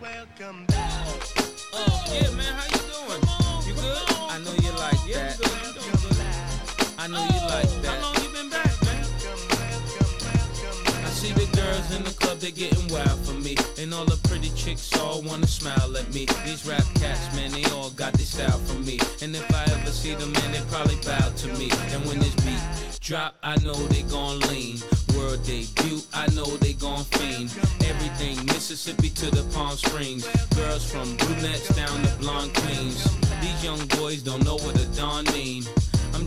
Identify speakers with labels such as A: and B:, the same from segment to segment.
A: Welcome back.
B: Oh, yeah, man, how you doing? You good? I know you like that. I know you like that. How long you been back, man? I see the girls in the club, they getting wild for me. And all the pretty chicks all wanna smile at me. These rap cats, man, they all got this style from me. And if I ever see them, man, they probably bow to me. And when this beat drop, I know they gon' lean. World debut, I know they gon' fiend. Everything Mississippi to the Palm Springs. Girls from brunettes down to blonde queens. These young boys don't know what a don mean. I'm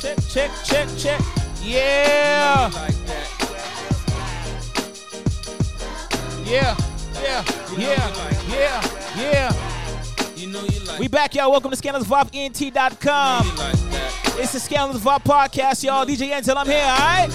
C: Check, check, check, check. Yeah,
B: Like that.
C: yeah, yeah, yeah, yeah, yeah.
B: You know you like
C: We back, y'all. Welcome to ScannersVibNT.com.
B: You like that.
C: It's the Scandalous Vibe Podcast, y'all. DJ Until I'm here, all right?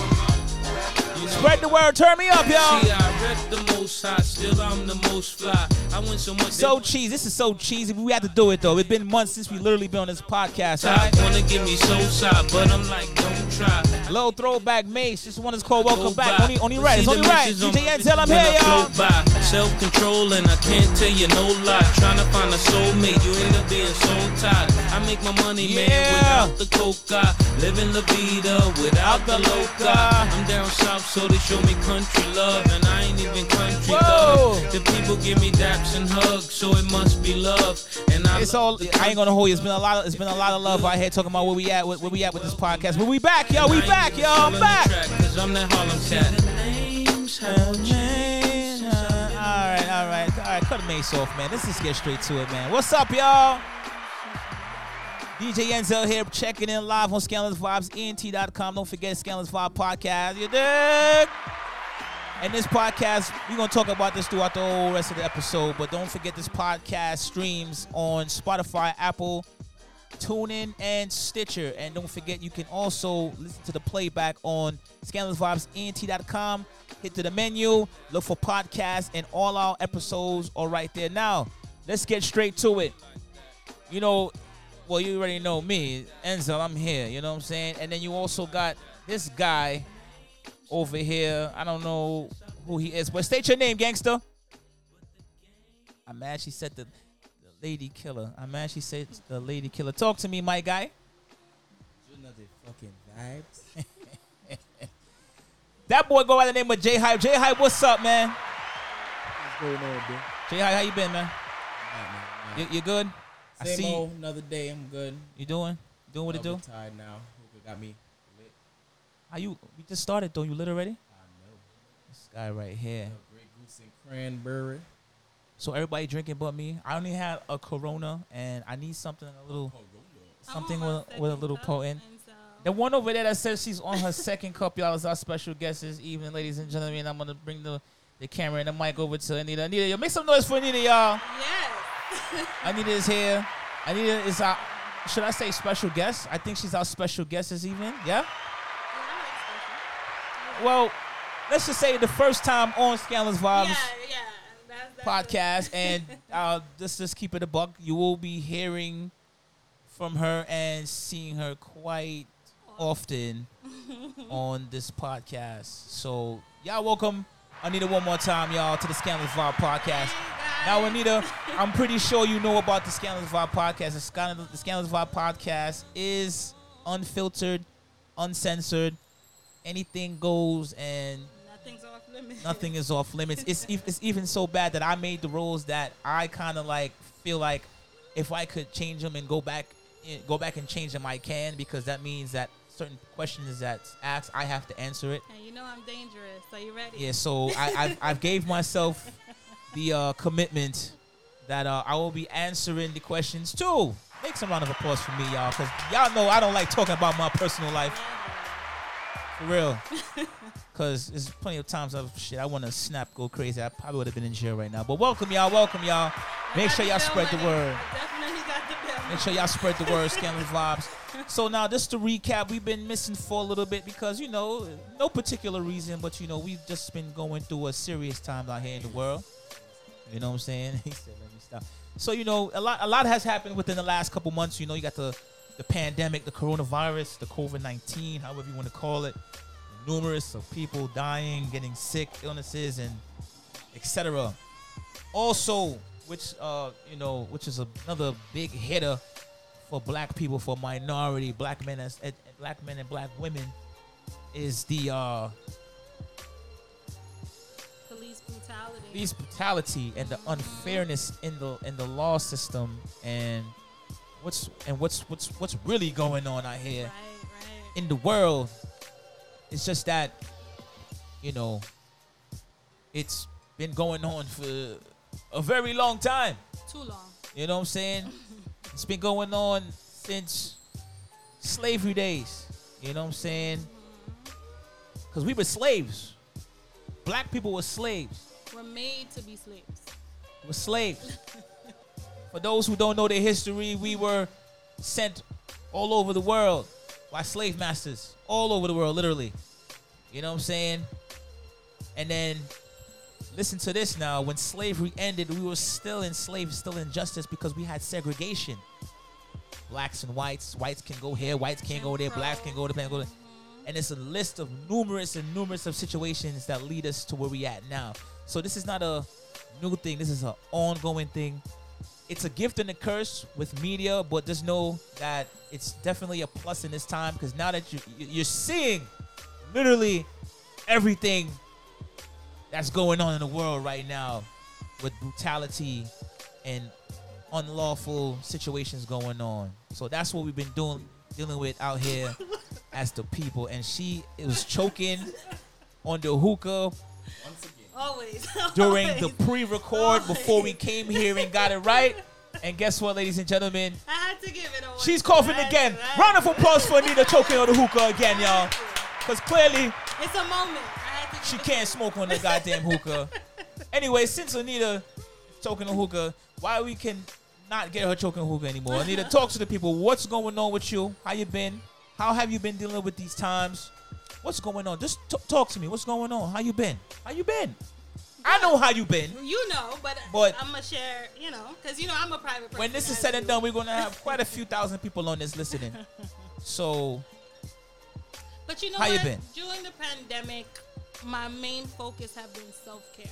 C: Spread the word. Turn me up, y'all.
B: See, I rep the most high, still I'm the most fly. I went so much.
C: So cheesy. This is so cheesy, but we had to do it, though. It's been months since we literally been on this podcast, all
B: I
C: right?
B: wanna give me so side, but I'm like, don't try.
C: Little throwback mace. This one is called Welcome
B: Go
C: Back.
B: by.
C: Only, only
B: You
C: right.
B: see
C: It's
B: the
C: only right.
B: mentions on
C: DJ
B: my
C: Until I'm
B: when
C: here,
B: I
C: y'all.
B: go by. Self-control and I can't tell you no lie. Tryna find a soulmate, you end up being so tired. I make my money,
C: Yeah.
B: man, without the coca. Living la vida without the loca. I'm down south, so they show me country love, and I ain't even country
C: Whoa.
B: love. The people give me daps and hugs, so it must be love. And I
C: It's
B: love
C: all.
B: the
C: I ain't gonna hold you. It's been a lot. Of, it's been a lot of love out here talking about where we at. Where, where we at with this podcast. But we back, y'all. We back, y'all. I'm back.
B: Cause I'm that Harlem cat.
C: All right, all right, all right. Cut the mace off, man. Let's just get straight to it, man. What's up, y'all? DJ Enzel here, checking in live on ScandalousVibesENT.com. Don't forget Scandalous Vibe Podcast. You dig? And this podcast, we're going to talk about this throughout the whole rest of the episode. But don't forget this podcast streams on Spotify, Apple, TuneIn, and Stitcher. And don't forget, you can also listen to the playback on E ScandalousVibesENT.com. Hit to the menu, look for podcasts, and all our episodes are right there. Now, let's get straight to it. You know, well, you already know me, Enzo, I'm here, you know what I'm saying? And then you also got this guy over here. I don't know who he is, but state your name, gangster. I'm mad she said the, the lady killer. I'm mad she said the lady killer. Talk to me, my guy.
D: You know the fucking vibes.
C: That boy go by the name of J Hype. J Hype, what's up, man?
D: What's going on, bro?
C: J Hype, how you been, man? You, you good? I
D: Same
C: see
D: old, another day. I'm good.
C: you doing doing what it do.
D: Tired now. Hookah got me lit.
C: How you? We just started though. You lit already?
D: I know.
C: This guy right here.
D: A Great goose and cranberry.
C: So everybody drinking but me. I only had a Corona, and I need something a little something with, with a little potent. The one over there that says she's on her second cup, y'all, is our special guest this evening, ladies and gentlemen. I'm gonna bring the, the camera and the mic over to Anita. Anita, yo, make some noise for Anita, y'all.
E: Yes.
C: Anita is here. Anita is our should I say special guest? I think she's our special guest this evening. Yeah. Well, let's just say the first time on Scandalous
E: Yeah,
C: Vibes
E: yeah. That's, that's
C: podcast, and uh, let's just keep it a buck. You will be hearing from her and seeing her quite often on this podcast. So, y'all, welcome Anita one more time, y'all, to the Scandalous Vibe podcast. Now, Anita, I'm pretty sure you know about the Scandalous Vibe podcast. The Scandalous, the Scandalous Vibe podcast is unfiltered, uncensored. Anything goes, and
E: Nothing's off limits.
C: nothing is off limits. It's ev- it's even so bad that I made the rules that I kind of like feel like if I could change them and go back and go back and change them, I can because that means that certain questions that's asked, I have to answer it.
E: And you know I'm dangerous. Are you ready?
C: Yeah, so I I've, I've gave myself the uh, commitment that uh, I will be answering the questions too. Make some round of applause for me, y'all, because y'all know I don't like talking about my personal life for real. Because there's plenty of times I've shit, I want to snap, go crazy. I probably would have been in jail right now. But welcome, y'all. Welcome, y'all. Make sure y'all spread the word.
E: Definitely got the bell.
C: Make sure y'all spread the word, scamming vibes. So now, just to recap, we've been missing for a little bit because you know, no particular reason, but you know, we've just been going through a serious time out here in the world. You know what I'm saying? He said, "Let me stop." So you know, a lot, a lot has happened within the last couple months. You know, you got the the pandemic, the coronavirus, the COVID nineteen, however you want to call it. Numerous of people dying, getting sick, illnesses, and etc. Also, which uh, you know, which is another big hitter for black people, for minority black men as and- and black men and black women, is the uh,
E: Police brutality.
C: police brutality and the unfairness in the in the law system and what's and what's what's what's really going on out here.
E: Right, right.
C: in the world. It's just that, you know, it's been going on for a very long time.
E: Too long.
C: You know what I'm saying? it's been going on since slavery days. You know what I'm saying? Because we were slaves. Black people were slaves.
E: We're made to be slaves.
C: We're slaves. For those who don't know their history, we were sent all over the world by slave masters, all over the world, literally. You know what I'm saying? And then listen to this now. When slavery ended, we were still enslaved, still in justice because we had segregation. Blacks and whites, whites can go here, whites can't go there, blacks can go to can go there. And it's a list of numerous and numerous of situations that lead us to where we at now. So this is not a new thing. This is an ongoing thing. It's a gift and a curse with media, but just know that it's definitely a plus in this time because now that you you- you're seeing literally everything that's going on in the world right now with brutality and unlawful situations going on. So that's what we've been doing dealing with out here as the people. And she was choking on the hookah
D: Once again,
E: Always.
C: during
E: always.
C: the pre-record before we came here and got it right. And guess what, ladies and gentlemen?
E: I had to give it away.
C: She's coughing
E: I had
C: again.
E: to, I had
C: Round of
E: to.
C: applause for Anita choking on the hookah again, y'all. Because clearly
E: It's a moment. I had to give
C: she
E: it
C: can't smoke on the goddamn hookah. Anyway, since Anita choking the hookah, why we can not get her choking hookah anymore? Anita, talk to the people. What's going on with you? How you been? How have you been dealing with these times? What's going on? Just t- talk to me. What's going on? How you been? How you been? I know how you been.
E: You know, but,
C: But-
E: I'm gonna share. You know, because you know I'm a private person.
C: When this is
E: as
C: said and
E: you.
C: done, we're gonna have quite a few thousand people on this listening. So
E: But you know
C: How
E: what?
C: you been?
E: During the pandemic, my main focus have been self care,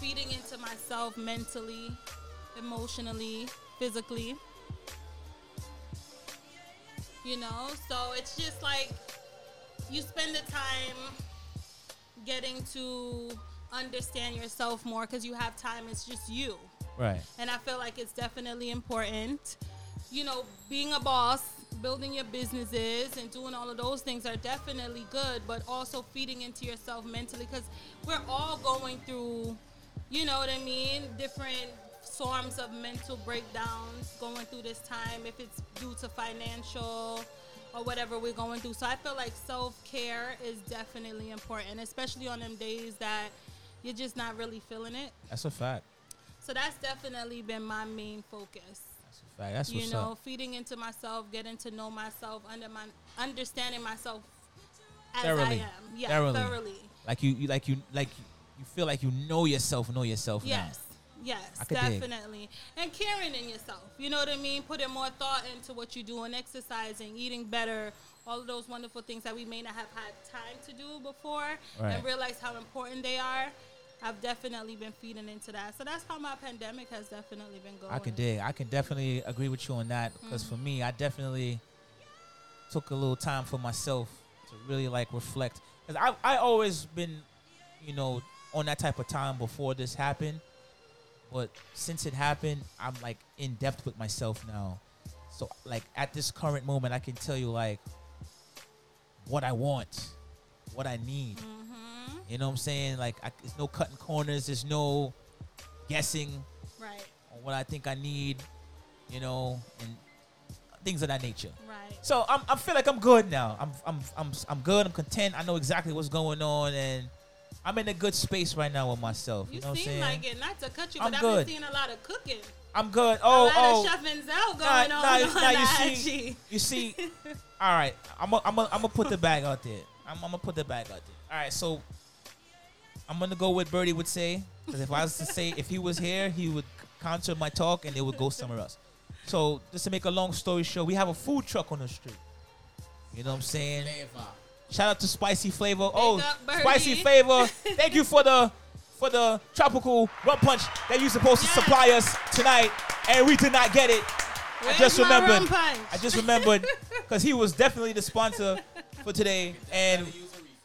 E: feeding into myself mentally, emotionally, physically. You know, so it's just like you spend the time getting to understand yourself more because you have time. It's just you.
C: right,
E: and I feel like it's definitely important. You know, being a boss, building your businesses, and doing all of those things are definitely good, but also feeding into yourself mentally because we're all going through, you know what I mean, different forms of mental breakdowns going through this time, if it's due to financial or whatever we're going through. So I feel like self care is definitely important, especially on them days that you're just not really feeling it.
C: that's a fact.
E: So that's definitely been my main focus.
C: That's a fact. That's
E: you
C: what's
E: know,
C: up.
E: feeding into myself, getting to know myself, under my understanding myself as I
C: Thoroughly.
E: am. Yeah,
C: Thoroughly.
E: thoroughly.
C: Like you, you, like you, like you feel like you know yourself. Know yourself now.
E: Yes. Yes,
C: I could dig.
E: definitely. And caring in yourself. You know what I mean? Putting more thought into what you do and exercising, eating better, all of those wonderful things that we may not have had time to do before
C: Right.
E: and realize how important they are. I've definitely been feeding into that. So that's how my pandemic has definitely been going.
C: I can dig. I can definitely agree with you on that because for me, I definitely took a little time for myself to really like reflect. Cause I I always been, you know, on that type of time before this happened, but since it happened, I'm like in depth with myself now. So like at this current moment, I can tell you like what I want, what I need.
E: Mm-hmm.
C: You know what I'm saying? Like, I, there's no cutting corners. There's no guessing
E: Right.
C: on what I think I need. You know, and things of that nature.
E: Right.
C: So I'm, I feel like I'm good now. I'm, I'm, I'm, I'm good. I'm content. I know exactly what's going on, and I'm in a good space right now with myself. You,
E: You
C: know what I'm
E: seem
C: saying?
E: like it. Not to cut you,
C: I'm
E: but I've
C: good.
E: been seeing a lot of cooking.
C: I'm good.
E: a
C: Oh,
E: lot
C: oh.
E: of shovings out
C: Nah,
E: going on
C: nah,
E: on
C: nah, you
E: the
C: see-
E: IG.
C: You see, all right, I'm gonna I'm gonna I'm gonna put the bag out there. I'm, I'm gonna put the bag out there. All right, so I'm gonna go with Birdie would say because if I was to say if he was here, he would counter my talk and it would go somewhere else. So just to make a long story short, we have a food truck on the street. You know what I'm saying?
D: Flavor.
C: Shout out to Spicy Flavor. oh,
E: up, Birdie.
C: Spicy Flavor, thank you for the for the tropical rum punch that you supposed
E: Yes.
C: to supply us tonight, and we did not get it.
E: Where's
C: just
E: my rum
C: remembered.
E: punch?
C: I just remembered because he was definitely the sponsor for today, and we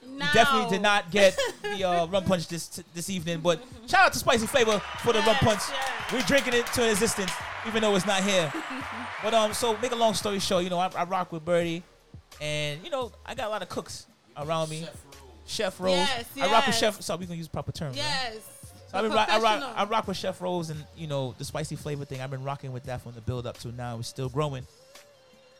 E: No.
C: definitely did not get the uh, rum punch this this evening. But shout out to Spicy Flavor for the rum
E: Yes,
C: punch.
E: yes.
C: We're drinking it to existence, even though it's not here. but um, so make a long story short, you know, I, I rock with Birdie, and you know, I got a lot of cooks around me. Chef Rose,
E: Yes,
C: I rock with
E: yes.
C: Chef. So we gonna use proper terms. right?
E: Yes.
C: So I've been
E: But
C: rock, I rock,
E: professional.
C: I rock with Chef Rose and you know the spicy flavor thing. I've been rocking with that from the build up to now. It's still growing.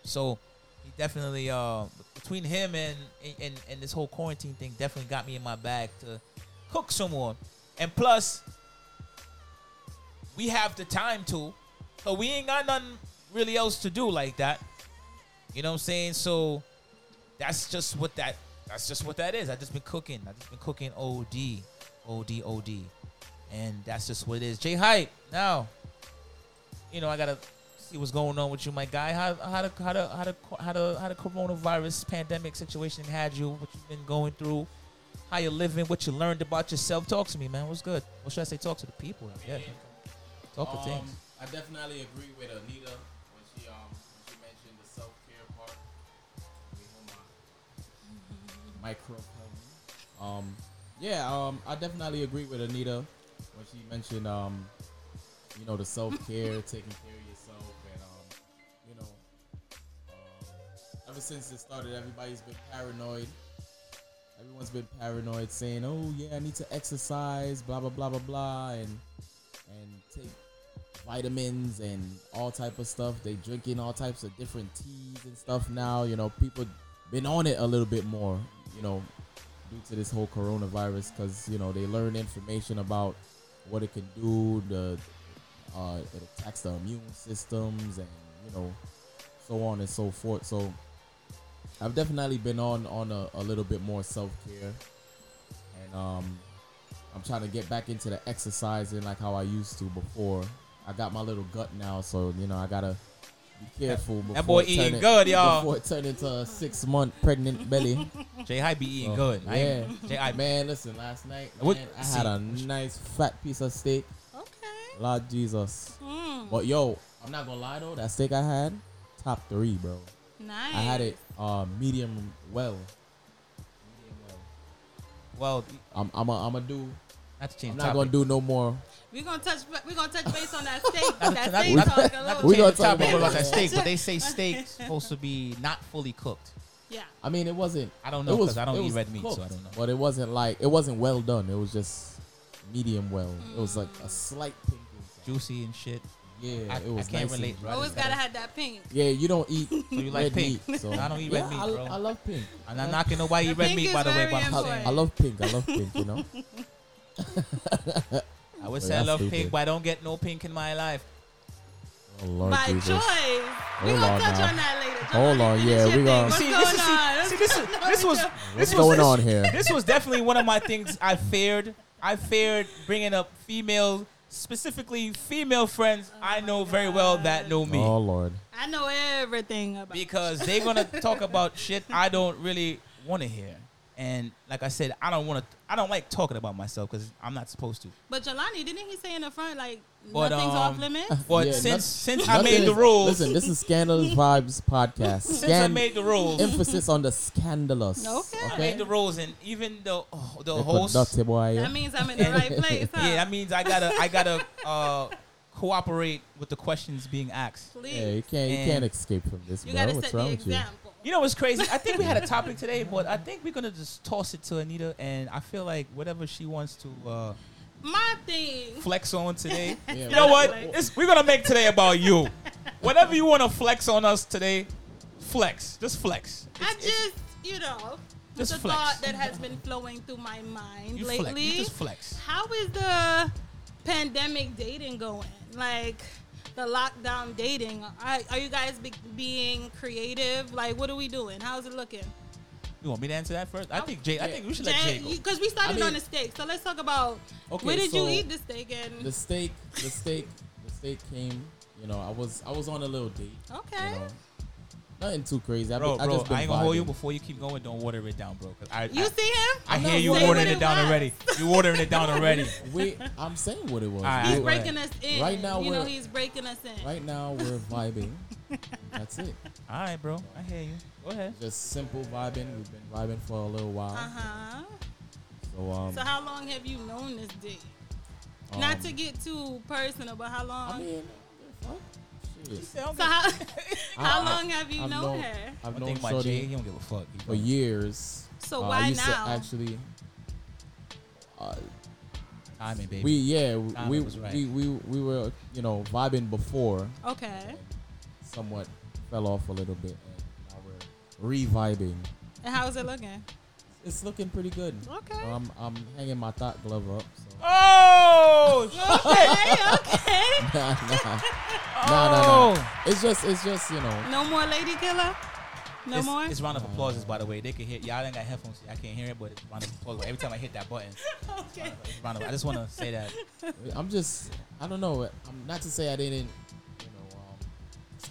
C: So he definitely uh between him and and and this whole quarantine thing definitely got me in my bag to cook some more. And plus, we have the time to, but we ain't got nothing really else to do like that. You know what I'm saying? So that's just what that that's just what that is. I just been cooking. I just been cooking OD, OD, OD, and that's just what it is. J hype now. You know I gotta see what's going on with you, my guy. How how the how the how the how the, how the coronavirus pandemic situation had you? What you've been going through? How you living? What you learned about yourself? Talk to me, man. What's good? What should I say? Talk to the people. Yeah, talk to
D: Um,
C: things.
D: I definitely agree with Anita when she um when she mentioned the self care part. Let me hold my Um, Microphone. Um, yeah. Um, I definitely agree with Anita when she mentioned um, you know, the self care, taking care of yourself, and um, you know, um, ever since it started, everybody's been paranoid. Everyone's been paranoid, saying, "Oh yeah, I need to exercise," blah blah blah blah blah, and and take vitamins and all type of stuff. They drinking all types of different teas and stuff now. You know, people been on it a little bit more. You know, due to this whole coronavirus, because you know they learn information about what it can do. The uh, it attacks the immune systems and you know so on and so forth. So I've definitely been on on a, a little bit more self care and um I'm trying to get back into the exercising like how I used to before. I got my little gut now, so you know I gotta be careful. Before
C: boy
D: it
C: eating
D: turn it-
C: good, y'all.
D: Before it turn into a six month pregnant belly.
C: J hype be eating
D: Oh,
C: good. I ain't-
D: yeah.
C: J hype.
D: Man, listen, last night
C: What-
D: man, I had a nice fat piece of steak.
E: Okay.
D: Lord Jesus.
C: Hmm.
E: Mm,
D: But yo, I'm not gonna lie though, that steak I had, top three, bro.
E: nice.
D: I had it uh, medium well. Medium well.
C: Well,
D: I'm I'm a, I'm a do.
C: not to change.
D: I'm
C: topic.
D: not gonna do no more.
E: We're gonna touch. We're gonna touch base on that steak. that
C: not-
E: steak
D: not-
E: talk a
C: Not
E: little
C: to
D: We
E: bit.
C: change
D: gonna
C: the
D: talk
C: topic
D: about
C: about
D: that.
C: that steak, but they say steak's supposed to be not fully cooked.
E: Yeah.
D: I mean, it wasn't.
C: I don't know
D: it was-
C: because I don't
D: it
C: eat
D: was
C: red meat, so I
D: cooked,
C: don't know.
D: But it wasn't like it wasn't well done. It was just medium well. It was like a slight pink. inside.
C: Juicy and shit.
D: Yeah,
C: I-
D: it was
C: I can't
D: nice and
C: relate, bro.
D: dry.
E: Always gotta have that pink.
D: Yeah, you don't eat. So
C: you like pink.
D: Meat, so
C: I don't eat
D: yeah,
C: red meat,
D: I,
C: bro.
D: I love pink.
C: I'm not knocking nobody
E: The
C: eat red
E: pink
C: meat,
E: is
C: by the way,
E: very
C: but I'm
E: important.
C: saying
D: I love pink. I love pink. You know.
C: I would
D: Well,
C: say I
D: that's
C: love
D: stupid.
C: pink, but I don't get no pink in my life.
D: Oh Lord
E: By
D: Jesus.
E: choice. We're
D: Hold
E: gonna
D: on
E: touch
D: now.
E: on that later.
D: Hold on,
E: finish
D: yeah,
E: your
D: we
E: thing.
D: gonna-
E: What's
C: See,
E: going
C: this is- see-
E: on?
C: see, this is- this was-
D: Um, What's
C: This was-
D: going
C: this-
D: on here?
C: This was definitely one of my things I feared. I feared bringing up female, specifically female frions I know very well that know me.
D: Oh Lord.
E: Oh I know everything about.
C: because they're gonna talk about shit I don't really want to hear. And like I said, I don't want to. I don't like talking about myself because I'm not supposed to.
E: But Jelani, didn't he say in the front like
C: But,
E: nothing's
C: um,
E: off limits?
C: But
D: Yeah,
C: since
D: noth-
C: since I
D: Nothing
C: made the
D: is-
C: rules,
D: Listen, this is Scandalous Vibes podcast.
C: since I made the rules,
D: emphasis on the scandalous.
E: Okay.
C: I made the rules, and even the oh, the
D: The
C: host,
D: productive wire.
E: That means I'm in the right place. Huh?
C: yeah, that means I gotta I gotta uh, cooperate with the questions being asked.
E: Please.
D: yeah, you can't you
C: And-
D: can't escape from this,
E: You
D: bro.
E: gotta
D: What's
E: set the
D: wrong with you?
E: example.
C: You know what's crazy? I think we had a topic today, but I think we're gonna just toss it to Anita, and I feel like whatever she wants to uh,
E: My thing.
C: flex on today,
D: Yeah,
C: you know what?
E: Definitely.
C: It's, we're gonna make today about you. Whatever you want to flex on us today, flex. Just flex.
E: I just, you know,
C: Just
E: just the
C: flex.
E: thought that has been flowing through my mind
C: You flex. You
E: lately.
C: just flex.
E: How is the pandemic dating going? Like the lockdown dating. Are, are you guys be, being creative? Like, what are we doing? How's it looking?
C: You want me to answer that first? I think Jay. I think we should let Jay go.
E: because we started
D: I mean-
E: on the steak, so let's talk about
D: Okay,
E: where did
D: so
E: you eat the steak and
D: the steak, the steak, the steak came. You know, I was I was on a little date.
E: okay.
D: You know, nothing too crazy. I,
C: Bro,
D: been, I
C: bro,
D: just been
C: I ain't gonna hold you.
D: vibing.
C: Before you keep going, don't water it down, bro. 'cause I,
E: You
C: I,
E: see him?
C: I
D: not
C: hear you
D: saying
C: watering
E: what
C: it
E: it
C: down
E: was.
C: already. You watering it down already.
D: Wait, I'm saying what it was.
C: Alright,
E: He's
C: Right.
E: breaking us in.
D: Right now
E: you know
D: we're-
E: he's breaking us in.
D: Right now we're vibing. That's it.
C: All right, bro. I hear you. Go ahead.
D: Just simple vibing. We've been vibing for a little while.
E: Uh huh.
D: So um,
E: So how long have you known this date?
D: um,
E: Not to get too personal, but how long?
D: I mean, fuck. Shit.
E: so how, how
D: I-
E: long have you
D: I've
E: known,
D: known,
E: her?
D: I've
C: One
D: known
C: thing about Jay, he
D: Shorty
C: don't give a fuck. He
D: for
C: don't-
D: years.
E: So
D: Uh, I
E: why
D: used to
E: now?
D: actually. Uh,
C: Timing, baby.
D: we yeah
C: Timing
D: we,
C: was right.
D: we we we were you know vibing before
E: Okay.
D: somewhat fell off a little bit and now we're reviving.
E: And how's it looking?
D: It's looking pretty good.
E: Okay.
D: Um, I'm hanging my thought glove up. So.
C: oh, sh-
E: Okay. okay.
D: nah, nah, nah, nah,
C: oh.
D: nah. It's just it's just you know
E: No more lady killer. No
C: it's,
E: more.
C: It's round of applauses, by the way. They can hear y'all. Ain't got headphones. I can't hear it, but it's round of applause. Every time I hit that button,
E: okay.
C: it's round of, I just want to say that.
D: I'm just I don't know. I'm not to say I didn't you know um,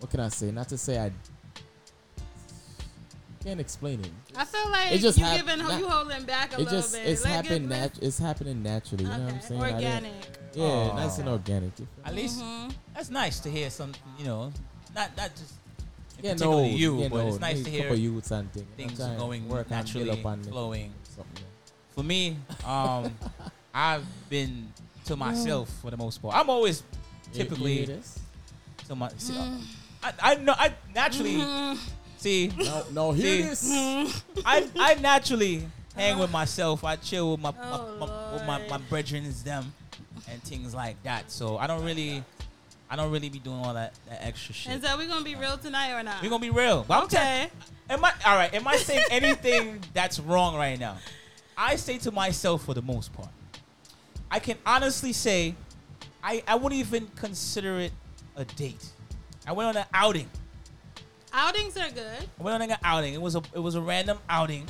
D: what can I say? Not to say I can't explain it.
E: I feel like
D: It just
E: you
D: hap-
E: giving
D: na-
E: you holding back a
D: It
E: little
D: just
E: bit.
D: it's
E: Let
D: happened
E: give-
D: nat- it's happening naturally. You know what I'm
E: Okay.
D: saying? I didn't-
E: Organic.
D: Yeah,
C: Aw.
D: nice and organic. you feel
C: At
D: me?
C: least
E: Mhm.
C: that's nice to hear some. You know, not not just in
D: Getting
C: particular
D: old,
C: you,
D: getting
C: but it's
D: old.
C: nice
D: Need
C: to
D: a couple
C: hear
D: youths and thing.
C: things
D: I'm trying to
C: going
D: work and build
C: naturally,
D: up on it.
C: flowing.
D: Something.
C: For me, um, I've been to myself for the most part. I'm always
D: You- you
C: typically
D: hear this? Mm.
C: to my. I, uh, I know. I naturally see.
D: No, no, hear
C: See.
D: this.
C: I I naturally hang with myself. I chill with my my,
E: Oh,
C: my, with my, my
E: Lord.
C: brethren's them and things like that. So I don't really I don't really be doing all that, that extra
E: And
C: shit.
E: so we're gonna be real tonight or not?
C: We're gonna be real. But I'm telling-
E: okay.
C: am I all right, am I saying anything that's wrong right now? I say to myself for the most part. I can honestly say I, I wouldn't even consider it a date. I went on an outing.
E: Outings are good.
C: I went on an outing. It was a it was a random outing.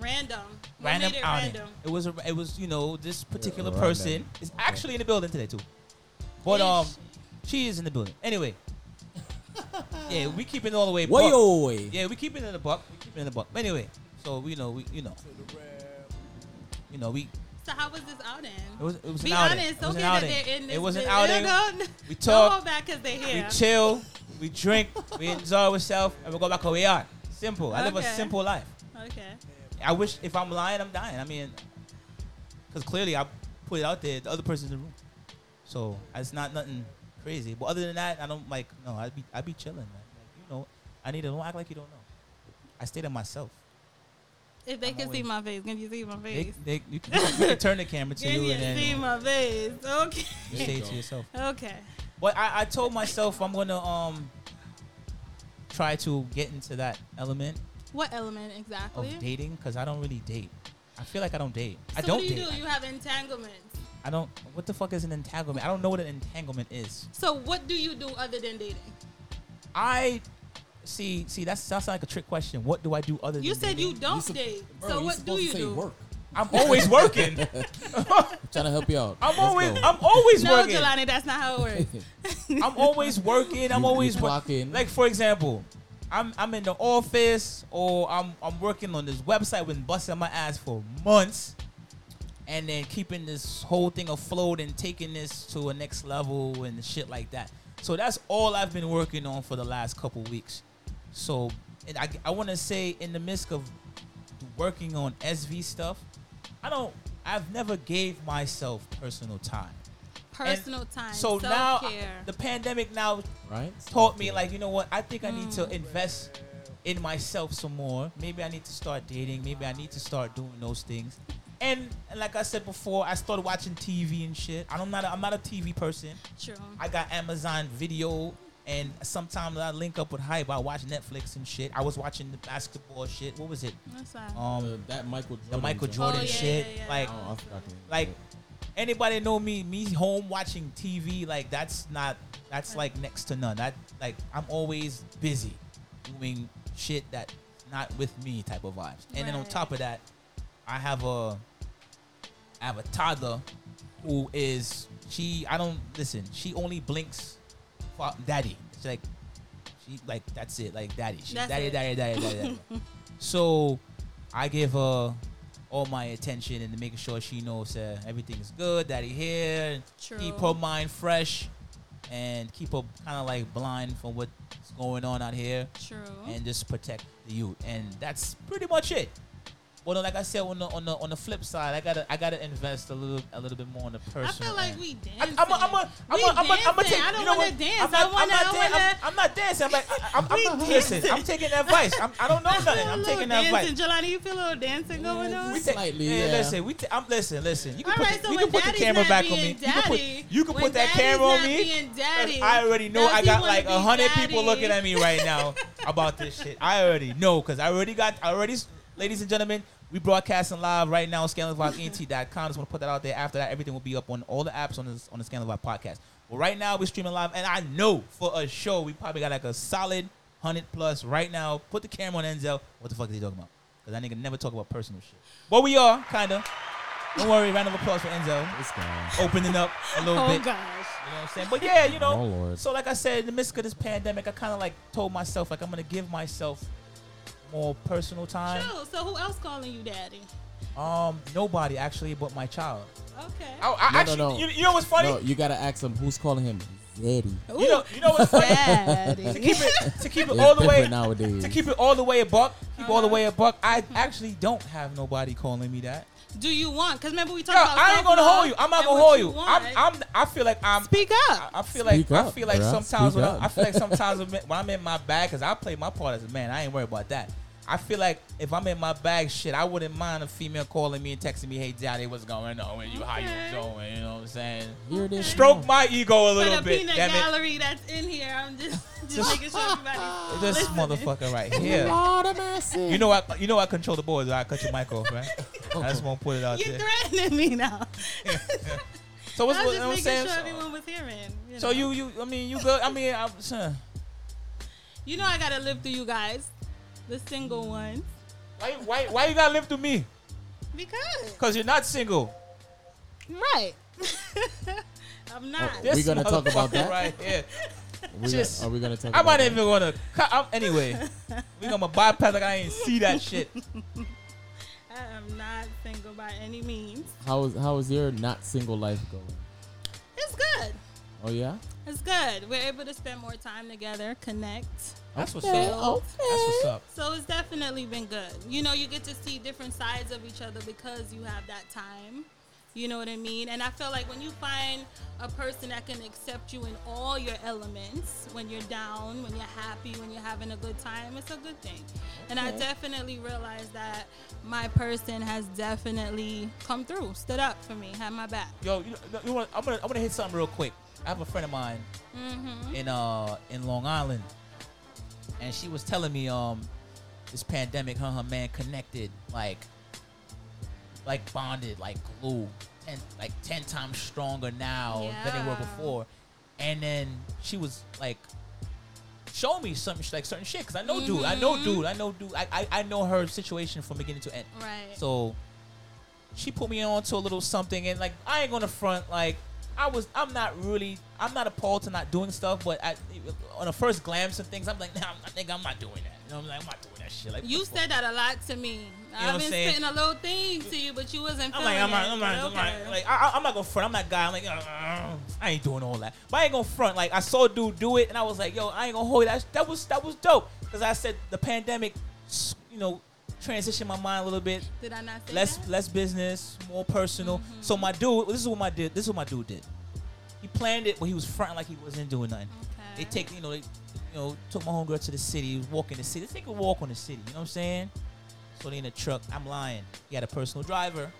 E: Random. What
C: random
E: made it
C: outing.
E: random?
C: It was a, it was you know this particular
D: random.
C: person is
D: Okay.
C: actually in the building today too, but
E: Is
C: um she is in the building anyway. yeah, we keep it all the way.
D: Way
C: buck.
D: away.
C: Yeah, we keep it in the buck. We keep it in the buck. But anyway, so we know we you know you know we
E: So how was this outing?
C: it was it was
E: Be
C: an outing.
E: honest.
C: it was
E: okay
C: an outing.
E: that they're in this.
C: it was an
E: business.
C: outing.
E: Don't,
C: We
E: don't
C: talk.
E: hold back because they're
C: We
E: here.
C: chill. We drink. we enjoy ourselves, and we go back where we are. Simple. I live a
E: Okay.
C: simple life.
E: okay.
C: I wish if I'm lying, I'm dying. I mean, because clearly I put it out there. The other person's in the room, so it's not nothing crazy. But other than that, I don't like. No, I'd be I'd be chilling, man. Like, you know, I need to don't act like you don't know. I stay to myself.
E: If they
C: I'm
E: can see
C: always-
E: my face, can you see my
C: They,
E: face?
C: they, you, can, you can turn the camera to
E: Can
C: you
E: you
C: and
E: see
C: then
E: my face? Okay.
C: you stay to yourself.
E: Okay.
C: But I, I told myself I'm gonna um try to get into that element
E: What element
C: of
E: exactly?
C: dating because I don't really date. I feel like I don't date. I
E: so
C: don't
E: what do you
C: date.
E: do? You have entanglements.
C: I don't. What the fuck is an entanglement? I don't know what an entanglement is.
E: So what do you do other than dating?
C: I see. See, that's sounds like a trick question. What do I do other
E: You
C: than
E: said you
C: dating?
E: don't
D: sup-
E: date.
D: bro,
E: so
D: you're
E: what do
D: supposed to
E: you
D: say
E: do?
D: Work.
C: I'm always working.
D: I'm trying to help you out.
C: I'm
D: Let's
C: always.
D: go.
C: I'm always
E: No,
C: working.
E: Jelani, that's not how it works.
C: I'm always working. I'm
D: You- you
C: always
D: clock
C: working.
D: in.
C: Like for example, I'm I'm in the office or I'm I'm working on this website. Been busting my ass for months, and then keeping this whole thing afloat and taking this to a next level and shit like that. So that's all I've been working on for the last couple weeks. So, and I I want to say in the midst of working on SV stuff, I don't. I've never gave myself personal time.
E: Personal time.
C: So
E: self-care.
C: now the pandemic now
D: right.
E: Mm.
C: taught me like you know what I think I need to invest in myself some more. Maybe I need to start dating. Maybe I need to start doing those things. And like I said before, I started watching TV and shit. I don't- I'm not. A, I'm not a TV person.
E: True.
C: I got Amazon Video, and sometimes I link up with hype. I watch Netflix and shit. I was watching the basketball shit. What was it?
E: That's fine.
D: The,
C: Um,
D: that Michael Jordan.
C: the Michael
D: joint. Oh,
C: Jordan
E: Oh, yeah,
C: shit.
E: yeah, yeah.
C: Like,
D: I don't- I forgot the name of
C: like
D: it.
C: anybody know me me home watching tv like that's not that's like next to none that like i'm always busy doing shit that not with me type of vibes and then on
E: Right.
C: top of that i have a i have a toddler who is she i don't listen she only blinks for daddy she's like she like that's it like daddy she
E: That's
C: daddy,
E: it.
C: daddy daddy daddy daddy so I give her all my attention and making sure she knows that everything is good, that he here,
E: True.
C: keep her mind fresh, and keep her kind of like blind from what's going on out here,
E: True.
C: and just protect the youth. And that's pretty much it. Well, like I said, on the on the on the flip side, I gotta I gotta invest a little a little bit more on the personal.
E: I feel like
C: end.
E: we dancing.
C: I- I'm a, I'm a, I'm
E: We
C: a, I'm a, I'm a
E: dancing.
C: take,
E: I don't
C: you know
E: wanna
C: what?
E: dance.
C: I'm not,
E: I wanna-
C: I'm not,
E: I
C: dan- I'm,
E: wanna-
C: I'm not dancing. I'm like, I'm, I'm,
E: We
C: I'm listen. I'm taking advice. I'm, I don't know nothing. I'm
E: Little
C: taking advice.
E: dancing. Jelani, you feel a little dancing going on?
D: We
C: ta-
D: Slightly,
C: yeah,
D: yeah.
C: Listen, we. T- I'm listen, listen. You can
E: All
C: put,
E: right,
C: the,
E: so
C: you
E: when
C: can put the
E: daddy's
C: camera
E: not
C: back on
E: being
C: me. you can put,
E: daddy-
C: you can
E: when
C: put that
E: daddy's
C: camera on
E: not
C: me.
E: being daddy,
C: I already know
E: does
C: I
E: he
C: got
E: wanna
C: like
E: be
C: a hundred people
E: daddy?
C: looking at me right now about this shit. I already know because I already got. I already, s- ladies and gentlemen, we broadcasting live right now. ScandalVibesNT.com. Just want to put that out there. After that, everything will be up on all the apps on this on the Scandal Vibe podcast. But right now, we're streaming live, and I know for a show we probably got like a solid hundred plus right now. Put the camera on Enzel. What the fuck is he talking about? Because that nigga never talk about personal shit. But we are kinda. Don't worry. Round of applause for Enzo
D: It's gone.
C: opening up a little
E: oh
C: bit.
E: gosh.
C: You know what I'm saying? But yeah, you know.
D: Oh, Lord.
C: So like I said, in the midst of this pandemic, I kind of like told myself like I'm gonna give myself more personal time.
E: True. So who else calling you daddy?
C: Um, nobody actually, but my child.
E: Okay.
C: I, Oh, I
D: No, no,
C: actually,
D: no.
C: You, you know what's funny?
D: No, you gotta ask him who's calling him Daddy.
C: You know, you know what's funny? to
E: daddy.
C: keep it to keep it
D: It's
C: all the way
D: different nowadays.
C: to keep it all the way a buck. Keep all the way a buck. I actually don't have nobody calling me that.
E: Do you want? Because remember we
C: Yo,
E: talked about.
C: I ain't gonna
E: self-love
C: hold you. I'm not
E: and
C: gonna
E: what
C: hold you.
E: want.
C: I'm, I'm. I feel like I'm.
E: Speak up.
C: I feel like
D: Speak
C: I
D: up,
C: feel like
D: bruh.
C: sometimes
D: Speak
C: when I,
D: up.
C: I feel like sometimes when when I'm in my bag, cause I play my part as a man. I ain't worried about that. I feel like if I'm in my bag, shit, I wouldn't mind a female calling me and texting me, "Hey, daddy, what's going on with you? How
E: Okay.
C: you doing? You know what I'm saying?"
D: Here it is.
C: Stroke my ego a
E: For
C: little
E: the
C: bit.
E: peanut
C: damn it.
E: gallery that's in here, I'm just just making sure everybody.
C: This
E: Listen.
C: motherfucker right here.
D: Lord of mercy.
C: You know I you know I control the boys. I cut your mic off, right? I just won't put it out
E: You
C: there.
E: threatening me now.
C: So what's
E: I was
C: what, you
E: just
C: know what I'm
E: making
C: saying?
E: sure
C: So-
E: everyone was hearing. You know.
C: So you you I mean you good? I mean I'm. Huh.
E: you know, I gotta live through you guys, the single ones,
C: Why, why, why you gotta live to me?
E: because
C: Cause you're not single.
E: right. I'm not.
D: Oh,
C: This
D: We gonna talk about
C: motherfucker
D: that?
C: right here.
D: We got-
C: Just-
D: are we gonna talk?
C: I'm
D: about
C: not even gonna. Cut, I'm, anyway, we gonna bypass like I ain't see that shit.
E: I am not single by any means.
D: that? How is how is your not single life going?
E: It's good.
D: Oh yeah.
E: It's good. We're able to spend more time together, connect.
C: That's what's
D: Okay,
C: up. That's what's up.
E: So it's definitely been good. You know, you get to see different sides of each other because you have that time. You know what I mean? And I feel like when you find a person that can accept you in all your elements, when you're down, when you're happy, when you're having a good time, it's a good thing. And I definitely realized that my person has definitely come through, stood up for me, had my back.
C: Yo, you, know- you want, I'm gonna I'm gonna hit something real quick. I have a friend of mine
E: Mm-hmm.
C: in uh in Long Island, and she was telling me um this pandemic, her and her man connected like like bonded like glue, and like ten times stronger now than they were
E: Yeah.
C: before. And then she was like, "Show me some sh- like certain shit," because I know dude, I know
E: Mhm.
C: dude, I know dude, I, I I know her situation from beginning to end.
E: Right.
C: So she put me on to a little something, and like I ain't gonna front. Like I was, I'm not really, I'm not appalled to not doing stuff, but I, on a first glance of things, I'm like, nah, I think I'm not doing that. You know, I'm like, I'm not doing that shit. Like
E: you
C: what the
E: said
C: fuck?
E: that a lot to me.
C: what
E: I've
C: I'm
E: been
C: saying?
E: spitting a little thing to you, but you wasn't
C: I'm
E: feeling
C: like, I'm
E: it.
C: not, I'm not,
E: but
C: I'm
E: okay.
C: not, like, I, I- I'm not gonna front. I'm not guy. I'm like, uh, I ain't doing all that. But I ain't gonna front. Like, I saw dude do it, and I was like, yo, I ain't gonna hold it. That, that was, that was dope. Cause I said the pandemic, s- you know, transitioned my mind a little bit.
E: Did I not say
C: less
E: that? Mm-hmm.
C: less business, more personal. So my dude, this is what my did. This is what my dude did. He planned it, but he was fronting like he wasn't doing nothing.
E: Okay.
C: They take you know they you know, took my homegirl to the city, was walking the city. Let's take a walk on the city, you know what I'm saying? So they in a truck. I'm lying. He had a personal driver.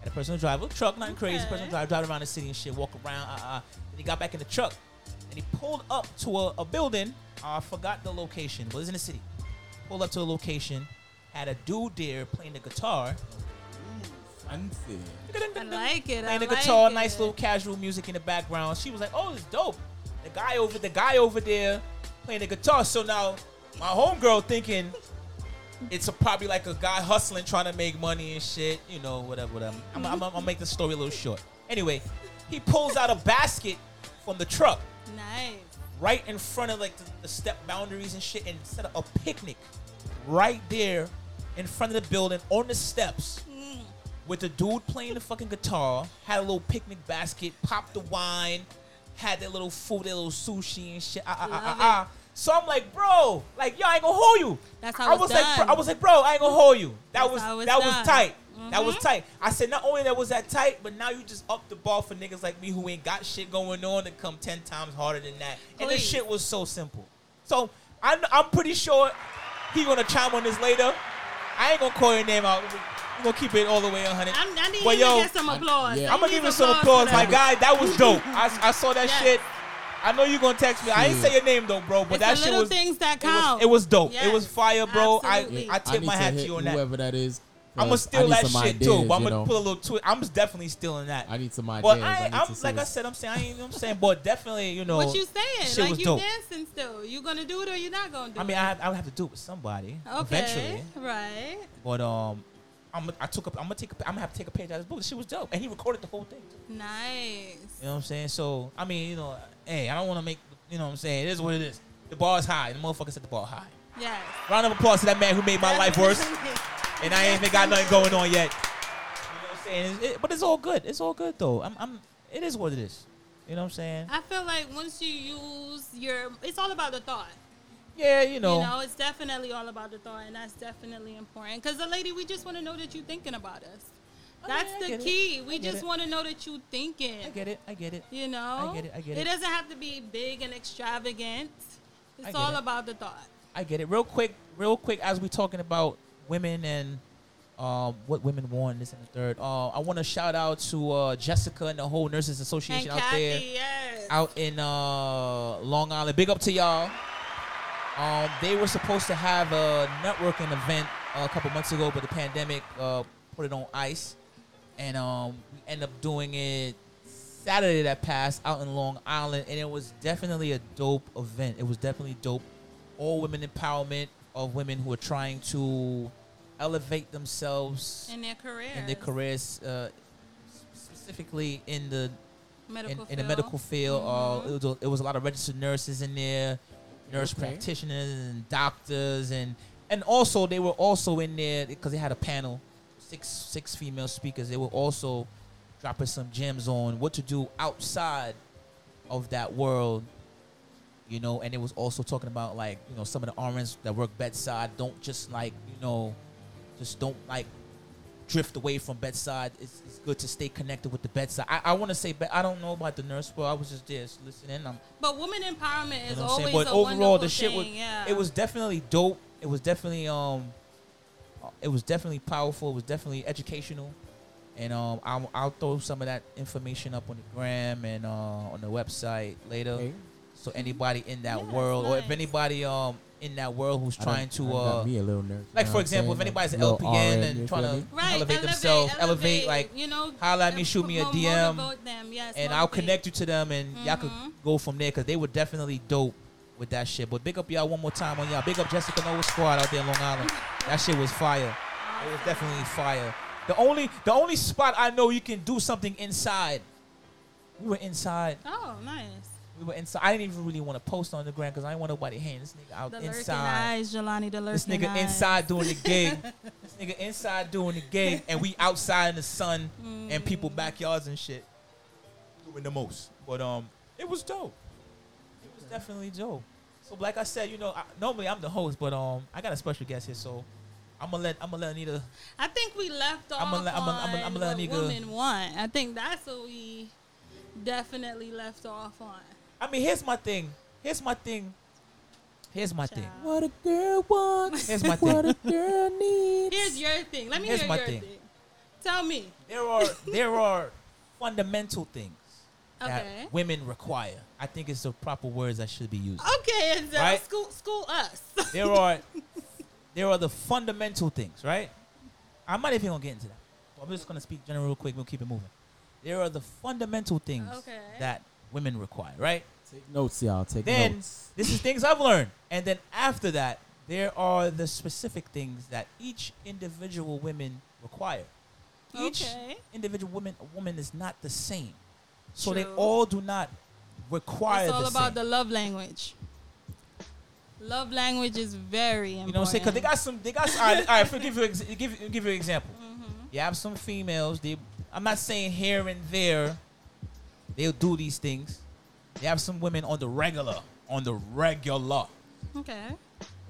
C: Had a personal driver. Truck, nothing crazy.
E: Okay.
C: Personal driver, driving around the city and shit, walk around. Uh, uh. Then he got back in the truck and he pulled up to a, a building. Ah, I forgot the location, but it's in the city. Pulled up to a location, had a dude there playing the guitar.
D: Fancy.
E: I like it. I
C: Playing the
E: like
C: guitar,
E: it.
C: nice little casual music in the background. She was like, "Oh, it's dope." The guy over, the guy over there playing the guitar. So now my homegirl thinking it's a, probably like a guy hustling, trying to make money and shit. You know, whatever. whatever. I'm, I'm, I'm, I'll make the story a little short. Anyway, he pulls out a basket from the truck
E: Nice.
C: right in front of like the, the step boundaries and shit, and set up a picnic right there in front of the building on the steps
E: Mm.
C: with the dude playing the fucking guitar, had a little picnic basket, popped the wine, had their little food, their little sushi and shit. Ah, ah, ah,
E: Love
C: ah, ah. So I'm like, bro, like, yo, I ain't gonna hold you.
E: That's how
C: I
E: it's
C: was like,
E: done.
C: bro, I was like, bro, I ain't gonna hold you. That
E: That's
C: was
E: how it's
C: that was
E: done.
C: tight. That was
E: Mhm.
C: tight. I said, not only that was that tight, but now you just up the ball for niggas like me who ain't got shit going on to come ten times harder than that. And this
E: Please.
C: shit was so simple. So I'm, I'm pretty sure he gonna chime on this later. I ain't gonna call your name out. We gonna keep it all the way 100.
E: I'm, I need
C: But
E: you to
C: yo,
E: get some applause.
D: yeah.
E: I
C: I'm gonna
E: need
C: give you some applause, my guy. That was dope. I, I saw that
E: Yes.
C: shit. I know you gonna text me. I ain't
D: Shit.
C: say your name though, bro. But
E: But
C: that
E: it's the
C: shit
E: little
C: was it
E: things that
C: was
E: count.
C: it was dope. It
E: Yes,
C: was fire, bro.
E: absolutely.
C: Oh, I I tip
D: need
C: my
D: to
C: hat to
D: hit
C: you on that.
D: Whoever that is.
C: I'm gonna
D: 'cause
C: steal
D: need
C: that
D: some
C: shit
D: ideas,
C: too. But I'm
D: you
C: gonna
D: know?
C: put a little twist. I'm definitely stealing that.
D: I need some ideas.
C: but
D: I
C: I,
D: need
C: I'm
D: to see
C: like I
D: what-
C: said, I'm saying I ain't. I'm saying, but definitely, you know.
E: What you saying?
C: shit
E: like
C: was
E: you
C: dope.
E: dancing still? You gonna do it or you not gonna do
C: I mean,
E: it?
C: I have, I would have to do it with somebody
E: okay,
C: eventually.
E: right?
C: But um, I'm I took a, I'm gonna take a, I'm gonna have to take a page out of this book. This shit was dope, and he recorded the whole thing.
E: Nice.
C: You know what I'm saying? So I mean, you know, hey, I don't want to make you know what I'm saying. It is what it is. The bar is high. The motherfucker set the bar high.
E: Yes.
C: Round of applause to that man who made my life worse, and I ain't even got nothing going on yet. You know what I'm saying? It's- it- but it's all good. It's all good though. I'm, I'm. It is what it is. You know what I'm saying?
E: I feel like once you use your, it's all about the thought.
C: Yeah, you know.
E: You know, it's definitely all about the thought, and that's definitely important. Because the lady, we just want to know that you're thinking about us.
C: Oh,
E: That's
C: yeah, I
E: the
C: get it.
E: key. We
C: I get
E: just
C: it.
E: want to know that you're thinking.
C: I get it. I get it.
E: You know,
C: I get it, I get
E: it
C: it.
E: doesn't have to be big and extravagant.
C: I
E: It's
C: get
E: all
C: it.
E: about the thought.
C: I get it. Real quick, real quick, as we talking about women and um, what women want, this and the third. Uh, I want to shout out to uh, Jessica and the whole Nurses
E: And
C: Association out
E: Kathy,
C: there,
E: yes,
C: out in uh, Long Island. Big up to y'all. Um, they were supposed to have a networking event a couple months ago, but the pandemic uh, put it on ice, and um, we end up doing it Saturday that passed out in Long Island, and it was definitely a dope event. It was definitely dope. All women empowerment of women who are trying to elevate themselves
E: in their career,
C: in their careers, uh, specifically in the in,
E: medical
C: in the medical field. Uh, it, was a, it was a lot of registered nurses in there, nurse
D: Okay.
C: practitioners and doctors, and and also they were also in there because they had a panel, six six female speakers. They were also dropping some gems on what to do outside of that world. You know, and it was also talking about like you know some of the RNs that work bedside don't just like you know, just don't like drift away from bedside. It's, it's good to stay connected with the bedside. I, I want to say, be- I don't know about the nurse, but I was just there listening. I'm,
E: But women empowerment
C: you
E: is
C: know what I'm
E: always
C: saying? But
E: a
C: overall, the
E: wonderful
C: shit was
E: thing, yeah.
C: it was definitely dope. It was definitely um, uh, it was definitely powerful. It was definitely educational, and um, I'll, I'll throw some of that information up on the gram and uh, on the website later.
D: Hey,
C: So anybody in that
E: Yeah, that's
C: world, or if
E: nice.
C: anybody um in that world who's
D: I done-
C: trying
D: I
C: to
D: done got
C: uh,
D: me a little nurse, you
C: like
D: know
C: for
D: what I'm
C: example, if
D: saying?
C: anybody's an
D: Little
C: LPN
D: RN, you
C: and
D: feel
C: trying
D: me?
C: to
E: right.
C: elevate themselves, elevate like
E: you know,
C: holla at me, shoot me a
E: mo-
C: DM,
E: motivate them, yes,
C: and I'll
E: motivate.
C: connect you to them, and y'all could
E: Mhm.
C: go from there because they were definitely dope with that shit. But big up y'all one more time on y'all. Big up Jessica Noah Squad out there in Long Island. That shit was fire. It was definitely fire. The only the only spot I know you can do something inside. We were inside.
E: Oh, nice.
C: We were inside. I didn't even really want to post on the ground because I didn't want nobody hating this nigga out
E: The lurking
C: inside.
E: eyes, Jelani. The lurking
C: This nigga
E: eyes.
C: inside doing the gig. this nigga inside doing the gig, and we outside in the sun and people
E: Mm.
C: backyards and shit doing the most. But um, it was dope. It was definitely dope. So like I said, you know, I, normally I'm the host, but um, I got a special guest here, so I'm gonna let I'm gonna let Anita.
E: I think we left off
C: I'ma
E: on
C: let- I'ma- I'ma- I'ma let
E: what
C: nigga-
E: women want. I think that's what we definitely left off on.
C: I mean, here's my thing. Here's my thing. Here's my thing.
E: Child.
D: What a girl wants.
C: Here's my
D: what
C: thing.
D: a girl needs.
E: Here's your thing. Let me
C: Here's
E: hear
C: my
E: your
C: thing.
E: thing. Tell me.
C: There are there are fundamental things
E: Okay.
C: that women require. I think it's the proper words I should be using.
E: Okay, and
C: Right?
E: school school us.
C: There are there are the fundamental things, right? I'm not even gonna get into that. I'm just gonna speak general real quick. We'll keep it moving. There are the fundamental things
E: Okay.
C: that women require, right?
D: Take notes, y'all. Take
C: Then
D: notes.
C: this is things I've learned, and then after that, there are the specific things that each individual women require. Each
E: Okay.
C: individual woman woman is not the same, so they
E: True.
C: all do not require
E: it's all
C: the
E: about
C: same.
E: the love language. Love language is very important.
C: You know what I'm saying? Because they got some, they got. All right, all right. For, give you ex- give give you an example. You have some females. They, I'm not saying here and there, they'll do these things. They have some women on the regular, on the regular,
E: Okay.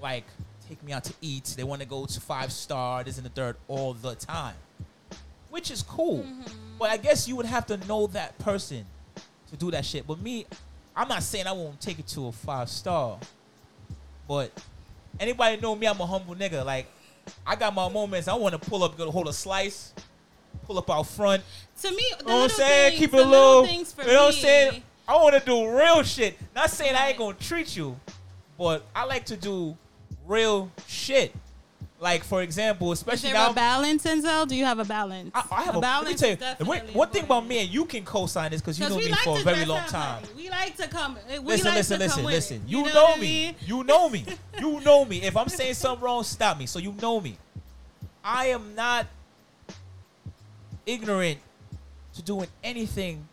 C: like take me out to eat. They want to go to five star, this and the third, all the time, which is cool. But I guess you would have to know that person to do that shit. But me, I'm not saying I won't take it to a five star, but anybody know me, I'm a humble nigga. Like I got my moments. I want to pull up, go hold a slice, pull up out front.
E: To me, the
C: You know what I'm
E: little
C: saying?
E: things,
C: Keep
E: the
C: it low.
E: little things for
C: you know what I'm
E: me.
C: saying? I want to do real shit. Not saying I
E: Right.
C: ain't gonna treat you, but I like to do real shit. Like for example,
E: Is
C: especially
E: there
C: now.
E: a balance, Enzel? Do you have a balance?
C: I, I have
E: a
C: a, let me
E: balance.
C: tell you,
E: is
C: the one-
E: definitely
C: one thing about
E: important.
C: me and you can co-sign this because you
E: 'Cause
C: know
E: we
C: me
E: like
C: for a
E: to
C: very
E: dress
C: long
E: up
C: time.
E: like- We like to come. we
C: Listen,
E: like
C: listen,
E: to
C: listen,
E: come with
C: listen.
E: it.
C: You, know,
E: know what I
C: me.
E: mean?
C: You know me. You know me. If I'm saying something wrong, stop me. So you know me. I am not ignorant to doing anything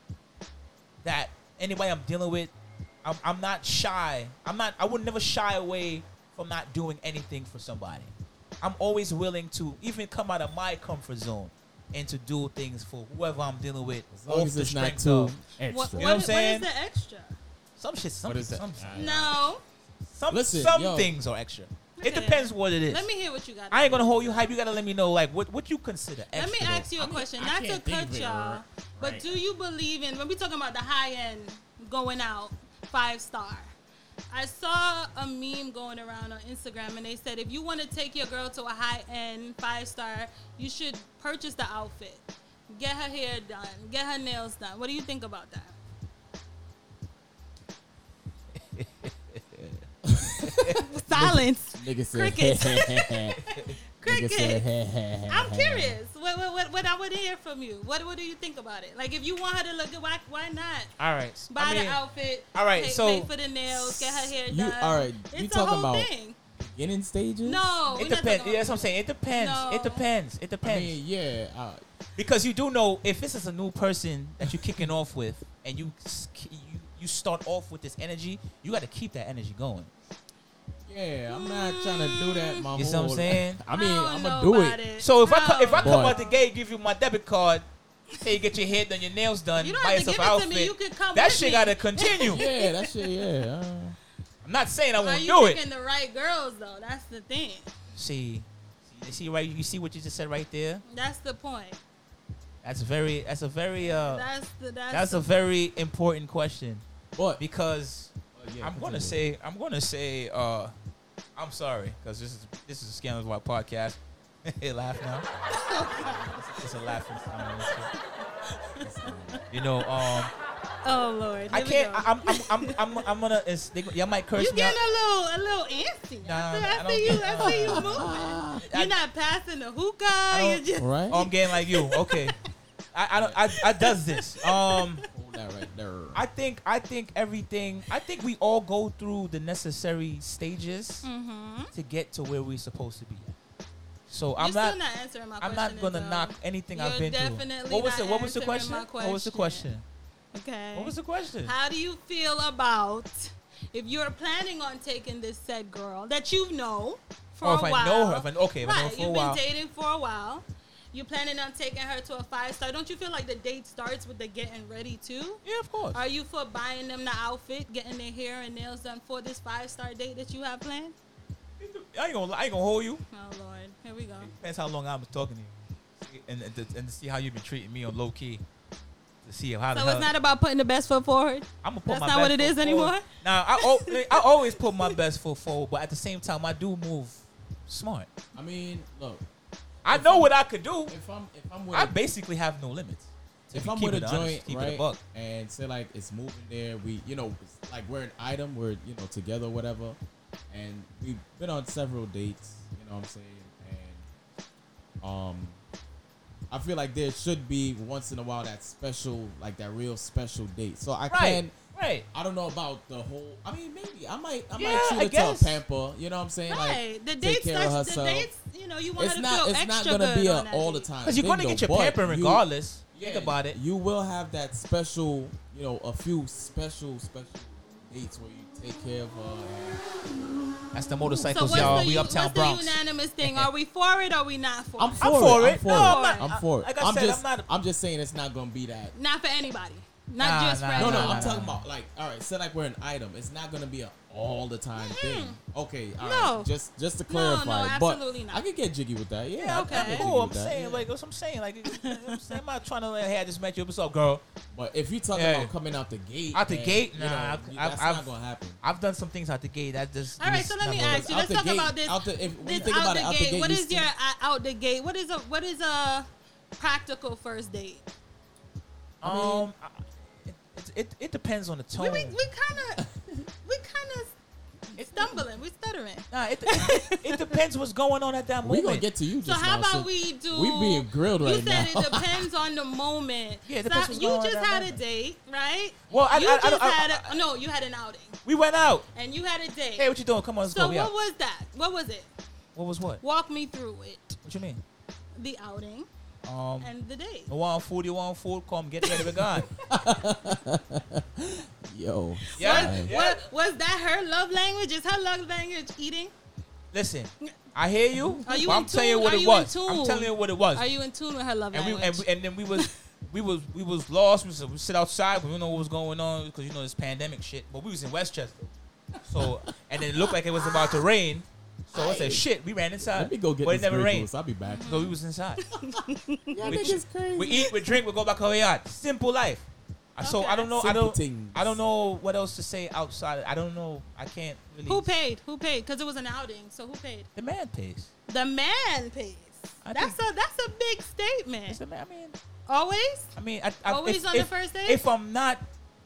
C: that anybody I'm dealing with. I'm, I'm not shy. I'm not. I would never shy away from not doing anything for somebody. I'm always willing to even come out of my comfort zone and to do things for whoever I'm dealing with.
D: As long
C: off
D: as
C: the
D: it's not
C: strength
D: too
C: of-
E: What,
D: extra.
C: know what I'm
E: what- what
C: saying?
E: is the extra?
C: some shit. Some
D: What is that?
C: some,
E: No.
C: some,
D: Listen,
C: some
D: yo.
C: things are extra. It
E: Okay.
C: depends what it is.
E: Let me hear what you got.
C: I ain't gonna hold you hype. You gotta let me know like what what you consider extra.
E: Let me
C: though.
E: ask you a question.
A: I
E: Not to
A: can't think of
E: cut
A: it
E: y'all,
A: right-
E: but
A: right.
E: do you believe in when we talking about the high end going out five star? I saw a meme going around on Instagram, and they said if you want to take your girl to a high end five star, you should purchase the outfit, get her hair done, get her nails done. What do you think about that? Silence.
D: Nigga said,
E: Crickets.
D: Nigga said,
E: Crickets. I'm curious. What, what, what, what I would hear from you. What, what do you think about it? Like, if you want her to look good, why, why not?
C: All right.
E: Buy
C: I mean,
E: the outfit.
C: all right,
E: Pay,
C: so-
E: pay for the nails. Get her hair
D: You-
E: done.
D: all right,
E: It's
D: you
E: a
D: talking
E: whole
D: about-
E: thing.
D: Beginning stages?
E: No, we're
C: It
E: not
C: depends.
E: talking
C: Yeah,
E: about-
C: that's what I'm saying. It depends. It
E: No.
C: depends. It
D: I
C: depends.
D: mean, yeah. Uh,
C: because you do know if this is a new person that you're kicking off with, and you s- k- you you start off with this energy, you got to keep that energy going.
D: yeah, I'm not trying to do that my
C: You see
D: whole
C: what I'm saying?
D: I mean,
E: don't
D: I'm going
E: know
D: to do
E: about
D: it.
C: So if I co- if I
D: Boy.
C: come out the gate, give you my debit card, say you get your hair done, your nails done,
E: You don't
C: buy
E: have to
C: yourself
E: give
C: an
E: it to
C: outfit,
E: me. You can come
C: that
E: with
C: shit
E: me.
C: gotta continue.
D: Yeah, that shit, yeah. Uh,
C: I'm not saying I
E: Are
C: won't
E: you
C: do it.
E: picking the right girls though? That's the thing.
C: See, you see right, you see what you just said right there.
E: That's the point.
C: That's very. That's a very. Uh,
E: That's the that's,
C: that's a very important question
D: but
C: because
D: uh, yeah,
C: I'm
D: continue.
C: gonna say I'm gonna say uh, I'm sorry because this is this is a scandal of my podcast. laugh now. it's, it's a laughing sound. You know, um,
E: oh lord. Here
C: I
E: we
C: can't.
E: go.
C: I, I'm, I'm, I'm, I'm, I'm gonna. It's, they, y'all might curse
E: you
C: me. out.
E: getting a little a little antsy.
C: Nah,
E: I see,
C: I
E: I
C: don't
E: see you.
C: get-
E: I see you moving. You're not passing the hookah.
C: don't-
E: You just
D: Right?
C: Oh, I'm getting like you. Okay. I, I don't. I, I does this. Um.
D: Hold that right there.
C: I think I think everything I think we all go through the necessary stages
E: Mm-hmm.
C: to get to where we're supposed to be. at. So I'm
E: You're still
C: not,
E: not answering my
C: I'm
E: question.
C: not gonna
E: though.
C: knock anything I've
E: You're
C: been through.
E: definitely
C: What was
E: not
C: the What was the
E: answering
C: question?
E: my
C: What was the
E: question.
C: question?
E: Okay.
C: What was the question?
E: How do you feel about if you're planning on taking this said girl that you know for
C: Oh,
E: a
C: if I
E: while?
C: know her, if I- okay, if I know
E: right,
C: her for a
E: you've
C: while.
E: been dating for a while. You're planning on taking her to a five star. Don't you feel like the date starts with the getting ready too?
C: Yeah, of course.
E: Are you for buying them the outfit, getting their hair and nails done for this five star date that you have planned?
C: I ain't gonna I ain't gonna hold you.
E: Oh Lord, here we go.
C: Depends how long I was talking to you, See, and and, and to see how you've been treating me on low key. to see how the
E: So
C: hell.
E: it's not about putting the best foot forward.
C: I'm gonna put
E: That's
C: my
E: not
C: best
E: what it
C: foot
E: is
C: forward.
E: anymore?
C: Now I, al- I always put my best foot forward, but at the same time I do move smart.
D: I mean, look,
C: I know what I could do.
D: if I'm if I'm with
C: I
D: a-
C: basically have no limits.
D: if
C: you
D: I'm
C: keep
D: with a
C: it honest,
D: joint,
C: keep it a
D: right,
C: buck.
D: and say like it's moving there, we you know it's like we're an item, we're you know together, or whatever, and we've been on several dates, you know what I'm saying, and um, I feel like there should be once in a while that special, like that real special date. So I can.
C: Right, right.
D: I don't know about the whole. I mean, maybe I might. I
C: Yeah,
D: might shoot it
C: I
D: to a
C: guess.
D: pamper. You know what I'm saying?
E: Right.
D: Like
E: The
D: take
E: dates,
D: care of
E: not, the
D: herself.
E: dates, you know, you want
D: It's
E: her to
D: not.
E: feel
D: It's not
E: extra
D: gonna
E: good
D: be
E: on
D: a
E: that
D: all the
E: date.
D: time.
C: Because you're gonna
D: Bingo,
C: get your
D: but
C: pampering
D: you-
C: regardless.
D: yeah,
C: Think about it.
D: You will have that special, you know, a few special, special dates where you take care of her.
C: That's the
E: So
C: motorcycles,
E: what's,
C: y'all.
E: the,
C: We
E: u-
C: uptown
E: what's
C: Bronx.
E: the unanimous thing? Are we for it or are we not for
D: I'm
E: it?
D: for,
C: I'm for
D: it.
C: it.
D: I'm for
C: No,
D: it.
C: I'm
E: not-
D: I'm for it.
C: like I
D: I'm
C: said,
D: just,
C: I'm not-
D: I'm just saying it's not gonna be that.
E: Not for anybody. Not
C: Nah,
E: just
C: nah,
E: for
D: No, no,
C: nah,
D: I'm
C: nah,
D: talking
C: nah.
D: about like, all right, say like we're an item. It's not gonna be an all the time thing. Okay, all right.
E: No.
D: Just, just to
E: No, no,
D: clarify. but
E: absolutely not.
D: I could get jiggy with that. Yeah.
C: Yeah,
D: I could
E: okay.
C: okay.
D: get
C: I'm
D: jiggy
C: cool. I'm
D: with that,
C: saying,
D: yeah.
C: like, that's what I'm saying. Like, you know what I'm, saying? I'm not trying to like, hey, I just met you. What's up, girl?
D: But if you talking
C: Yeah.
D: about coming out the gate,
C: Out the
D: man,
C: gate?
D: you
C: Nah,
D: know,
C: I've-
D: you-
C: I've-
D: that's
C: I've-
D: not gonna happen.
C: I've done some things out the gate. That just.
E: All right, so let me
C: never-
E: ask you.
D: out
E: Let's
D: the
E: talk
D: gate,
E: about this.
D: out the- if- when you
E: this
D: think
E: out
D: about
E: the
D: it, out the
E: gate.
D: gate,
E: what
D: you
E: is
D: still-
E: your uh, out the gate? What is a what is a practical first date?
C: Um, I- it, it, it, it depends on the
E: We
C: tone.
E: we kind of we kind of stumbling. We stuttering.
C: Nah, it, it, it depends what's going on at that
D: We're
C: moment.
D: gonna get to you.
E: So
D: Just
E: how
D: now,
E: about we do?
D: we being grilled
E: You
D: right
E: said
D: now.
E: it depends on the moment.
C: Yeah, it
E: So
C: depends what's
E: you
C: going on
E: just
C: at that
E: had a
C: moment.
E: date, right?
C: Well, I-
E: you
C: I- I
E: just
C: don't- I-
E: had a, no. You had an outing,
C: we went out.
E: and you had a date.
C: Hey, what you doing? Come on, let's
E: so
C: go.
E: what
C: Yeah.
E: was that? What was it?
C: What was what?
E: Walk me through it.
C: What you mean?
E: The outing
C: Um,
E: and the date.
C: one food, you want food? Come get ready, we're gone.
D: Yo,
C: yeah,
E: Was,
C: yeah.
E: wa- was that her love language? Is her love language eating?
C: Listen, I hear you.
E: Are you
C: but
E: in
C: I'm telling you
E: tune?
C: what
E: Are
C: it
E: you
C: was.
E: in
C: I'm
E: tune?
C: telling you what it was.
E: Are you in tune with her love
C: and we,
E: language?
C: and we and then we was we was we was lost. We, was, we sit outside. We don't know what was going on because you know this pandemic shit. But we was in Westchester, so and then it looked like it was about to rain. So I said, "Shit, we ran inside."
D: let me go get
C: but
D: this
C: it never
D: Grey
C: rained.
D: Goose. I'll be back.
C: So we was inside.
D: Yeah,
C: we, we eat, we drink, we go back to our yard. Simple life. Uh, So I
E: Okay.
C: don't know. I
D: Simple
C: don't.
D: things.
C: I don't know what else to say outside. I don't know. I can't really.
E: who paid? Who paid? Because it was an outing. So who paid?
C: The man pays.
E: The man pays.
C: I
E: that's a that's a big
C: It's
E: statement.
C: the man. I mean,
E: Always.
C: I mean, I, I,
E: Always
C: if,
E: on the
C: if-
E: first date?
C: If I'm not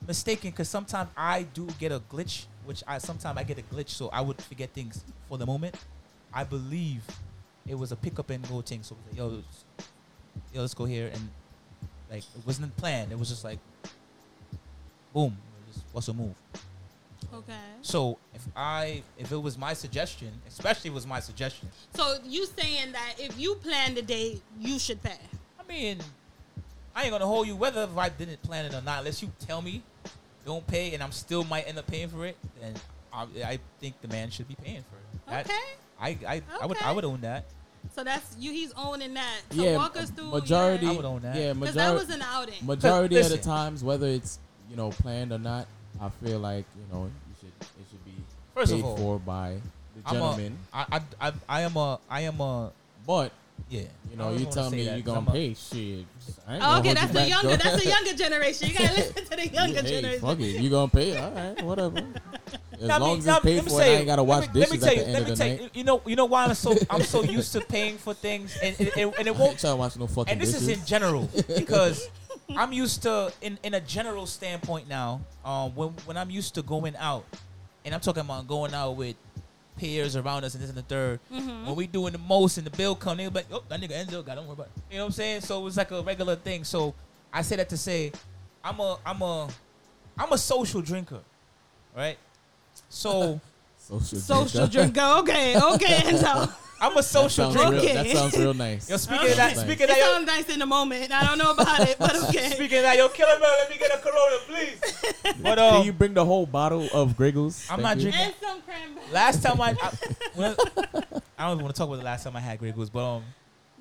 C: mistaken, because sometimes I do get a glitch, which I sometimes I get a glitch, so I would forget things for the moment. I believe it was a pick up and go thing. So yo, let's- yo, let's go here, and like it wasn't planned. It was just like, boom, just, what's a move?
E: Okay.
C: So if I, if it was my suggestion, especially if it was my suggestion,
E: So you saying that if you plan the date, you should pay.
C: I mean, I ain't gonna hold you whether if I didn't plan it or not. Unless you tell me, don't pay, and I'm still might end up paying for it. Then I, I think the man should be paying for it. That-
E: Okay.
C: I, I, I would I
E: Okay.
C: would own that.
E: So that's you. He's owning that. So
D: yeah,
E: walk us through
D: majority.
C: I would own that.
D: Yeah,
E: 'Cause
D: majority.
E: that was an outing.
D: majority of the
C: Listen.
D: times, whether it's you know planned or not, I feel like you know you should it should be
C: First of
D: paid
C: all,
D: for by the
C: I'm a,
D: gentleman.
C: I, I, I, I am a I am a
D: But
C: yeah.
D: you
C: I
D: know,
C: don't
D: you
C: wanna
D: tell
C: say
D: me
C: that
D: you're
C: 'cause I'm
D: gonna
C: a-
D: pay shit. I ain't gonna
E: Oh, okay,
D: hold
E: that's
D: you
E: the
D: back,
E: younger.
D: girl.
E: That's the younger generation. You gotta listen to the younger
D: hey,
E: generation.
D: fuck it. You gonna pay? All right, whatever. As
C: Nah, I mean,
D: long as
C: nah,
D: it's paid
C: let me
D: for,
C: tell
D: and I
C: you-
D: ain't gotta
C: let
D: wash
C: me- let me
D: dishes
C: tell
D: at
C: you-
D: the end
C: let me
D: of the
C: tell you,
D: night.
C: You know, you know why I'm so I'm so used to paying for things, and and, and, and it
D: I ain't
C: won't
D: trying to wash no fucking
C: and this
D: dishes.
C: is in general because I'm used to in in a general standpoint now. Um, when when I'm used to going out, and I'm talking about going out with peers around us and this and the 3rd
E: Mm-hmm.
C: When we doing the most and the bill come, they like, oh, that nigga Enzo got don't worry about. It. You know what I'm saying? So it's like a regular thing. So I say that to say, I'm a I'm a I'm a social drinker, right? So
D: Social,
E: Social
D: drinker.
E: drinker. Okay, okay, Enzo.
C: I'm a
D: That
C: social
D: sounds
C: drinker.
D: real-
E: Okay.
D: That sounds real nice.
C: Yo, speaking of that,
D: Thanks.
C: speaking
E: It
C: of that, yo,
E: sounds nice in the moment. I don't know about it, but okay.
C: speaking of that, yo, killer man, let me get a Corona, please. But um,
D: Can you bring the whole bottle of Griggles? Thank
C: I'm not
D: you.
C: drinking-
E: And some cranberry.
C: Last time I, I, when I, I don't even want to talk about the last time I had Grey Goose, but um,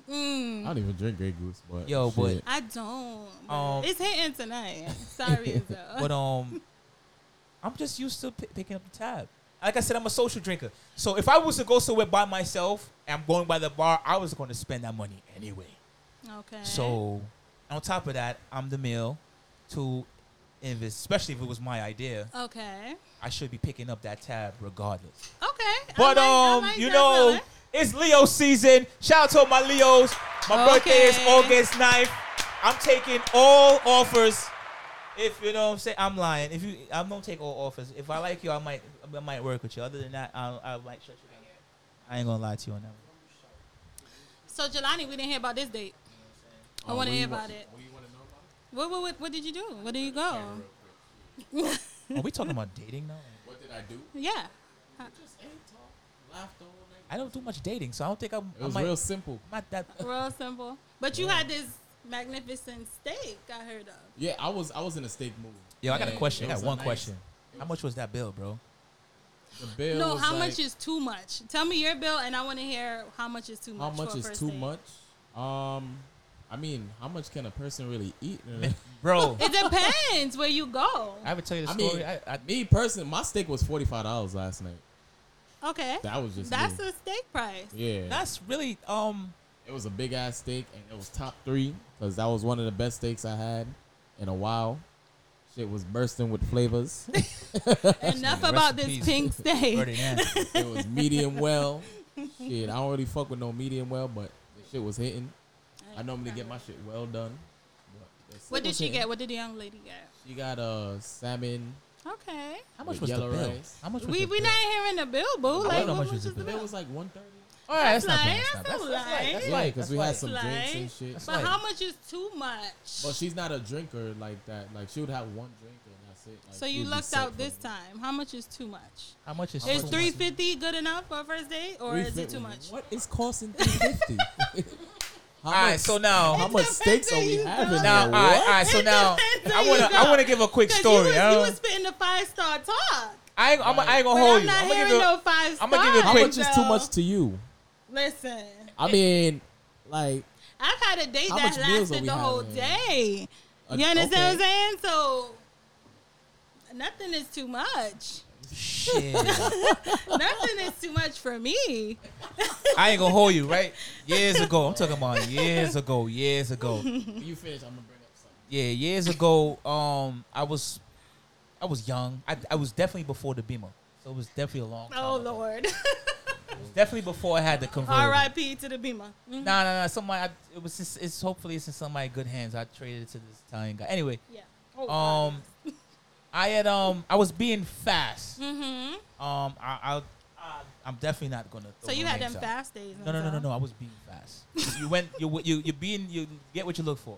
D: I
E: Mm,
D: don't even drink Griggles, but
C: Yo, but-
D: shit.
E: I don't.
C: Um,
E: it's hitting tonight. Sorry, Enzo.
C: but um, I'm just used to p- picking up the tab. Like I said, I'm a social drinker, so if I was to go somewhere by myself and I'm going by the bar, I was going to spend that money anyway.
E: okay.
C: So, on top of that, I'm the meal. to invest, especially if it was my idea,
E: Oh. Okay.
C: I should be picking up that tab regardless.
E: Okay. I like-
C: But
E: I
C: um,
E: like
C: you
E: that,
C: know,
E: brother.
C: it's Leo season. Shout out to my Leos. My birthday is
E: Okay.
C: August 9th. I'm taking all offers. If you know what I'm saying, I'm lying. If you, I'm gonna take all offers. If I like you, I might, I might work with you. Other than that, I, I might shut you down. I ain't gonna lie to you on that. one.
E: So Jelani, we didn't hear about this date. I
D: Oh,
E: want to
D: we
E: hear
D: wa-
E: about it.
D: we wanna know about
E: What, what what what did you do? Where did you go?
D: it? Real quick.
C: Are we talking about dating now?
D: What did I do?
E: Yeah.
D: Just ate, talked, laughed all night.
C: I don't do much dating, so I don't think I'm.
D: It was
C: I might,
D: real simple.
C: Not that.
E: Real simple. But you had this magnificent steak I heard of.
D: Yeah, I was I was in a steak mood.
C: Yo, I got a
D: And
C: question.
D: it
C: I got
D: was a
C: one
D: nice-
C: question. How much was that bill, bro?
D: The bill
E: no,
D: was
E: how
D: like,
E: much is too much? Tell me your bill and I want to hear how much is too
D: how
E: much.
D: much
E: for a
D: is
E: first
D: too
E: date.
D: much? Um, I mean, how much can a person really eat? in a-
C: Bro,
E: It depends where you go.
C: I would tell you the
D: I
C: story.
D: mean,
C: I, I,
D: me personally, my steak was forty five dollars last night.
E: Okay.
D: That was just
E: That's
D: me.
E: a steak price.
D: yeah.
C: that's really um.
D: it was a big ass steak, and it was top three because that was one of the best steaks I had in a while. Shit was bursting with flavors.
E: Enough
C: Rest in
E: about this
C: peace.
E: pink steak.
C: Already nasty.
D: it was medium well. Shit, I don't really fuck with no medium well, but the shit was hitting. I normally get my shit well done. But the steak
E: What did
D: was
E: she
D: hitting.
E: get? What did the young lady get?
D: She got uh salmon.
E: Okay.
C: How much
D: With
C: was the
D: yellow
C: bill?
D: rice.
C: How much was
E: We
C: the
E: we
C: bill?
E: not hearing the bill, boo.
C: I
E: Like
C: don't know
E: what
C: much
E: much was
C: is
E: the
C: the
D: The
C: bill.
E: bill?
D: bill was like one thirty.
C: All right, that's,
E: That's
C: not
E: light,
C: bad. That's,
E: that's
C: not
E: a
C: bad. that's,
E: light.
C: that's
D: Yeah,
C: light.
D: because we had
C: that's
D: some
C: light.
D: drinks and
E: Like-
D: shit.
C: That's
E: But
C: like-
E: how much is too much?
D: But she's not a drinker like that. Like she would have one drink and that's it. Like,
E: so
D: she
E: you
D: would be
E: lucked
D: sick
E: out
D: from
E: this
D: it.
E: time. How much is too much?
C: How much is
E: Is
C: too much?
E: three fifty good enough for a first date, or is it
D: $3.50.
E: too much?
D: What is costing three fifty? All
C: All right, so now,
D: how
E: It
D: much
E: depends
D: steaks are
E: where
D: we
E: you
D: having?
E: go.
C: now, all
D: here?
C: right, all
D: What?
C: right, so
E: It
C: now,
E: depends where
C: I wanna,
E: you
C: I
E: go.
C: wanna give a quick
E: 'Cause
C: story.
E: You
C: I
E: was, you
C: don't-
E: was spitting the five star talk,
C: I ain't, I'm, I ain't
E: but
C: gonna hold
E: I'm
C: you.
E: not
C: I'm gonna
E: hearing
C: give you.
E: no five star.
C: I'ma give you a
D: How
C: quick-
D: much is too much to you?
E: Listen,
D: I mean, like
E: I've had a date
D: How
E: that
D: much meals are
E: lasted
D: we
E: the whole
D: having?
E: day.
D: Uh,
E: You understand what I'm saying?
D: okay.
E: So nothing is too much.
C: Shit,
E: nothing is too much for me.
C: I ain't gonna hold you. Right, years ago, I'm talking about years ago, years ago.
D: when you finish, I'm gonna bring up something.
C: Yeah, years ago, um, I was, I was young. I, I was definitely before the Beamer, so it was definitely a long time.
E: Oh
C: ago.
E: Lord.
C: It was definitely before I had the convertible.
E: R.I.P. to the Beamer. Mhm.
C: Nah, nah, nah. Somebody, I, it was just, it's hopefully it's in somebody's good hands. I traded it to this Italian guy. Anyway,
E: Yeah. Oh,
C: um, I had um, I was being fast. Um,
E: Mm-hmm.
C: I, I'll- I, I'm definitely not gonna.
E: So
C: throw
E: you
C: no
E: had
C: names
E: them
C: out.
E: fast days.
C: No, no, no, no, no. I was being fast. you went. You you you being you get what you look for.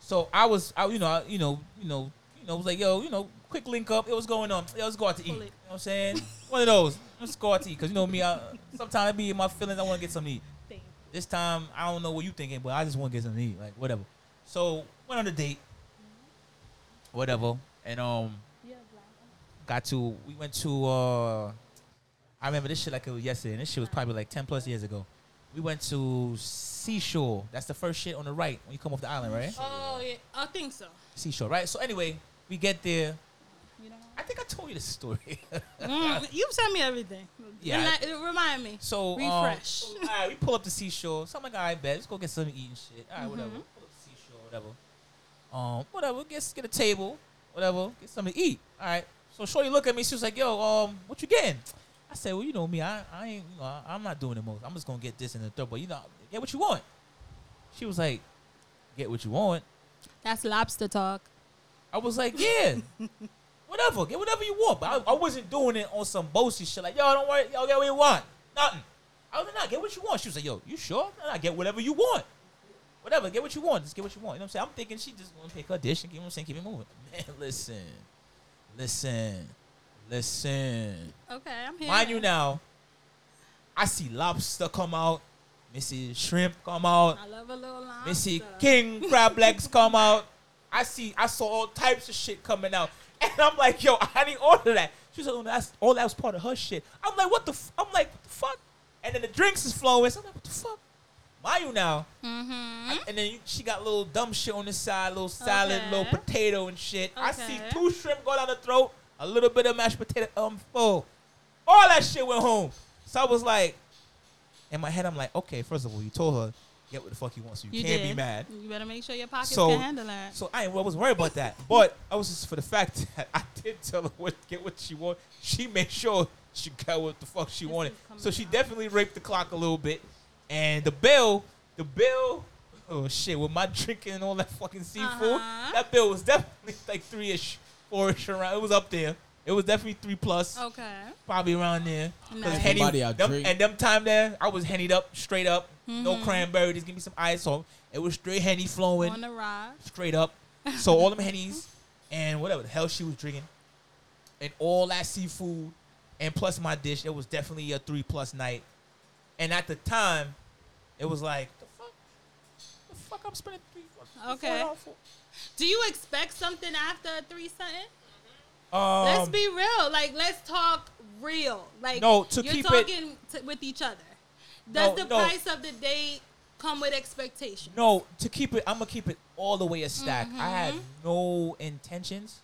C: So I was. I you know I, you know you know you know was like yo you know quick link up. It was going on. Yo, let's go out to eat. You know
E: Pull it.
C: what I'm saying? One of those. Let's go out to eat because you know me. I, sometimes I be in my feelings. I want to get something to eat.
E: Thing.
C: This time I don't know what you thinking, but I just want to get something to eat. Like whatever. So went on a date. Whatever. And um
E: Yeah,
C: got to we went to uh I remember this shit like it was yesterday and this shit was probably like ten plus years ago. We went to Seashore. That's the first shit on the right when you come off the island, right?
E: Oh yeah, I think so.
C: Seashore, right? So anyway, we get there.
E: You don't.
C: I think I told you this story.
E: Mm, you tell me everything.
C: Yeah,
E: Reli- remind me.
C: so um,
E: Refresh.
C: so, all right, we pull up to Seashore. So I'm like, all right, bet, let's go get something to eat and shit. All right, whatever. Pull up to Seashore, whatever. Um, whatever. Get get a table, whatever. Get something to eat. All right. So Shorty looked at me. She was like, "Yo, um, what you getting?" I said, "Well, you know me. I, I ain't. You know, I, I'm not doing the most. I'm just gonna get this and the third. But you know, get what you want." She was like, "Get what you want."
E: That's lobster talk.
C: I was like, yeah, whatever, get whatever you want. But I, I wasn't doing it on some boasty shit. Like, yo, don't worry, yo, get what you want. Nothing. I was like, nah, get what you want. She was like, yo, you sure? Nah, nah, get whatever you want. Whatever, get what you want. Just get what you want. You know what I'm saying? I'm thinking she just gonna pick her dish and keep, you know what I'm saying, keep it moving. Man, listen, listen, listen.
E: Okay, I'm here.
C: Mind you now, I see lobster come out, Missy shrimp come out.
E: I love a little lobster.
C: Missy King crab legs come out. I see, I saw all types of shit coming out, and I'm like, yo, I didn't order that. She was like, oh, that's all that was part of her shit. I'm like, what the? F-? I'm like, what the fuck? And then the drinks is flowing. So I'm like, what the fuck? Mind you now,
E: Mm-hmm.
C: and then you, she got little dumb shit on the side, little salad,
E: Okay.
C: little potato and shit. I see
E: Okay.
C: two shrimp go down the throat, a little bit of mashed potato. Um, full. All that shit went home. So I was like, in my head, I'm like, okay, first of all, you told her get what the fuck you want, so you,
E: You
C: can't
E: did.
C: be mad.
E: You better make sure your pockets
C: So-
E: can handle that.
C: So I, ain't- I wasn't worried about that, but I was just for the fact that I did tell her what get what she wanted. She made sure she got what the fuck she
E: This
C: wanted.
E: is coming
C: So she
E: out.
C: definitely raped the clock a little bit, and the bill, the bill. Oh shit! With my drinking and all that fucking seafood,
E: Uh-huh.
C: that bill was definitely like three ish, four ish around. It was up there. It was definitely three plus,
E: okay.
C: probably around there. 'Cause
E: Nice.
C: Henny-
D: Everybody out
C: them-
D: drink.
C: and them time there, I was hennied up, straight up, no
E: Mhm.
C: cranberry, just give me some ice. So it was straight henny flowing
E: On the ride.
C: straight up. So all them hennies and whatever the hell she was drinking, and all that seafood, and plus my dish, it was definitely a three plus night. And at the time, it was like the fuck, the fuck I'm spending three. fucking
E: Okay.
C: $4 for?"
E: Do you expect something after a three something?
C: Um,
E: let's be real. Like, let's talk real. Like,
C: No, to
E: you're
C: keep it-
E: talking to, with each other. Does
C: No,
E: the
C: no.
E: price of the date come with expectation?
C: No, to keep it, I'm gonna keep it all the way a stack. I had no intentions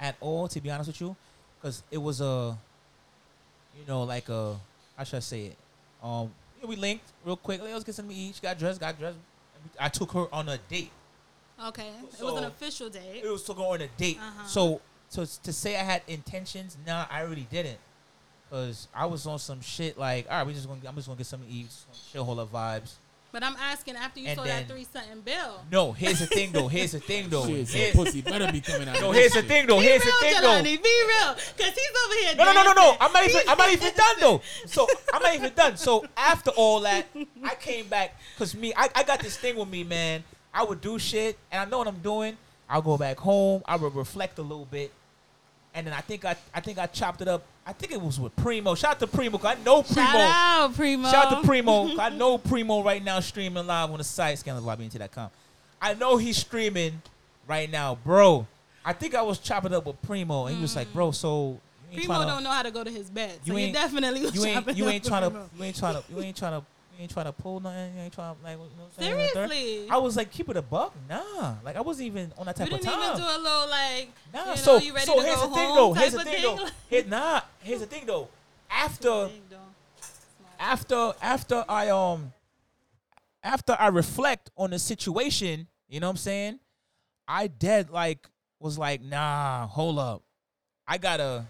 C: at all, to be honest with you, because it was a, you know, like a, how should I say it? Um, you know, we linked real quick. Like, Let's get something to eat. She got dressed, got dressed. And we- I took her on a date.
E: Okay, it was
C: So-
E: an official date.
C: It was took her on a date.
E: Uh-huh.
C: So, so to say I had intentions, nah, I really didn't, because I was on some shit like, all right, we just gonna, I'm just gonna get something to eat, just gonna chill, hold up vibes.
E: But I'm asking after you
C: And
E: saw
C: then-
E: that three something bill.
C: No, here's the thing though. Here's the thing though.
D: Shit, some
C: Here's-
D: pussy better be coming out.
C: No,
D: of
C: here's
D: this
C: the
D: shit.
C: thing though.
E: Be
C: Here's the
E: real,
C: thing though.
E: Jelani, be real, cause he's over here.
C: No, no, no, no, no.
E: dancing.
C: I'm not even.
E: He's
C: I'm not even done though. So I'm not even done. So after all that, I came back because me, I, I got this thing with me, man. I would do shit, and I know what I'm doing. I'll go back home. I would reflect a little bit, and then I think I, I think I chopped it up. I think it was with Primo. Shout out to Primo. 'cause I know Primo.
E: Shout out, Primo.
C: Shout out to Primo. 'cause I know Primo right now streaming live on the site, scandalobbyint.com. I know he's streaming right now, bro. I think I was chopping up with Primo, and he was like, bro, so. you ain't
E: Primo
C: tryna-
E: don't know how to go to his bed, so
C: You
E: you,
C: ain't-
E: definitely was
C: you ain't
E: chopping
C: you
E: up
C: ain't
E: with
C: trying to
E: Primo.
C: you ain't trying to you ain't trying to you ain't trying to pull nothing. You ain't trying to like you know what I'm saying, nothing.
E: Seriously,
C: I was like, keep it a buck, nah. Like I wasn't even on that
E: you
C: type of
E: didn't
C: time.
E: even do a little like,
C: nah.
E: you know,
C: Ah, so
E: you ready
C: so
E: to
C: here's
E: go
C: the thing though.
E: home
C: Here's the
E: type
C: thing
E: of
C: though. Here, nah. Here's the thing though. After
E: Ding dong.
C: after after I um after I reflect on the situation, you know what I'm saying? I dead like was like, nah, hold up. I gotta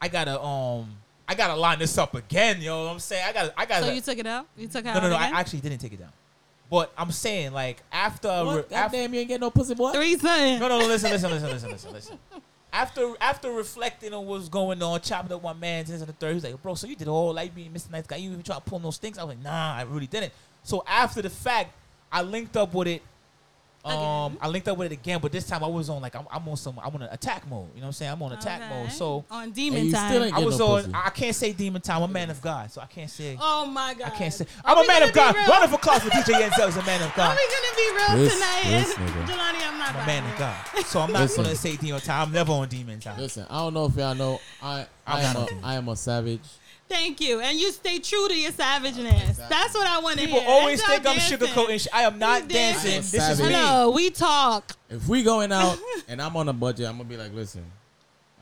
C: I gotta um I gotta line this up again, you know what I'm saying? I gotta I gotta
E: So you took it out? You took it
C: No
E: out?
C: no no, I
E: again?
C: actually didn't take it down. But I'm saying like after
D: What?
C: uh, re- after
D: Goddamn, you ain't get no pussy boy.
E: three something.
C: no, no, no. Listen, listen, listen, listen, listen, listen. After after reflecting on what's going on, chopping up my man, this and the third, he's like, "Bro, so you did all like being Mr. Nice Guy. You even try to pull those things." I was like, "Nah, I really didn't." So after the fact, I linked up with it. Um,
E: Again.
C: I linked up with it again, but this time I was on like I'm, I'm on some I'm on an attack mode. You know what I'm saying? I'm on attack
E: Okay.
C: mode. So
E: on
D: And
E: demon
D: you
E: time.
D: still ain't-
C: I
D: get
C: was
D: no
C: on.
D: pussy.
C: I can't say demon time. I'm a man of God, so I can't say.
E: oh my god!
C: I can't say.
E: Are
C: I'm
E: we
C: a man
E: gonna
C: of
E: be
C: God.
E: real?
C: Round of applause for DJ Enzo is a man of
E: Are
C: God.
E: we gonna be real
D: This-
E: tonight?
D: this nigga.
E: Jelani, I'm not
C: I'm a
E: buying
C: man of
E: it.
C: God, so I'm not
D: Listen.
C: gonna say demon time. I'm never on demon time.
D: Listen, I don't know if y'all know. I I
C: I'm
D: am a
C: not.
D: I am a savage.
E: Thank you, and you stay true to your savageness.
D: Exactly.
E: That's what I want to hear.
C: People always
E: That's
C: think I'm
E: dancing.
C: sugarcoating. Sh- I am not
E: You dancing.
C: dancing. This is
D: Savage.
C: me.
E: Hello, we talk.
D: If we going out and I'm on a budget, I'm gonna be like, listen,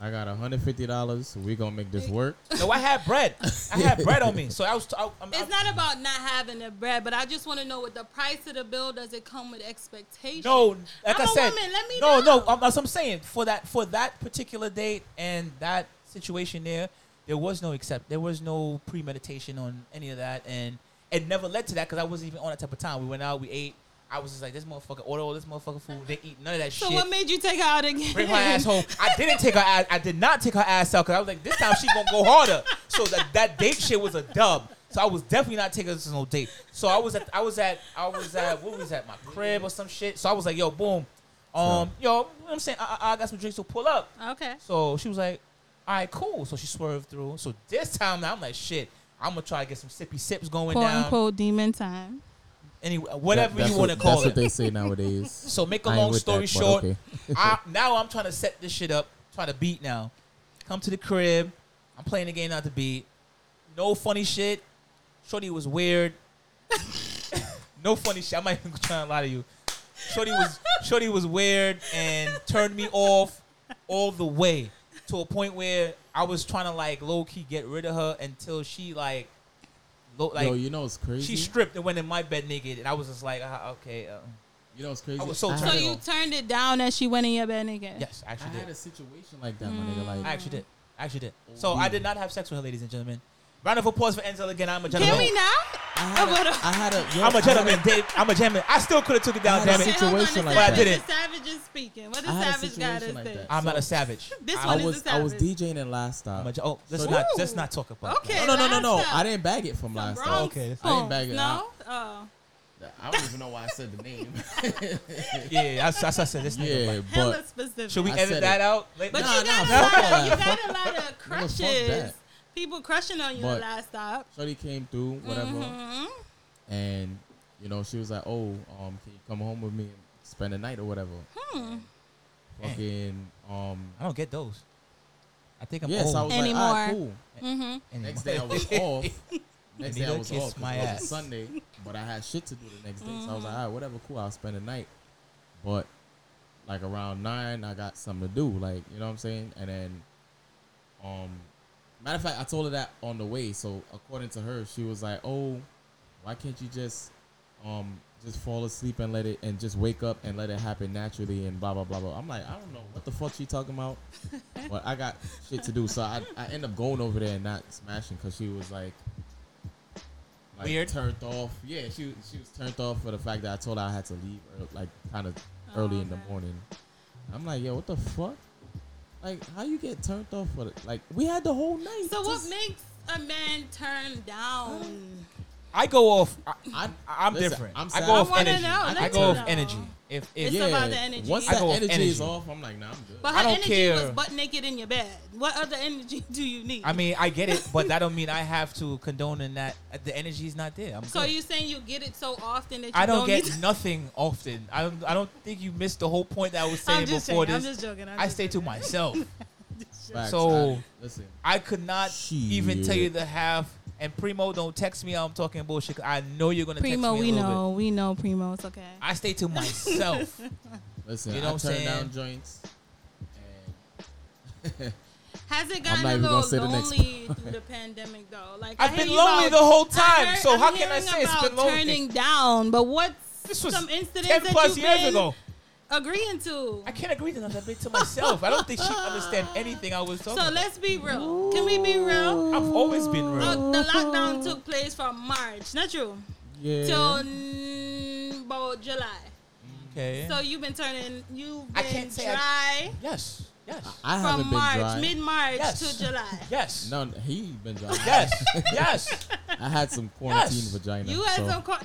D: I got hundred fifty dollars. We gonna make this work.
C: No, I had bread. I had bread on me, so I was. I, I'm, I'm-
E: It's not about not having the bread, but I just want to know what the price of the bill does. It come with expectation.
C: no, like
E: I'm
C: I
E: a
C: said,
E: woman, let me
C: no, no.
E: know.
C: I'm, that's what I'm saying. For that, for that particular date and that situation there, there was no accept. There was no premeditation on any of that, and it never led to that because I wasn't even on that type of time. We went out, we ate. I was just like, this motherfucker order all this motherfucker food. They eat none of that
E: So
C: shit.
E: what made you take her out again?
C: Bring her ass home. I didn't take her ass. I did not take her ass out because I was like, this time she gonna go harder. So that that date shit was a dub. So I was definitely not taking this no date. So I was at I was at I was at what was at my crib or some shit. So I was like, yo, boom, um, yo, you know what I'm saying I, I, I got some drinks, so pull up.
E: Okay.
C: So she was like, all right, cool. So she swerved through. So this time now I'm like, shit, I'm gonna try to get some sippy sips going
E: Quote
C: down.
E: unquote demon time.
C: Anyway, whatever
D: That-
C: you
D: that's
C: want to
D: what-
C: call
D: That's
C: it.
D: what they say nowadays.
C: So make a
D: I ain't
C: long
D: with
C: story
D: that, but
C: short,
D: okay.
C: I, now I'm trying to set this shit up, trying to beat now. Come to the crib, I'm playing the game not to beat. No funny shit. Shorty was weird. no funny shit. I'm not even trying to lie to you. Shorty was Shorty was weird and turned me off all the way to a point where I was trying to like low key get rid of her until she like lo- like
D: Yo, you know it's crazy.
C: she stripped and went in my bed naked, and I was just like, ah, okay. Uh,
D: you know it's crazy.
C: I was so
D: I
E: So
C: turned
D: had,
E: you
C: off.
E: turned it down as she went in your bed again.
C: yes, I
D: I
C: actually
D: had
C: did.
D: a situation like that, my nigga. Like, Oh,
C: I actually did. I actually did. So I did not have sex with her, ladies and gentlemen. Round of applause for Enzel again. I'm a
E: Can
C: gentleman.
E: we not?
D: I had
E: I
D: a,
E: would've-
D: I had a, yo,
C: I'm
D: I
C: a
D: had
C: gentleman. Dave, I'm a gentleman. I still could have took it down.
D: I had
C: Damn
D: a
E: Okay,
C: it.
D: situ-
E: hold on,
D: situation
E: the
D: like that.
E: savage-
C: But I didn't.
E: The savage is speaking. What the
D: I had a
E: savage got to
D: situation like
E: say?
D: that.
C: I'm not
D: So-
C: a savage.
E: This
C: I'm
D: I
E: one is
D: was
E: the
D: I was
E: savage.
D: DJing in last
C: I'm
D: time.
C: a ge- oh, let's
D: So-
C: not
E: Ooh.
C: let's not talk about
E: Okay.
C: that.
D: no, no, no, no, no.
E: last
D: I
E: time.
D: didn't bag it from
E: Some
D: last time.
E: Bronx
C: Okay.
D: I didn't bag
E: phones,
D: it.
E: No. Oh.
D: I don't even know why I said the name.
C: Yeah, that's, that's I said. This nigga.
D: yeah,
C: like-
E: Hella
D: but
E: specific.
C: Should we
D: I
C: edit
D: said
C: that
D: it.
C: out? Like,
E: But
D: Nah,
E: you got
D: nah, fuck
E: a lot. Of, you
D: that.
E: got a lot of
D: fuck
E: crushes.
D: that.
E: People crushing on you
D: But-
E: the last stop.
D: Shorty came through, whatever,
E: Mhm.
D: and you know she was like, "Oh, um, can you come home with me and spend the night or whatever?"
E: Hmm.
D: Fucking um,
C: I don't get those. I think I'm
D: yes,
C: old.
D: I was
E: Anymore. Mm-hmm.
D: like, "All right, cool."
C: anymore.
D: Next day I was off. Next day I
C: Nigga,
D: was
C: kiss
D: off. 'cause
C: my
D: it was a
C: ass.
D: Sunday, but I had shit to do the next day, so I was like, all right, whatever, cool. I'll spend the night. But like around nine, I got something to do. Like you know what I'm saying. And then, um, matter of fact, I told her that on the way. So according to her, she was like, oh, why can't you just, um. Just fall asleep and let it, and just wake up and let it happen naturally, and blah blah blah blah. I'm like, I don't know what the fuck she talking about but I got shit to do, so I, I end up going over there and not smashing because she was like, like
C: Weird.
D: turned off. Yeah, she she was turned off for the fact that I told her I had to leave ear- like kind of early in the
E: Oh, okay.
D: morning. I'm like, yo, what the fuck? Like, how you get turned off for the, like we had the whole night.
E: So what
D: Just-
E: makes a man turn down?
C: I go off. I,
D: I,
C: I'm
D: Listen,
C: different.
D: I'm
C: I
D: sad.
C: go
D: I
C: off
E: wanna
C: energy.
E: know.
C: I
E: Let's
C: go off
E: know.
C: energy. If if
E: It's
D: yeah,
E: about the energy.
D: once
E: I
D: that
C: go off
D: energy, is
C: energy.
D: off, I'm like, nah, I'm good.
E: But
C: I
E: her
C: don't
E: energy was
C: care.
E: butt naked in your bed. What other energy do you need?
C: I mean, I get it, but that don't mean I have to condone in that uh, the energy's not there. I'm
E: so
C: good.
E: you saying you get it so often that you
C: I don't,
E: need
C: get
E: to-
C: nothing often. I don't. I don't think you missed the whole point that I was saying
E: I'm just
C: before
E: joking, I'm
C: this.
E: just joking. I'm
C: I
E: just
C: stay to
E: joking.
C: myself.
D: Facts.
C: So-
D: I- listen,
C: I could not even tell
D: Shit.
C: you the half. And Primo, don't text me. I'm talking bullshit. 'cause I know you're gonna
E: Primo,
C: text me
E: we
C: a little bit.
E: know, we know, Primo. It's okay.
C: I stay to myself.
D: listen,
C: You know
D: I
C: what I'm
D: turn
C: saying?
D: down joints. And
E: Has it
D: I'm
E: gotten a
D: not even
E: little
D: gonna say the next
E: lonely through the pandemic though? Like I
C: I've been
E: hear you
C: lonely
E: about-
C: the whole time.
E: I heard-
C: so
E: I'm
C: how can I
E: hearing
C: say it's
E: about
C: been lonely?
E: turning down? But what's
C: This was
E: some incidents
C: 10
E: that
C: plus
E: you've
C: years
E: been
C: ago.
E: agreeing to?
C: I can't agree to nothing. I've been to myself. I don't think she understand anything I was
E: So
C: talking. about.
E: let's be real. Can we be real?
C: I've always been real.
E: Oh, the lockdown took place from March, not true,
D: yeah,
E: till mm, about July.
C: okay.
E: So you've been turning, you've
C: I
E: been
C: can't say I-
E: dry
C: yes. Yes.
D: I haven't
E: from
D: been
E: March,
D: dry.
E: mid March
C: Yes.
E: to July.
C: Yes.
D: No, he been dry.
C: Yes. yes.
D: I had some quarantine
C: Yes.
D: vagina.
E: You had
D: so.
E: some quar-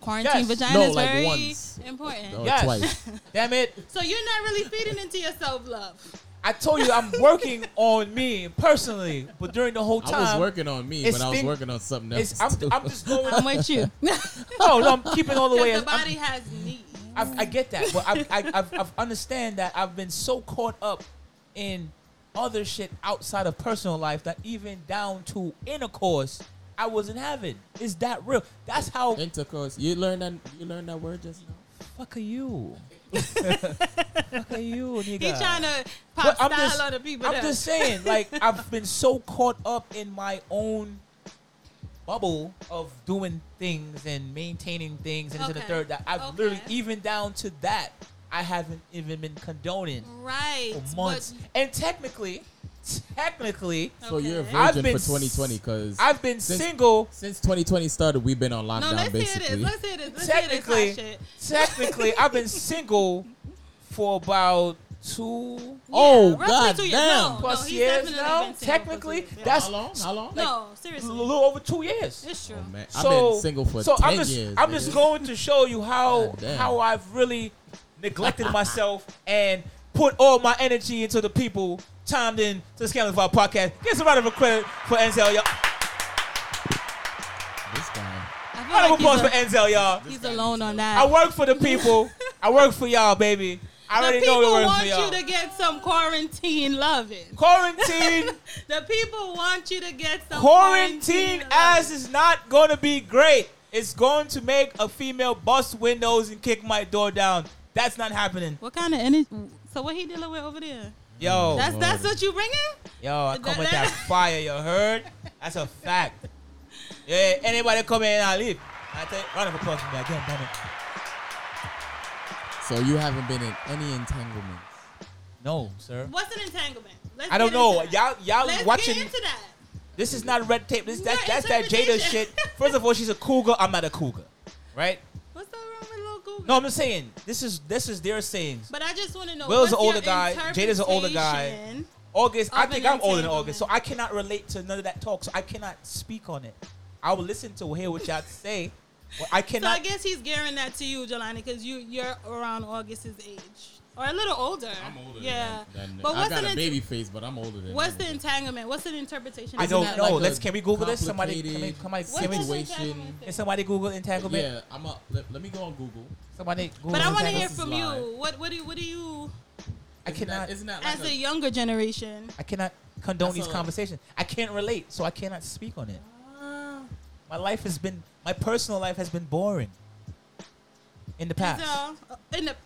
E: quarantine
C: Yes.
E: vagina
D: No,
E: is
D: like
E: very
D: once.
E: important.
D: Or
C: Yes.
D: twice.
C: Damn it.
E: So you're not really feeding into your self love.
C: I told you I'm working on me personally, but during the whole time,
D: I was working on me,
C: It's
D: but I was
C: been-
D: working on something else.
C: it's, I'm,
D: too.
C: I'm just going.
E: I'm with you.
C: No, no, I'm keeping all the way.
E: Because the
C: I'm-
E: body has needs.
C: I, I get that, but I, I, I've, I've understand that I've been so caught up in other shit outside of personal life that even down to intercourse, I wasn't having. Is that real? That's how.
D: intercourse. You learned that. You learned that word just now.
C: Fuck are you? fuck are you, nigga?
E: He's trying to pop
C: But
E: style
C: I'm just,
E: other people.
C: I'm
E: there.
C: just saying, like I've been so caught up in my own bubble of doing things and maintaining things and this and
E: Okay.
C: the third that I've
E: Okay.
C: literally even down to that I haven't even been condoning
E: right.
C: for months. And technically, technically,
E: But,
D: So you're a
E: okay.
C: I've
D: virgin for
C: been
D: 2020 because
C: I've been
D: Since-
C: single.
D: since 2020 started, we've been on
E: no,
D: lockdown
E: let's hear
D: basically.
E: this. Let's hear this. Let's hear
C: Technically,
E: this hot shit.
C: technically, I've been single for about two
D: Oh,
E: roughly
D: God
E: two years.
D: damn.
E: No,
C: plus
E: no, he's
C: years
E: definitely
C: now.
E: been single for
C: Technically,
E: two years.
C: that's
D: How long? How long?
E: no,
C: a
E: seriously,
C: little over two years.
E: it's true.
D: Oh, man. I've
C: So-
D: been single for
C: so
D: 10
C: I'm just,
D: years.
C: I'm just
D: nigga.
C: going to show you how
D: God damn.
C: how I've really neglected myself and put all my energy into the people timed in to the Scandal Vibe podcast. Give us a round of credit for Enzel, y'all.
D: This guy.
E: I feel
C: Round of
E: like he's
C: applause
E: a-
C: for Enzel, y'all.
E: he's alone on that.
C: I work for the people. I work for y'all, baby. I
E: the
C: already
E: people
C: know it works
E: want
C: for y'all.
E: you to get some quarantine loving.
C: Quarantine,
E: The people want you to get some
C: quarantine
E: loving.
C: ass is not going to be great. It's going to make a female bust windows and kick my door down. That's not happening.
E: What kind of energy? So what he dealing with over there?
C: Yo.
E: That's that's
D: Lord.
E: what you bringing?
C: Yo, I
E: That-
C: come with
E: that-
C: that fire, you heard? That's a fact. Yeah, anybody come in and I leave. I take round of applause for me again, damn it.
D: So you haven't been in any entanglements.
C: No, sir.
E: What's an entanglement? Let's
C: I don't
E: get
C: know.
E: into that.
C: Y'all y'all
E: Let's
C: watching
E: get into that.
C: this is not red tape. This that,
E: Your
C: that's that Jada
E: interpretation.
C: shit. First of all, she's a cougar, I'm not a cougar. Right?
E: What's up wrong with little Google?
C: No, I'm just saying this is this is their sayings.
E: But I just want to know.
C: Will's
E: what's
C: an
E: your
C: older guy. Jada's an older guy.
E: interpretation?
C: August, I
E: Of
C: think
E: an
C: I'm older than August, so
E: entanglement.
C: I cannot relate to none of that talk. So I cannot speak on it. I will listen to hear what y'all say. But I
E: So I
C: cannot.
E: guess he's gearing that to you, Jelani, because you you're around August's age or a little older.
D: I'm older
E: Yeah.
D: than, than
E: but
D: I
E: what's
D: got
E: an
D: a
E: ent-
D: baby face, but I'm older than
E: What's
D: him.
E: the entanglement? What's an interpretation?
C: I
E: of
C: don't
E: that?
D: that
C: know.
D: like a
C: Let's can we Google this? Somebody, can we,
D: complicated
C: somebody,
E: What
C: can,
E: does
C: we,
D: situation?
E: entanglement
C: can
E: say?
C: somebody Google entanglement?
D: Yeah, I'm a, let, let me go on Google.
C: Somebody Google
E: But I want to
C: entanglement?
E: hear
D: This is
E: from
D: live.
E: you. What what do what do you
C: I
D: Isn't
C: cannot.
D: That, isn't that
E: as
D: like
E: a younger generation?
C: I cannot condone
D: That's
C: these
D: a-
C: conversations. I can't relate, so I cannot speak on it.
E: Ah.
C: My life has been, my personal life has been boring. In the past,
E: Denzel, uh, in the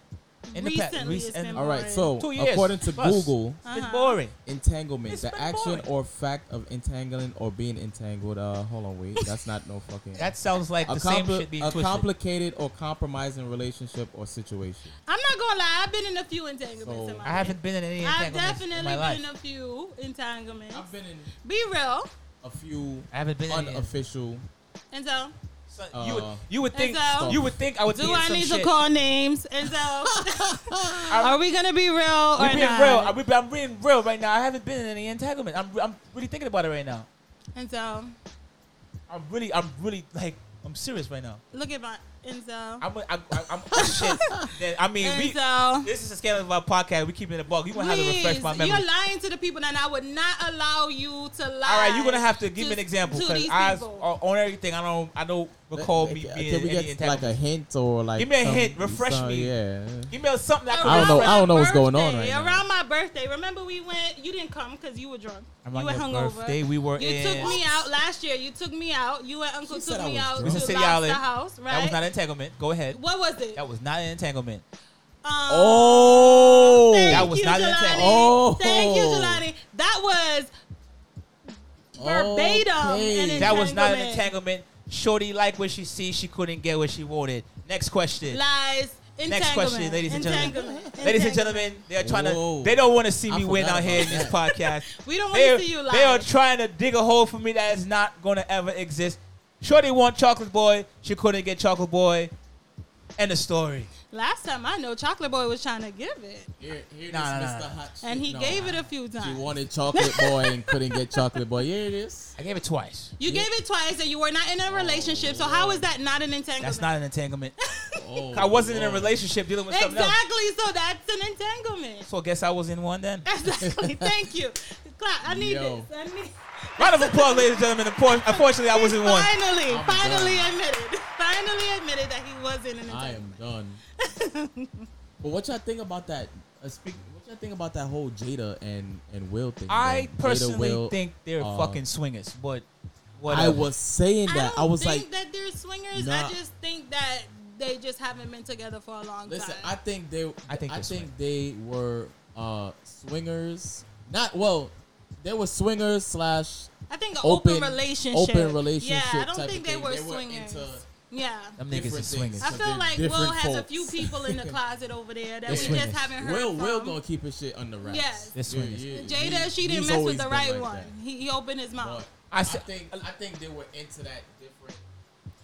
C: In the
E: recently,
C: past, rec-
E: it's been
C: and-
D: All right,
E: boring.
D: so
C: Two years
D: according to
C: plus.
D: Google,
C: it's been
E: Uh-huh.
C: boring.
D: entanglement,
C: It's
D: the
C: been
D: action
C: boring.
D: or fact of entangling or being entangled. Uh, hold on, wait, that's not no fucking.
C: That sounds like
D: a,
C: the same
D: compli-
C: shit being
D: a
C: twisted.
D: complicated or compromising relationship or situation.
E: I'm not gonna lie. I've been in a few entanglements.
D: So-
E: in my
C: I haven't been in any
E: life. I've
C: entanglements in my
E: definitely
C: life.
E: been in a few entanglements.
D: I've been in
E: Be real,
D: a few
C: I haven't been in any.
D: unofficial.
E: and so
C: So you would
D: Uh,
C: you would think
E: Enzo?
C: you would think I would be
E: do
C: in
E: I
C: some
E: need
C: shit.
E: to call names? And so are we gonna be real or
C: we being
E: not?
C: real. I, we, I'm being real right now. I haven't been in any entanglement. I'm I'm really thinking about it right now.
E: And so
C: I'm really I'm really like I'm serious right now.
E: look at my and so
C: I'm I, am i I'm oh, shit. Then, I mean we.
E: and so.
C: This is a scale of our podcast. We keep it in the bug. You gonna have to refresh
E: Please,
C: my
E: you're
C: memory.
E: lying to the people, and I would not allow you to lie.
C: All right, you're gonna have to give me
E: to-
C: an example
E: to
C: because
E: these
C: I
E: people.
C: on on everything I don't I don't recall me
D: Can-
C: being
D: Can we
C: in any
D: get like
C: entanglement.
D: a hint or like?
C: Give me a
D: some-
C: hint, refresh
D: some-
C: me.
D: Yeah.
C: Give me something that I
D: I don't
C: can
D: know-
E: Around
C: refresh.
D: I don't know
E: my
D: what's going on
E: birthday,
D: right now.
E: Around my birthday, remember we went. You didn't come because you were drunk. you were
C: Around your
E: hungover.
C: birthday, we were
E: you
C: in.
E: took me out last year. You took me out. You and Uncle
D: She said
E: took
D: I
E: me
D: was
E: out to
D: drunk.
C: This is
E: Lobster
C: City Island.
E: House, right?
C: That was not entanglement. Go ahead.
E: what was it?
C: That was not an entanglement.
E: Um,
D: Oh.
E: thank
C: that was
E: you,
C: not an
E: Jelani.
C: attempt.
D: Oh.
E: Thank you, Jelani. That was verbatim.
D: Okay.
E: An
C: Oh, That was not an
E: entanglement.
C: entanglement. Shorty liked what she see. She couldn't get what she wanted. Next question.
E: Lies. Entanglement.
C: Next question, ladies and gentlemen.
E: Entanglement.
C: Ladies and
E: Entanglement.
C: gentlemen, they are trying
D: Whoa.
C: to. They don't want to see
D: I
C: me win
D: forgot
C: out here in
D: about
C: this podcast.
E: We don't
C: they,
E: want to see you lie.
C: they are trying to dig a hole for me that is not going to ever exist. Shorty want chocolate boy. She couldn't get chocolate boy. End of story.
E: Last time I know, Chocolate Boy was trying to give it,
D: Here, here
C: Nah,
D: this
C: nah,
D: Mr.
C: nah.
D: Hot shit.
E: and he
D: No,
E: gave it a few
D: She
E: times.
D: wanted chocolate boy and couldn't get chocolate boy. Here it is.
C: I gave it twice.
E: You
D: Yeah.
E: gave it twice, and you were not in a relationship. so how is that not an entanglement?
C: That's not an entanglement.
D: Oh,
C: I wasn't in a
D: Lord.
C: relationship dealing with something else.
E: exactly. So that's an entanglement.
C: So I guess I was in one then.
E: Exactly. Thank you. Clap. I need
D: Yo.
E: this. I need.
C: Round of applause, ladies and gentlemen. Unfor- Unfortunately, I was in one.
E: Finally,
D: I'm
E: finally admitted. Finally admitted that he was in an
D: I am
E: entanglement.
D: done. but what y'all think about that? Uh, speak. What y'all think about that whole Jada and and Will thing? man?
C: I
D: Jada,
C: personally
D: Will,
C: think they're
D: uh,
C: fucking swingers, but whatever.
D: I was saying that.
E: don't
D: I, was
E: think
D: like,
E: that they're swingers.
D: Nah.
E: I just think that they just haven't been together for a long
D: listen. I
E: time.
D: think they.
C: I
D: I
C: think
D: think. I
C: they're
D: think they were uh swingers. Not well. They were swingers slash
E: I, think an
D: open-
E: open, relationship.
D: open relationship
E: Yeah, I don't
D: type of
E: think they
D: thing.
E: were
D: They were
E: swingers.
D: into
E: yeah.
C: Them niggas are
D: different
C: swingers.
D: things.
E: I
D: So
E: feel
D: they're
E: like Will
D: different
E: has a
D: folks.
E: few people in the closet over there that we
C: They're swingers.
E: just haven't heard
D: Will.
E: from.
D: Will gonna keep his shit under wraps.
E: Yes.
C: They're swingers.
E: Jada, she
D: he's
E: didn't mess
D: always
E: with the
D: been
E: right
D: like
E: one.
D: that.
E: He, he opened his mouth.
D: But
C: I
D: I,
C: s-
D: think I think they were into that different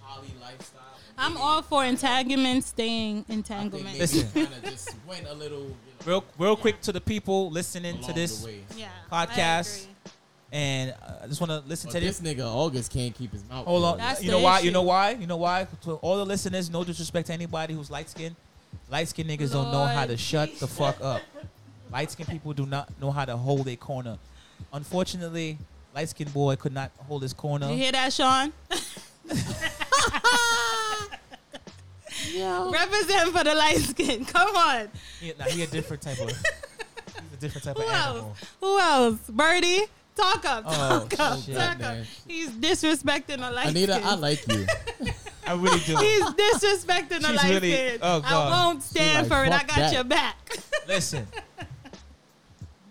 D: poly lifestyle.
E: I'm all for entanglement, staying entanglement.
C: Listen.
D: kind of just went a little you know,
C: Real, real quick to the people listening to
D: along
C: this,
D: The way.
E: yeah,
C: Podcast.
E: I agree.
C: and uh, I just want to listen
D: But
C: to
D: this
C: this.
D: nigga August can't keep his mouth.
C: Hold on,
E: That's
C: you know
E: the
C: why? You
E: issue.
C: know why? You know why? To all the listeners, no disrespect to anybody who's light skinned Light skinned niggas don't know how to
E: Lord.
C: shut the fuck up. Light skinned people do not know how to hold a corner. Unfortunately, light skinned boy could not hold his corner.
E: You hear that, Sean? Represent for the light skin. Come on.
C: He, nah, he a different type of. he's a different type
E: Who
C: of animal.
E: else? Who else? Birdie, talk up,
C: Oh,
E: talk up,
C: shit.
E: talk up.
D: Goodness.
E: He's disrespecting the light
D: Anita,
E: skin.
D: I like you.
C: I really do.
E: He's disrespecting the
C: She's
E: light
C: really-
E: skin.
C: oh, God.
E: I won't stand
D: like,
E: for it. I
D: fuck
E: got
D: that.
E: your back.
C: Listen,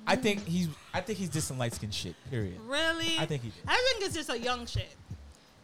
C: I think he's. I think he's dissing light skin shit. Period.
E: really?
C: I think he did.
E: I think it's just a young shit.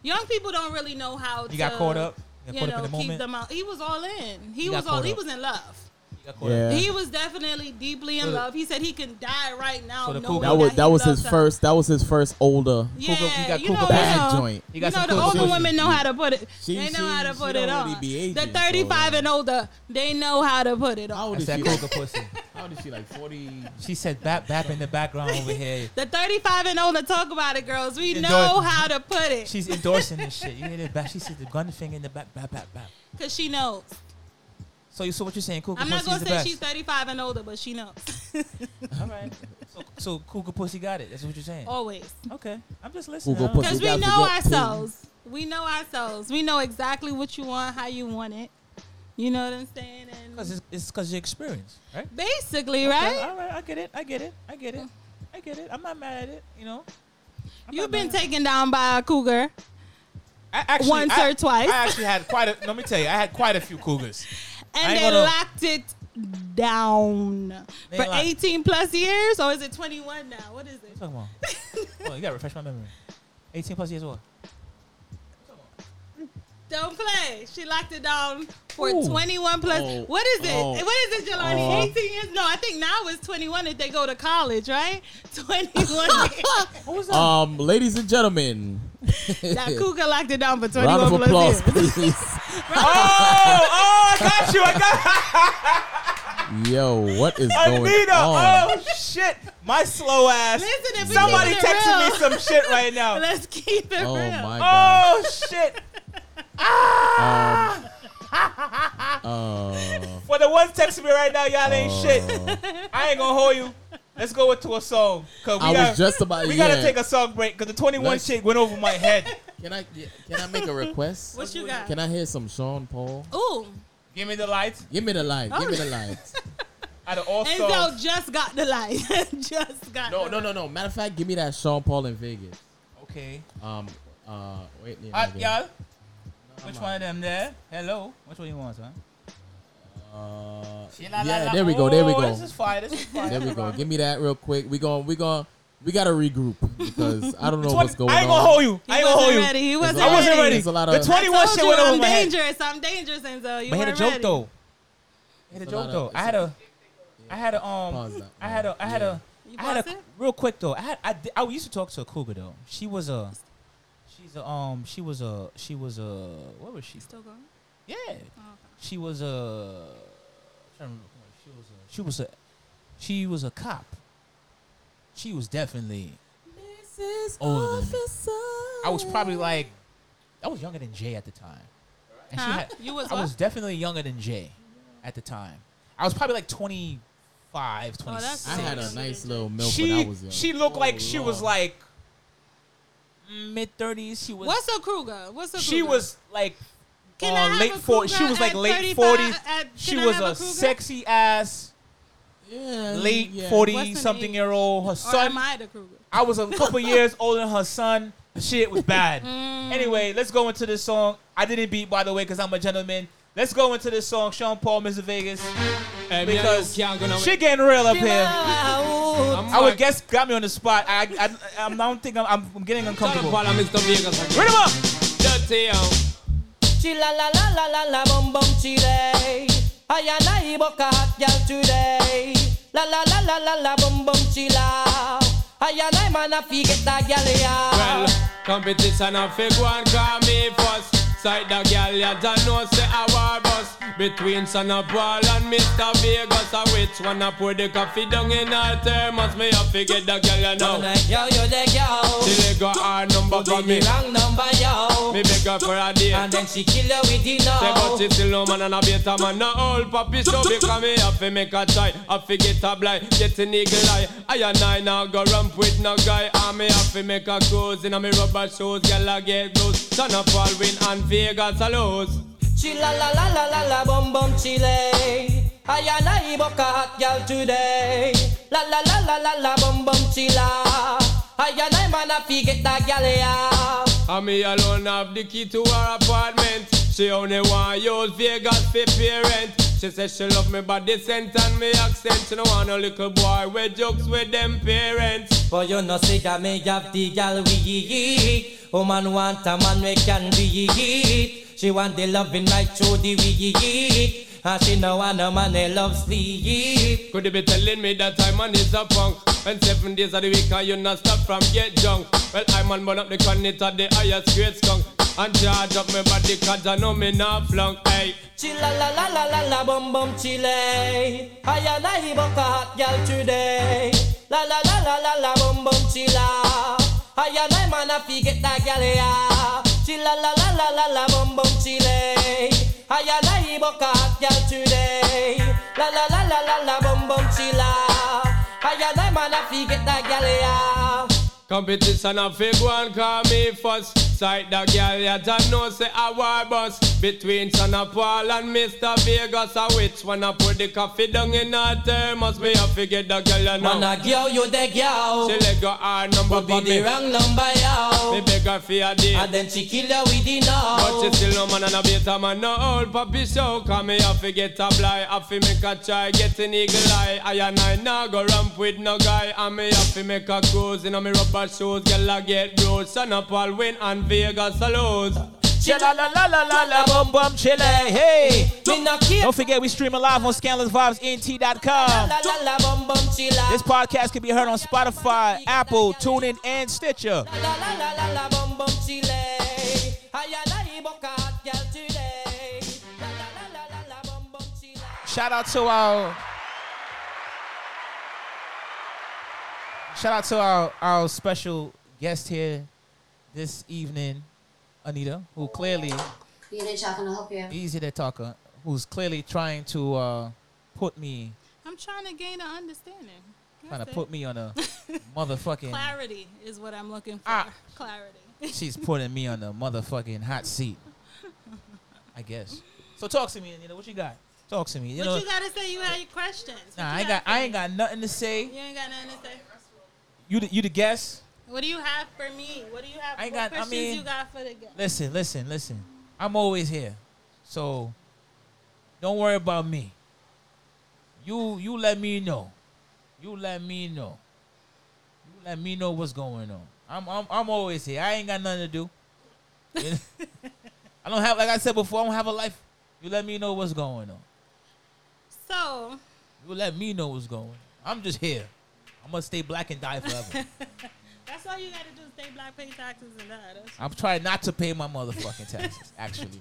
E: Young people don't really know how to.
C: You got caught up. You
E: You,
C: got caught
E: know,
C: up in the
E: keep
C: moment.
E: them out. He was all in. He
C: You got
E: was all.
C: caught
E: He
C: up.
E: was in love.
C: You got caught
D: Yeah.
C: up.
E: He was definitely deeply in
C: So the-
E: love. He said he can die right now.
C: So the
E: knowing
C: Cougar-
D: That was
E: he
D: that was
E: loves
D: his
E: her.
D: first. That was his first older.
E: Yeah,
C: Cougar- you got
E: you
C: Cougar
E: know,
C: bad
E: you know,
D: joint.
C: You
E: you know
C: got some
E: the
C: Cougar
E: older
C: pussy.
E: women know how to put it.
D: She-
E: they know
D: she-
E: how to
D: she
E: put
D: don't
E: it
D: really
E: on.
D: be
E: the
D: aging, so- uh,
E: 35 and older, they know how to put it
D: How
E: on.
D: old
C: That's
D: is
C: that
D: she?
C: cougar pussy.
D: How old is she? Like forty.
C: She said bap bap in the background over here.
E: The 35 and older, talk about it, girls. We
C: Enjoy.
E: know how to put it
C: She's endorsing this shit. You hear the bap? She said the gun finger in the back bap bap bap.
E: because she knows.
C: So you so what you're saying? Cougar
E: I'm
C: pussy
E: not going
C: is
E: to
C: the
E: say
C: best.
E: she's 35 and older, but she knows.
C: All right. So, so cougar pussy got it. That's what you're saying.
E: Always.
C: Okay. I'm just listening.
D: Cougar
C: I don't-
D: pussy.
E: Because
D: You
E: we
D: gotta
E: know
D: forget to-
E: ourselves. We know ourselves. We know exactly what you want, how you want it. You know what I'm saying?
C: Cause
E: And
C: it's it's cause your experience, right?
E: basically,
C: Okay,
E: right?
C: all right. I get it. I get it. I get it. I get it. I'm not mad at it. You know. I'm
E: You've
C: not
E: been
C: mad at it.
E: taken down by a cougar.
C: I actually,
E: once
C: I-
E: or twice.
C: I actually had quite a. Let me tell you, I had quite a few cougars. I
E: and
C: ain't
E: they
C: gonna-
E: locked it down
C: They
E: for
C: locked-
E: 18 plus years, or is it 21 now? What is it?
C: What you talking about? oh, you gotta refresh my memory. 18 plus years old.
E: Don't play. She locked it down for
C: Ooh.
E: 21 plus.
D: Oh.
E: What is it?
D: Oh.
E: What is it, Jelani?
D: Oh.
E: 18 years? No, I think now it's 21 if they go to college, right? 21.
C: What was that?
D: Um, ladies and gentlemen,
E: that cougar locked it down for 21
D: round of
E: plus
D: applause,
E: years.
D: please.
C: oh, oh, I got you. I got
D: Yo, what is going
C: Anita.
D: on?
C: Oh shit, my slow ass.
E: Listen, if we
C: Somebody
E: keep it
C: texting me
E: real,
C: some shit right now.
E: Let's keep it
D: Oh
E: real.
D: my god.
C: Oh shit.
D: Um, uh,
C: For the ones texting me right now, y'all ain't
D: Oh.
C: shit. I ain't gonna hold you. Let's go into a song. Cause we,
D: I
C: gotta,
D: was just about.
C: we
D: yeah.
C: gotta take a song break because the 21
D: Let's-
C: shit went over my head.
D: Can I yeah, can I make a request?
E: What you got?
D: Can I hear some Sean Paul?
E: Ooh.
C: Give me the lights
D: Give me the light. Give me the light.
C: out of all
E: Enzo
C: songs.
E: just got the light. just got
D: No,
E: the
D: no, no, no. Matter of fact, give me that Sean Paul in Vegas.
C: Okay.
D: Um, uh, wait. Yeah,
C: Uh,
D: okay.
C: y'all, which
D: I'm
C: one of them there? Hello. Which one you want, man?
D: Uh,
C: La, la, la.
D: yeah, there we go. There we
C: Oh,
D: go.
C: This is fire. This is fire.
D: There we go. Give me that real quick. We going we going we gotta regroup because I don't know
C: Twenty-
D: what's going on.
C: I ain't gonna hold you.
E: He
C: I ain't
E: wasn't
C: gonna hold you.
E: ready. He wasn't
D: I
C: wasn't ready.
D: There's a lot
C: The
D: of-
C: 21
E: told
C: shit
E: you
C: went over
E: I'm
C: my head.
E: dangerous. I'm dangerous, Enzo. You
C: But I had a
E: weren't
C: joke
E: ready.
C: though. I had
D: It's
C: a
D: a
C: joke
D: lot
C: though.
D: of-
C: I had a, I had a um,
D: Pause that,
C: I had a, I had a,
E: You
C: I had
E: pause
C: a
E: it?
C: real quick though. I had, I, di- I used to talk to a cougar though. She was a, she's a um, she was a, she was a, what was she?
E: Still going?
C: Yeah,
E: Oh.
C: she was a, I'm trying to remember. She was a, she was a, she was a cop. She was definitely. Older than me. I was probably like, I was younger than Jay at the time, and she
E: Huh?
C: had,
E: you was
C: I
E: what?
C: was definitely younger than Jay at the time. I was probably like 25,
E: Oh, that's
C: 26.
D: I had a nice little milk when I
C: she,
D: was young.
C: she looked
D: Oh,
C: like she was
D: Lord.
C: like mid 30s. She was
E: What's a Kruger? What's a Kruger?
C: she was like
E: Can
C: uh,
E: I have
C: late
E: a
C: 40s. She
E: Kruger
C: was like
E: at
C: late
E: 35
C: 40s.
E: at-
C: she
E: can I
C: was
E: have
C: a,
E: a Kruger?
C: sexy ass
D: yeah,
C: late
D: yeah.
C: 40
E: What's an
C: something
E: age?
C: year old. Her
E: Or am
C: son
E: I the Kruger?
C: I was a couple years older than her son. The shit was bad.
E: Mm.
C: Anyway, let's go into this song. I didn't beat, by the way, because I'm a gentleman. Let's go into this song, Sean Paul, Mr. Vegas, because shit getting real up here. I would guess got me on the spot. I I, I, I don't think I'm, I'm, I'm getting uncomfortable. Read 'em up.
A: She la la la la la la bum bum she day. I and I book a hot girl today. La la la la la la bum bum she la. I and I man a fi get a gal ya.
F: Well, competition a fig one call me first. Side the gal ya don't know say a war bus between son of Paul and Mr. Vegas. A which one a pour the coffee down in our thermos? Me a fi get the gal ya now.
A: Yo yo de yo.
F: She got her number for
A: Give
F: me.
A: me wrong number yo.
F: Me beg her for a date.
A: And then she kill you with the
F: Say but she
A: no.
F: still no man and a beta man No old puppy so because me have to make a try Have to get a blind, get an eagle eye I and I now go romp with no guy And me have to make a cruise in a me rubber shoes Girl I get loose, son of Paul win and Vegas I lose
A: She la la la la la la bum bum she lay. I and I book a hot girl today. La la la la la la bum bum she la. I and I man a fi get a gal ya.
F: And me alone have the key to her apartment. She only want use Vegas for parent. She says she love me body scent and me accent. She no want no little boy with jokes with them parents.
A: But you know say that me have the gal we eat. Woman want a man we can be it. She want the loving right through the we eat. And she know want a man they love sleep.
F: Could you be telling me that I'm man is a punk? When seven days of the week and you not stop from get drunk. Well, I'm on burn up the cornet of the highest grade skunk. And charge up my body cause I know me not flunk, hey.
A: Chilla la la la la la bum bum chile. I and I buck a hot gal today. La la la la la la bum bum chilla. I and I man a fi get that gal ya. Chilla la la la la la bum bum chile. I and I buck a hot gal today. La la la la la la bum bum chilla. I and I man a fi get that gal ya.
F: Competition a fig one call me first. Sight the girl that I know say a war bus between Son of Paul and Mr. Vegas. A which one I put the coffee down in a thermos? Me a forget the girl you
A: Man
F: know.
A: a girl you the girl.
F: She let go her number
A: But be
F: for
A: the
F: me.
A: wrong number yo.
F: Me beg her for a date.
A: And then she kill her with the now.
F: But she still no man and a better man No old puppy show Come me have to get a fly Have to make a try Get an eagle eye I and I now go ramp with no guy And me have to make a cruise In a me rubber shoes Girl I get bruised Son of Paul win And Vegas I lose
C: Chilla la la la la la bum bum chile. Hey.
A: Me no care.
C: Don't forget we stream live on scandalousvibesnt.com.
A: La la la bum bum chilla.
C: This podcast can be heard on Spotify, Apple, TuneIn, and Stitcher.
A: La la la la la bum bum chile. Ay ay boca hot girl today. La la la la la la bum bum chile.
C: Shout out to our Shout out to our, our special guest here this evening, Anita, who clearly
G: BNH, I can help you.
C: easy to talk uh, who's clearly trying to uh, put me
E: I'm trying to gain an understanding.
C: trying
E: That's
C: to
E: it.
C: put me on a motherfucking
E: Clarity is what I'm looking for.
C: Ah.
E: Clarity.
C: She's putting me on the motherfucking hot seat. I guess. So talk to me, Anita. What you got? Talk to me. You
E: but
C: know,
E: you gotta say you had your questions. What
C: nah,
E: you
C: I ain't got.
E: got
C: I
E: for
C: ain't
E: me?
C: got nothing to say.
E: You ain't got nothing to say.
C: You, the, you the guest.
E: What do you have for me? What do you have?
C: I ain't
E: what
C: got- I
E: questions
C: mean-
E: you got for the guest?
C: Listen, listen, listen. I'm always here, so don't worry about me. You, you let me know. You let me know. You let me know what's going on. I'm, I'm, I'm always here. I ain't got nothing to do. I don't have, like I said before, I don't have a life. You let me know what's going on.
E: So,
C: You let me know what's going. on. I'm just here. I'm gonna stay black and die forever.
E: that's all you gotta do is stay black, pay taxes, and that. That's
C: I'm trying not to pay my motherfucking taxes, actually.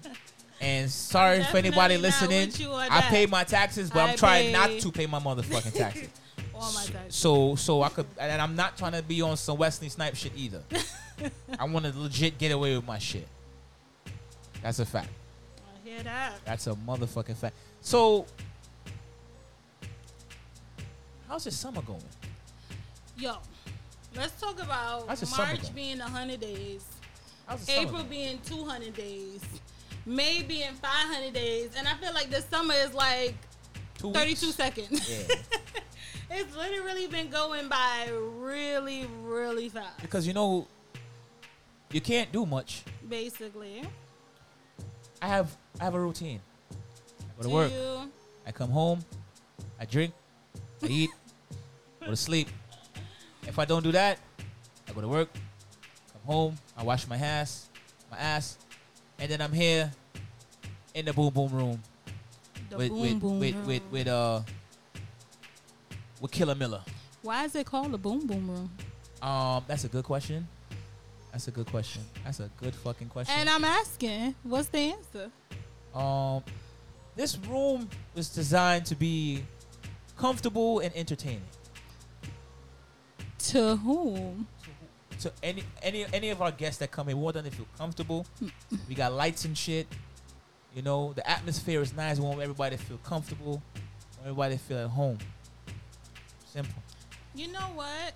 C: And sorry for
E: Definitely
C: anybody
E: not
C: listening.
E: with you on
C: I
E: that.
C: pay my taxes, but I am
E: I
C: trying
E: pay-
C: not to pay my motherfucking taxes.
E: all my taxes.
C: so so I could and I'm not trying to be on some Wesley Snipe shit either. I want to legit get away with my shit. That's a fact.
E: I hear that.
C: That's a motherfucking fact. So How's your summer going?
E: Yo, let's talk about
C: That's just summer
E: March
C: though.
E: being 100 days,
C: How's your summer
E: April
C: going?
E: being 200 days, May being 500 days, and I feel like this summer is like
C: Two
E: 32
C: weeks?
E: seconds.
C: Yeah.
E: It's literally been going by really, really fast.
C: because you know you can't do much.
E: Basically,
C: I have I have a routine. I go to
E: do
C: work.
E: you?
C: I come home. I drink. I eat. go to sleep. If I don't do that, I go to work. Come home. I wash my ass, my ass, and then I'm here in the boom boom room
E: The
C: with
E: boom
C: with,
E: boom
C: with,
E: room.
C: with with uh with Killer Miller.
E: Why is it called the boom boom room?
C: Um, that's a good question. That's a good question. That's a good fucking question.
E: And I'm asking, what's the answer?
C: Um, this room was designed to be comfortable and entertaining
E: To whom?
C: to any any any of our guests that come here. We want them to feel comfortable. we got lights and shit. You know, the atmosphere is nice. We want everybody to feel comfortable. want Everybody to feel at home. Simple.
E: You know what?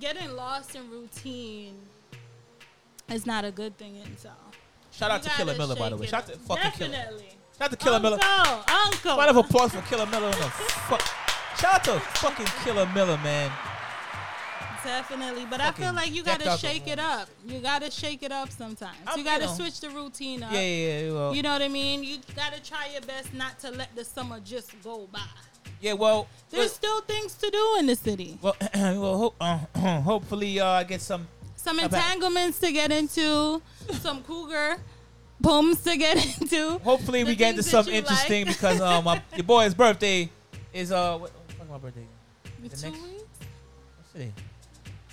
E: Getting lost in routine is not a good thing in itself.
C: Shout out
E: You
C: to Killer
E: gotta
C: Miller, by the
E: shake
C: way.
E: it
C: Shout out to
E: up.
C: fucking Killer.
E: Definitely.
C: Shout out to Killer Miller.
E: Uncle,
C: Round of
E: Uncle.
C: applause for Killer Miller. and the fuck. Shout out to fucking Killer Miller, man.
E: Definitely, but I feel
C: Fucking
E: like you
C: decked
E: gotta
C: out the
E: shake it
C: room.
E: up. You gotta shake it up sometimes.
C: I'm,
E: you
C: you
E: gotta
C: know.
E: switch the routine up.
C: Yeah, yeah, yeah. well,
E: You know what I mean? You gotta try your best not to let the summer just go by.
C: Yeah, well,
E: There's still things to do in the city.
C: well, well ho- uh, hopefully uh, I get some.
E: Some
C: About-
E: entanglements to get into, some cougar booms to get into.
C: Hopefully
E: The
C: we get into
E: things
C: some
E: that you
C: interesting
E: like.
C: because um, my, your boy's birthday is uh, what, what the fuck my birthday? the
E: Two
C: next-
E: weeks?
C: What's today?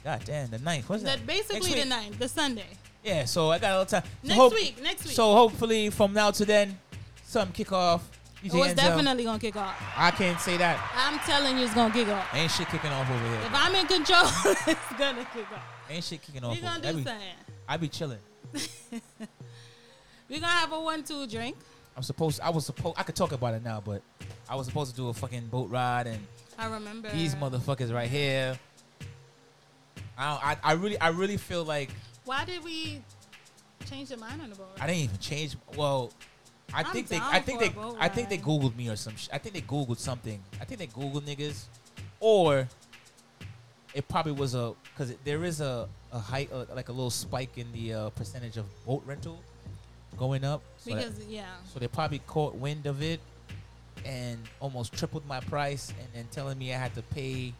C: God damn, the ninth. What's that?
E: That basically the
C: week.
E: ninth, the Sunday.
C: Yeah, so I got a little time. So
E: Next
C: hope-
E: week, next week.
C: So hopefully from now to then, some kick off. You
E: it
C: see
E: was
C: Enzo?
E: definitely gonna kick off.
C: I can't say that.
E: I'm telling you, it's gonna kick off.
C: Ain't shit kicking off over
E: If
C: here.
E: I'm in control, it's gonna kick off.
C: Ain't shit kicking off.
E: We're gonna
C: over here. I
E: do
C: be-
E: something.
C: I be chilling.
E: We're gonna have a one-two drink.
C: I'm supposed. I was supposed. I could talk about it now, but I was supposed to do a fucking boat ride, and
E: I remember.
C: these motherfuckers right here. I, don't- I I really I really feel like
E: Why did we change the mind on the boat?
C: I didn't even change. Well, I
E: I'm
C: think they
E: down
C: I think
E: for a
C: they
E: boat
C: I think they
E: ride.
C: googled me or some shit. I think they googled something. I think they googled niggas, or it probably was a because there is a a height uh, like a little spike in the uh, percentage of boat rental going up. So that-
E: Because yeah,
C: So they probably caught wind of it and almost tripled my price and then telling me I had to pay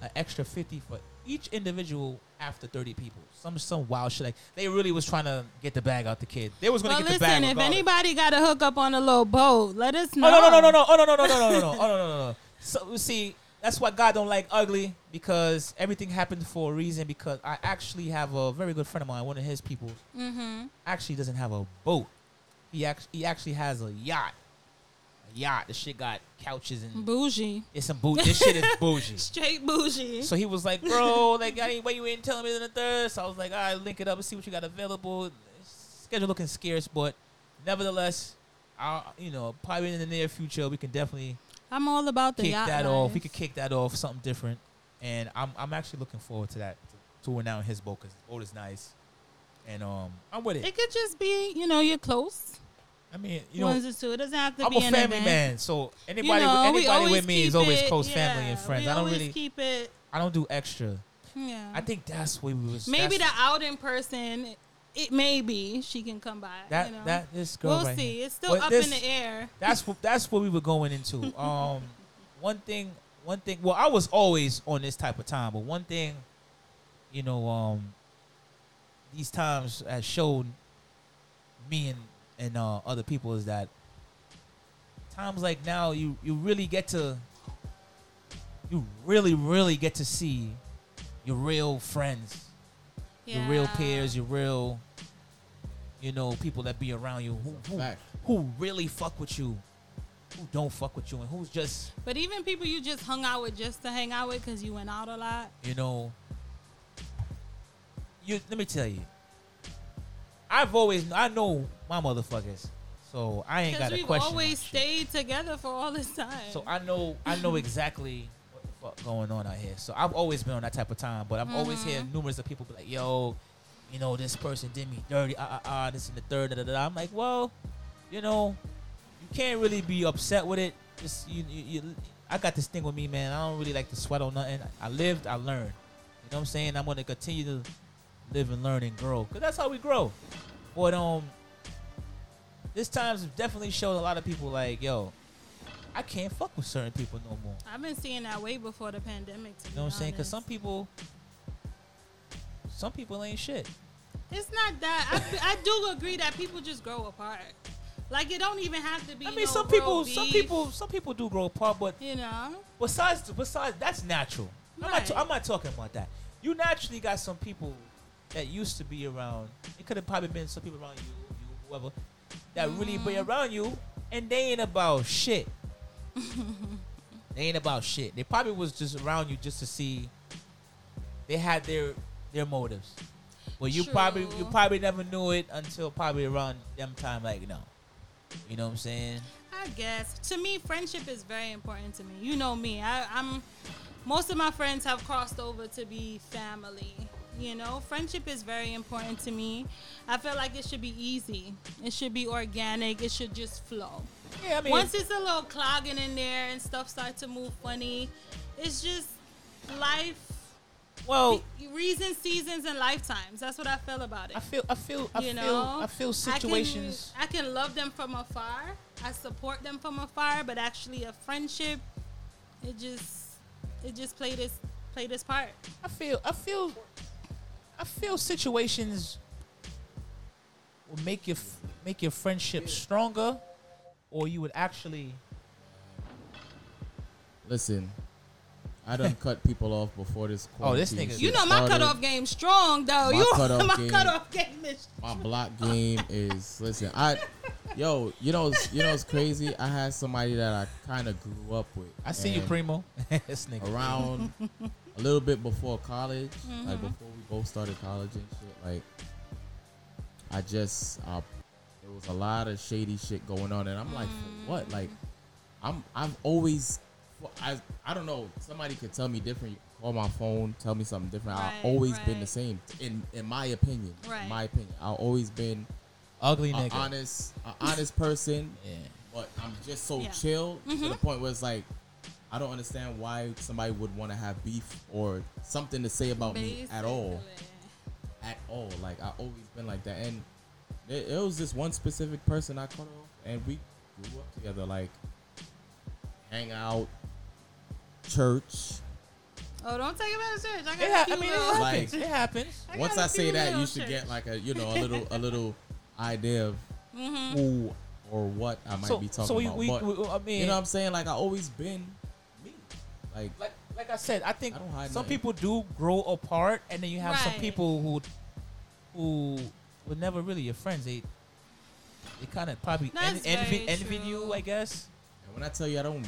C: an extra 50 for each individual after 30 people. Some some wild shit like they really was trying to get the bag out the kid. They was going
E: Well,
C: to get the
E: listen,
C: bag.
E: if
C: regardless.
E: anybody got a hookup on a little boat, let us know.
C: Oh no no no no no oh no no no no no no no oh no no no. no. So you see, that's why God don't like ugly because everything happened for a reason. Because I actually have a very good friend of mine, one of his people, mm-hmm. actually doesn't have a boat. He actually he actually has a yacht. A yacht. The shit got couches and
E: Bougie,
C: it's some bougie. This shit is bougie.
E: straight bougie.
C: So he was like, bro, like, I didn't wait, you ain't telling me in the third. So I was like, all right, link it up and see what you got available. Schedule looking scarce, but nevertheless, I'll, you know, probably in the near future, we can definitely
E: I'm all about the
C: kick
E: yacht
C: that off. We
E: life.
C: could kick that off, something different. And I'm, I'm actually looking forward to that, to touring out in his boat, because the boat is nice. And um, I'm with it.
E: It could just be, you know, you're close.
C: I mean, you know,
E: Ones or two. It doesn't have to
C: I'm
E: be
C: a
E: an
C: family
E: event.
C: man, so
E: You
C: anybody,
E: know, we
C: anybody
E: always
C: with me is
E: keep
C: always
E: it-
C: close family
E: yeah,
C: and friends.
E: We
C: I don't
E: always
C: really,
E: keep it.
C: I don't do extra.
E: Yeah.
C: I think that's where we was.
E: maybe
C: that's-
E: the out in person. It may be she can come by.
C: That
E: you know?
C: that this girl
E: We'll
C: right
E: see.
C: here.
E: It's still
C: But
E: up
C: this-
E: in the air.
C: That's what that's what we were going into. Um, one thing, one thing. Well, I was always on this type of time, but one thing, you know, um, these times has shown me and and uh, other people is that times like now, you you really get to, you really really get to see your real friends your real
E: Yeah.
C: peers, your real, you know, people that be around you who who,
D: Fact.
C: who really fuck with you, who don't fuck with you, and who's just
E: But even people you just hung out with just to hang out with because you went out a lot.
C: you know. You let me tell you. I've always I know my motherfuckers, so I ain't
E: Because
C: got a
E: we've
C: question.
E: always
C: on shit.
E: stayed together for all this time.
C: So I know I know exactly what the fuck going on out here. So I've always been on that type of time, but I'm always hearing numerous of people be like, "Yo, you know this person did me dirty, ah ah ah, this and the third, da da da." I'm like, well, you know, you can't really be upset with it. Just you, you, you I got this thing with me, man. I don't really like to sweat on nothing. I lived, I learned. You know what I'm saying? I'm gonna continue to live and learn and grow, cause that's how we grow. But um, this time's definitely showed a lot of people like, yo, I can't fuck with certain people no more.
E: I've been seeing that way before the pandemic. To
C: You know what I'm saying? Because some
E: people
C: people, some people ain't shit.
E: it's not that. I, I do agree that people just grow apart. Like it don't even have to be.
C: I
E: no
C: mean, some
E: real
C: people, some
E: beef,
C: people, some people do grow apart, but
E: You know,
C: besides, besides, that's natural. I'm not,
E: Right.
C: I'm not talking about that. You naturally got some people that used to be around. It could have probably been some people around you, you, whoever, that really be
E: Mm-hmm.
C: around you, and they ain't about shit. they ain't about shit. They probably was just around you just to see. They had their their motives, but you probably you
E: True.
C: probably never knew it until probably around them time. Like no, you know what I'm saying?
E: I guess to me, friendship is very important to me. You know me. I, I'm. Most of my friends have crossed over to be family. You know, friendship is very important to me. I feel like it should be easy. It should be organic. It should just flow.
C: Yeah, I mean,
E: Once it's a little clogging in there and stuff start to move funny, it's just life
C: Well,
E: Reasons, seasons, and lifetimes. That's what I feel about it.
C: I feel, I feel, I
E: you
C: feel,
E: know,
C: I feel
E: can-
C: situations.
E: I can, love them from afar. I support them from afar, but actually, a friendship, it just, it just played its played its part.
C: I feel, I feel, I feel situations will make your f- make your friendship stronger, or you would actually.
D: Listen, I done cut people off before this.
C: Oh, this
D: quarantine
C: nigga-
D: shit
E: You know my
D: started.
E: cutoff game strong though.
D: My
E: you
D: cutoff
E: my
D: game.
E: cutoff game is
D: My block game is listen. I, yo, you know, you know, it's crazy. I had somebody that I kind of grew up with.
C: I see you,
D: and
C: primo. this nigga.
D: around a little bit before college, like before we both started college and shit. Like, I just, uh, there was a lot of shady shit going on, and I'm like, for what? Like, I'm, I've always, I, I don't know. Somebody could tell me different. You can Call my phone, tell me something different.
E: Right,
D: I've always been the
E: right.
D: same, in in my opinion.
E: Right.
D: In my opinion, I've always been
C: Ugly
D: an
C: nigga.
D: honest, an honest person
C: yeah.
D: but I'm just so
E: Yeah.
D: chill to the point where it's like I don't understand why somebody would want to have beef or something to say about me at all, at all. Like I always been like that, and it, it was this one specific person I cut off, and we grew up together, like hang out, church.
E: Oh, don't take it back to church. I got
C: It ha- I
E: people.
C: mean, it happens.
D: Like-
C: it happens.
E: I
D: Once
E: gotta
D: I say
E: feel
D: that,
E: real
D: you should
E: church.
D: get like a you know a little a little idea of
E: Mm-hmm.
D: who or what I might
C: so,
D: be talking
C: so we,
D: about.
C: we,
D: but,
C: we- I mean,
D: you know what I'm saying? Like I always been me, like.
C: like, like I said, I think
D: I don't hide
C: some
D: nothing.
C: people do grow apart, and then you have some
E: Right.
C: people who, who were never really your friends. They, they kind of probably en-
E: That's
C: envy,
E: very
C: envy you,
E: true.
C: I guess.
D: And when I tell you I don't,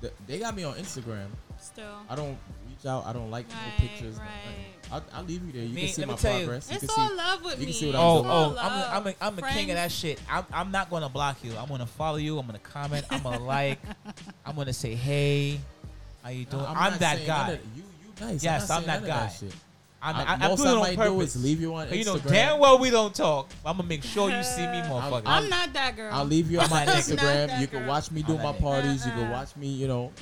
D: th- they got me on Instagram.
E: Still,
D: I don't reach out. I don't like people
E: Right,
D: pictures. no nothing.
E: right.
D: I'll, I'll leave you there. You
C: Me-
D: can see
C: let me
D: my
C: tell you,
D: progress. You
E: it's
D: can
E: all
D: see.
E: love with
D: you
E: me.
D: can see what I'm
C: Oh,
E: It's all
C: oh, I'm,
E: love.
C: I'm, a, I'm a king of that
E: Friends.
C: shit. I'm, I'm not gonna block you. I'm gonna follow you. I'm gonna comment. I'm gonna like. I'm gonna say, hey, how you doing?
D: I'm
C: I'm,
D: not
C: that
D: saying
C: guy.
D: none of- You, you nice.
C: Yes,
D: I'm,
C: I'm
D: not saying
C: that
D: none of
C: guy.
D: That shit.
C: I'm,
D: I-
C: I, I,
D: most
C: do it
D: I
C: on
D: might
C: purpose.
D: do is leave you on
C: But you know
D: Instagram.
C: damn well we don't talk. I'm gonna make sure you see me, motherfucker.
E: I'm not that girl.
D: I'll leave you on my
C: I'm not
D: Instagram.
E: that
D: You can
E: girl.
D: watch me
C: I'm
D: do
C: not
D: my
C: that girl.
D: parties. You can watch me, you know,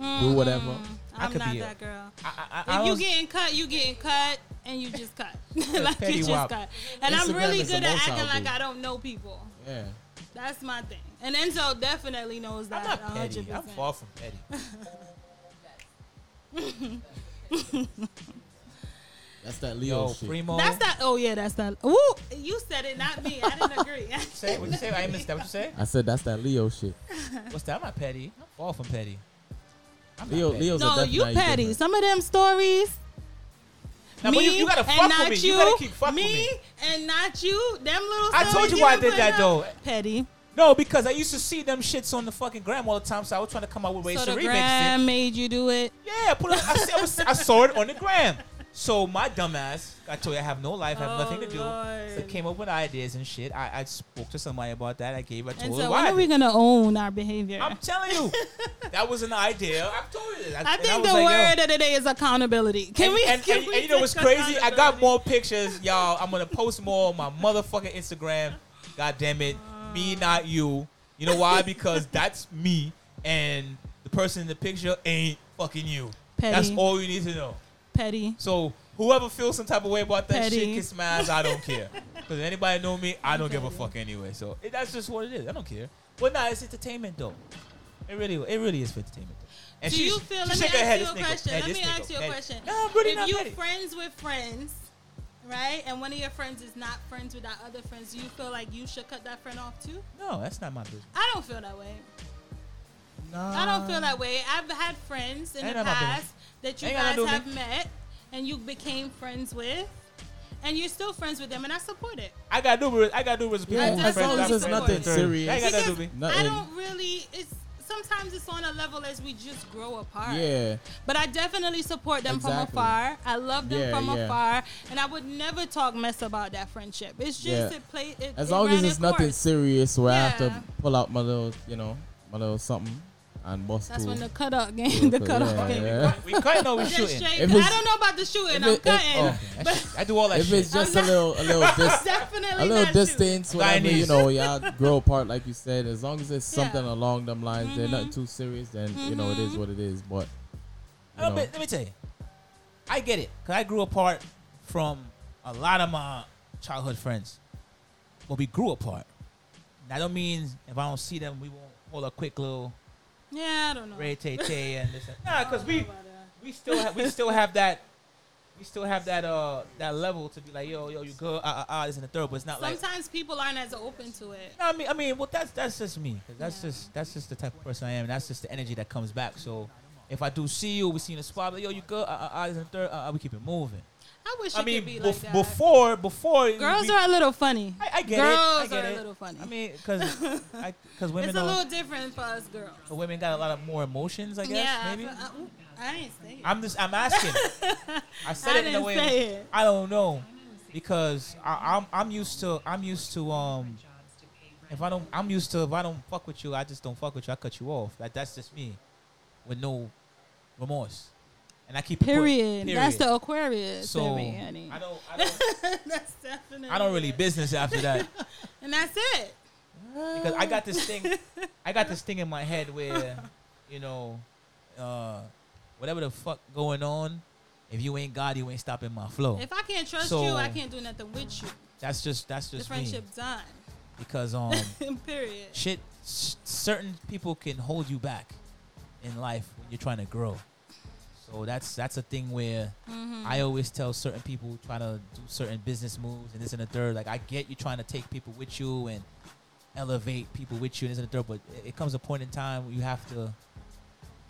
D: do whatever.
E: I'm
C: could
E: not
C: be a-
E: that girl.
C: I, I, I, I
E: If you
C: was-
E: getting cut, you getting cut, and you just cut. like
C: petty
E: you just
C: wop.
E: cut. And I'm
D: Instagram
E: really
D: is the
E: good at
D: most
E: acting
D: I'll
E: like
D: do.
E: I don't know people.
D: Yeah.
E: That's my thing. And Enzo definitely knows that.
C: I'm not
E: 100%.
C: petty. I'm far from petty. Oh.
D: That's that Leo
C: Yo,
D: shit.
C: primo.
E: That's that. Oh yeah, that's that. Woo! You said it, not me. I didn't agree.
C: Say what you say. I missed that. What you say?
D: I said that's that Leo shit.
C: What's that? I'm not petty. I'm far from petty. I'm not
D: Leo,
C: petty.
D: Leo's
E: no,
D: are
E: you
D: definitely
E: petty.
D: different.
E: Some of them stories.
C: Now, but
E: me
C: you, you gotta
E: and
C: fuck
E: not
C: with me.
E: you.
C: You, gotta keep fucking
E: me
C: with me.
E: and not you. Them little.
C: I told
E: stories
C: you why I
E: done
C: did
E: put
C: that,
E: up.
C: though.
E: Petty.
C: No, because I used to see them shits on the fucking gram all the time, so I was trying to come out with ways
E: so
C: to
E: the
C: remix
E: gram
C: it.
E: made you do it.
C: Yeah, put it, I, see- I was, I saw it on the gram. So my dumbass, I told you I have no life, I have nothing to do. So
E: Oh, Lord.
C: came up with ideas and shit. I, I spoke to somebody about that. I gave her
E: And
C: told her
E: so
C: why.
E: when
C: I
E: are we
C: did.
E: gonna own our behavior?
C: I'm telling you, that was an idea. I told you. that.
E: I
C: And
E: think
C: was
E: the
C: like, yo.
E: word of the day is accountability. Can
C: and,
E: we?
C: And,
E: can
C: and-
E: we
C: and you know what's
E: take
C: crazy? I got
E: accountability?
C: more pictures, y'all. I'm gonna post more on my motherfucking Instagram. God damn it, me not you. You know why? Because that's me, and the person in the picture ain't fucking you. That's
E: Petty.
C: all you need to know.
E: petty.
C: So whoever feels some type of way about that shit,
E: Petty.
C: kiss my ass. I don't care. Because anybody know me, I don't give a fuck anyway. So it, that's just what it is. I don't care. But nah, it's entertainment though. It really, it really is for entertainment. Though. And
E: Do
C: she's-
E: you feel? Let
C: she
E: me
C: shake her head,
E: ask you a
C: "This nigga
E: question.
C: petty,
E: Let
C: this
E: me
C: nigga
E: ask you a
C: petty."
E: question.
C: No, I'm really
E: if
C: not
E: you're
C: petty.
E: friends with friends, right, and one of your friends is not friends with that other friends, do you feel like you should cut that friend off too?
C: No, that's not my business.
E: I don't feel that way.
D: Nah.
E: I don't feel that way. I've had friends in
C: Ain't
E: the
C: that my
E: past that you
C: Ain't got nothing
E: guys
C: to do with
E: have met and you became friends with, and you're still friends with them, and I support it.
C: I gotta do with I gotta do with people.
D: Yeah,
E: I
D: as
E: just
D: long as
E: don't
D: it's
E: support
D: nothing
E: it.
D: serious.
C: I ain't got nothing
E: Because
C: to do with me.
E: I
D: Nothing.
E: don't really. It's sometimes it's on a level as we just grow apart.
D: Yeah.
E: But I definitely support them
D: Exactly.
E: from afar. I love them
D: Yeah,
E: from
D: yeah.
E: afar, and I would never talk mess about that friendship. It's just
D: Yeah.
E: it play. It,
D: As
E: it
D: long as
E: ran
D: it's
E: its
D: nothing
E: course.
D: serious where I have
E: Yeah.
D: to pull out my little, you know, my little something and bust
E: That's
D: through.
E: when the cutoff game, the
D: Yeah,
E: cutoff
D: yeah,
E: game.
D: yeah.
C: We cutting or we
E: The
C: shooting?
E: shape-
D: If it's-
E: I don't know about the shooting.
D: if
E: I'm
D: it- if-
E: cutting,
D: oh.
E: but
C: I do all that
D: If
C: shit.
D: it's just a
E: I'm not-
D: little, a little, dis-
E: definitely
D: a little
E: not shooting.
D: distance, whatever you
C: Guyanese.
D: know, y'all grow apart, like you said. As long as it's
E: Yeah. Mm-hmm.
D: something along them lines, they're not too serious. Then you know it is what it is. But you
C: No,
D: know,
C: but let me tell you. I get it. Cause I grew apart from a lot of my childhood friends. But we grew apart. And I don't mean if I don't see them, we won't hold a quick little
E: Yeah, I don't know.
C: Ray Tay Tay and this. And, nah, cause we
E: About that.
C: we still have, we still have that. We still have that uh that level to be like yo yo you good ah ah ah this and the third but it's not like
E: Sometimes people aren't as open to it.
C: No, I mean, I mean, well, that's that's just me. 'Cause That's
E: Yeah.
C: just that's just the type of person I am. And that's just the energy that comes back. So, if I do see you, we see you in the spot, like, yo, you good? Uh, uh, uh, this and third, uh, uh, we keep it moving.
E: I wish
C: I
E: it
C: mean,
E: could be
C: bef-
E: like that.
C: before before
E: girls
C: we-
E: are a little funny.
C: I, I get
E: girls
C: it. I get
E: are
C: it.
E: a little funny.
C: I mean, because because women
E: it's a
C: are-
E: little different for us girls.
C: women got a lot of more emotions. I guess
E: yeah,
C: maybe.
E: I, I- ooh, I ain't saying.
C: I'm just I'm asking. I
E: I
C: said it in a
E: didn't
C: way
E: say it.
C: I don't know because I, I'm I'm used to I'm used to um if I don't I'm used to if I don't fuck with you I just don't fuck with you I cut you off like that's just me with no remorse and I keep it put-
E: Period. That's
C: period.
E: the Aquarius.
C: so
E: in me, honey.
C: I don't I don't,
E: that's definitely.
C: I don't really
E: it.
C: business after that
E: And that's it.
C: because I got this thing, I got this thing in my head where, you know, uh, whatever the fuck going on, if you ain't God, you ain't stopping my flow.
E: If I can't trust
C: So-
E: you, I can't do nothing with you.
C: That's just that's
E: The
C: just me
E: friendship's done.
C: because um
E: Period.
C: shit, s- certain people can hold you back in life when you're trying to grow. So that's that's a thing where
E: Mm-hmm.
C: I always tell certain people trying to do certain business moves and this and the third. Like I get you trying to take people with you and elevate people with you and this and the third, but it, it comes a point in time where you have to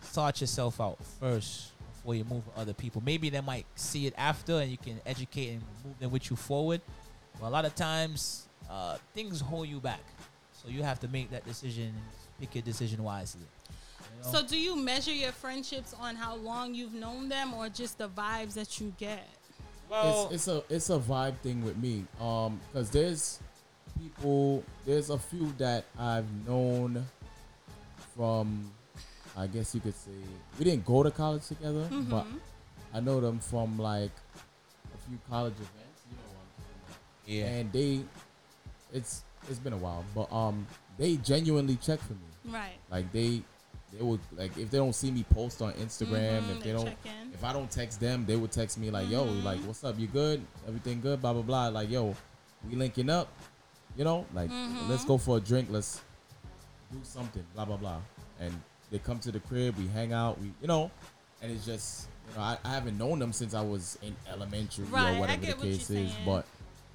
C: sort yourself out first before you move with other people. Maybe they might see it after and you can educate and move them with you forward. But a lot of times uh, things hold you back. So you have to make that decision and pick your decision wisely. you know?
E: So, do you measure your friendships on how long you've known them, or just the vibes that you get?
D: it's, it's a it's a vibe thing with me. Um, cause there's people, there's a few that I've known from, I guess you could say we didn't go to college together, but I know them from like a few college events. You know what I'm talking about.
C: yeah.
D: And they, it's it's been a while, but um, they genuinely check for me.
E: Right.
D: Like they, they would like if they don't see me post on Instagram,
E: Mhm,
D: if
E: they
D: they don't,
E: check in. Mm-hmm.
D: if I don't text them, they would text me like, "Yo, like, what's up? You good? Everything good? Blah blah blah." Like, "Yo, we linking up? You know, like,
E: Mm-hmm.
D: let's go for a drink. Let's do something. Blah blah blah." And they come to the crib, we hang out, we, you know, and it's just, you know, I, I haven't known them since I was in elementary
E: Right, I
D: or whatever the
E: get what you're
D: case
E: saying.
D: is, but.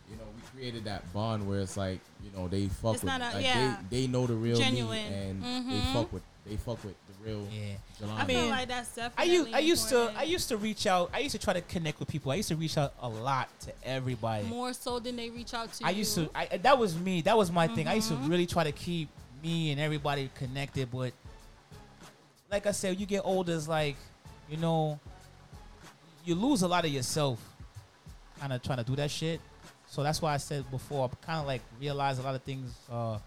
D: You know, we created that bond where it's like, you know, they fuck
E: It's
D: with,
E: not
D: me.
E: a-
D: like
E: yeah.
D: they, they know the real
E: Genuine.
D: me, and they
E: Mhm.
D: fuck with, they fuck with the real.
C: Yeah.
D: Jelani.
E: I
C: mean,
E: feel like that's
C: I
E: definitely.
C: used, I used to
E: important.
C: I used to reach out. I used to try to connect with people. I used to reach out a lot to everybody.
E: more so than they reach out to.
C: I
E: you. Mm-hmm.
C: used to. I, that was me. That was my thing. I used to really try to keep me and everybody connected. But like I said, you get older, it's like you know, you lose a lot of yourself, kind of trying to do that shit. So that's why I said before, I kind of like realized a lot of things uh,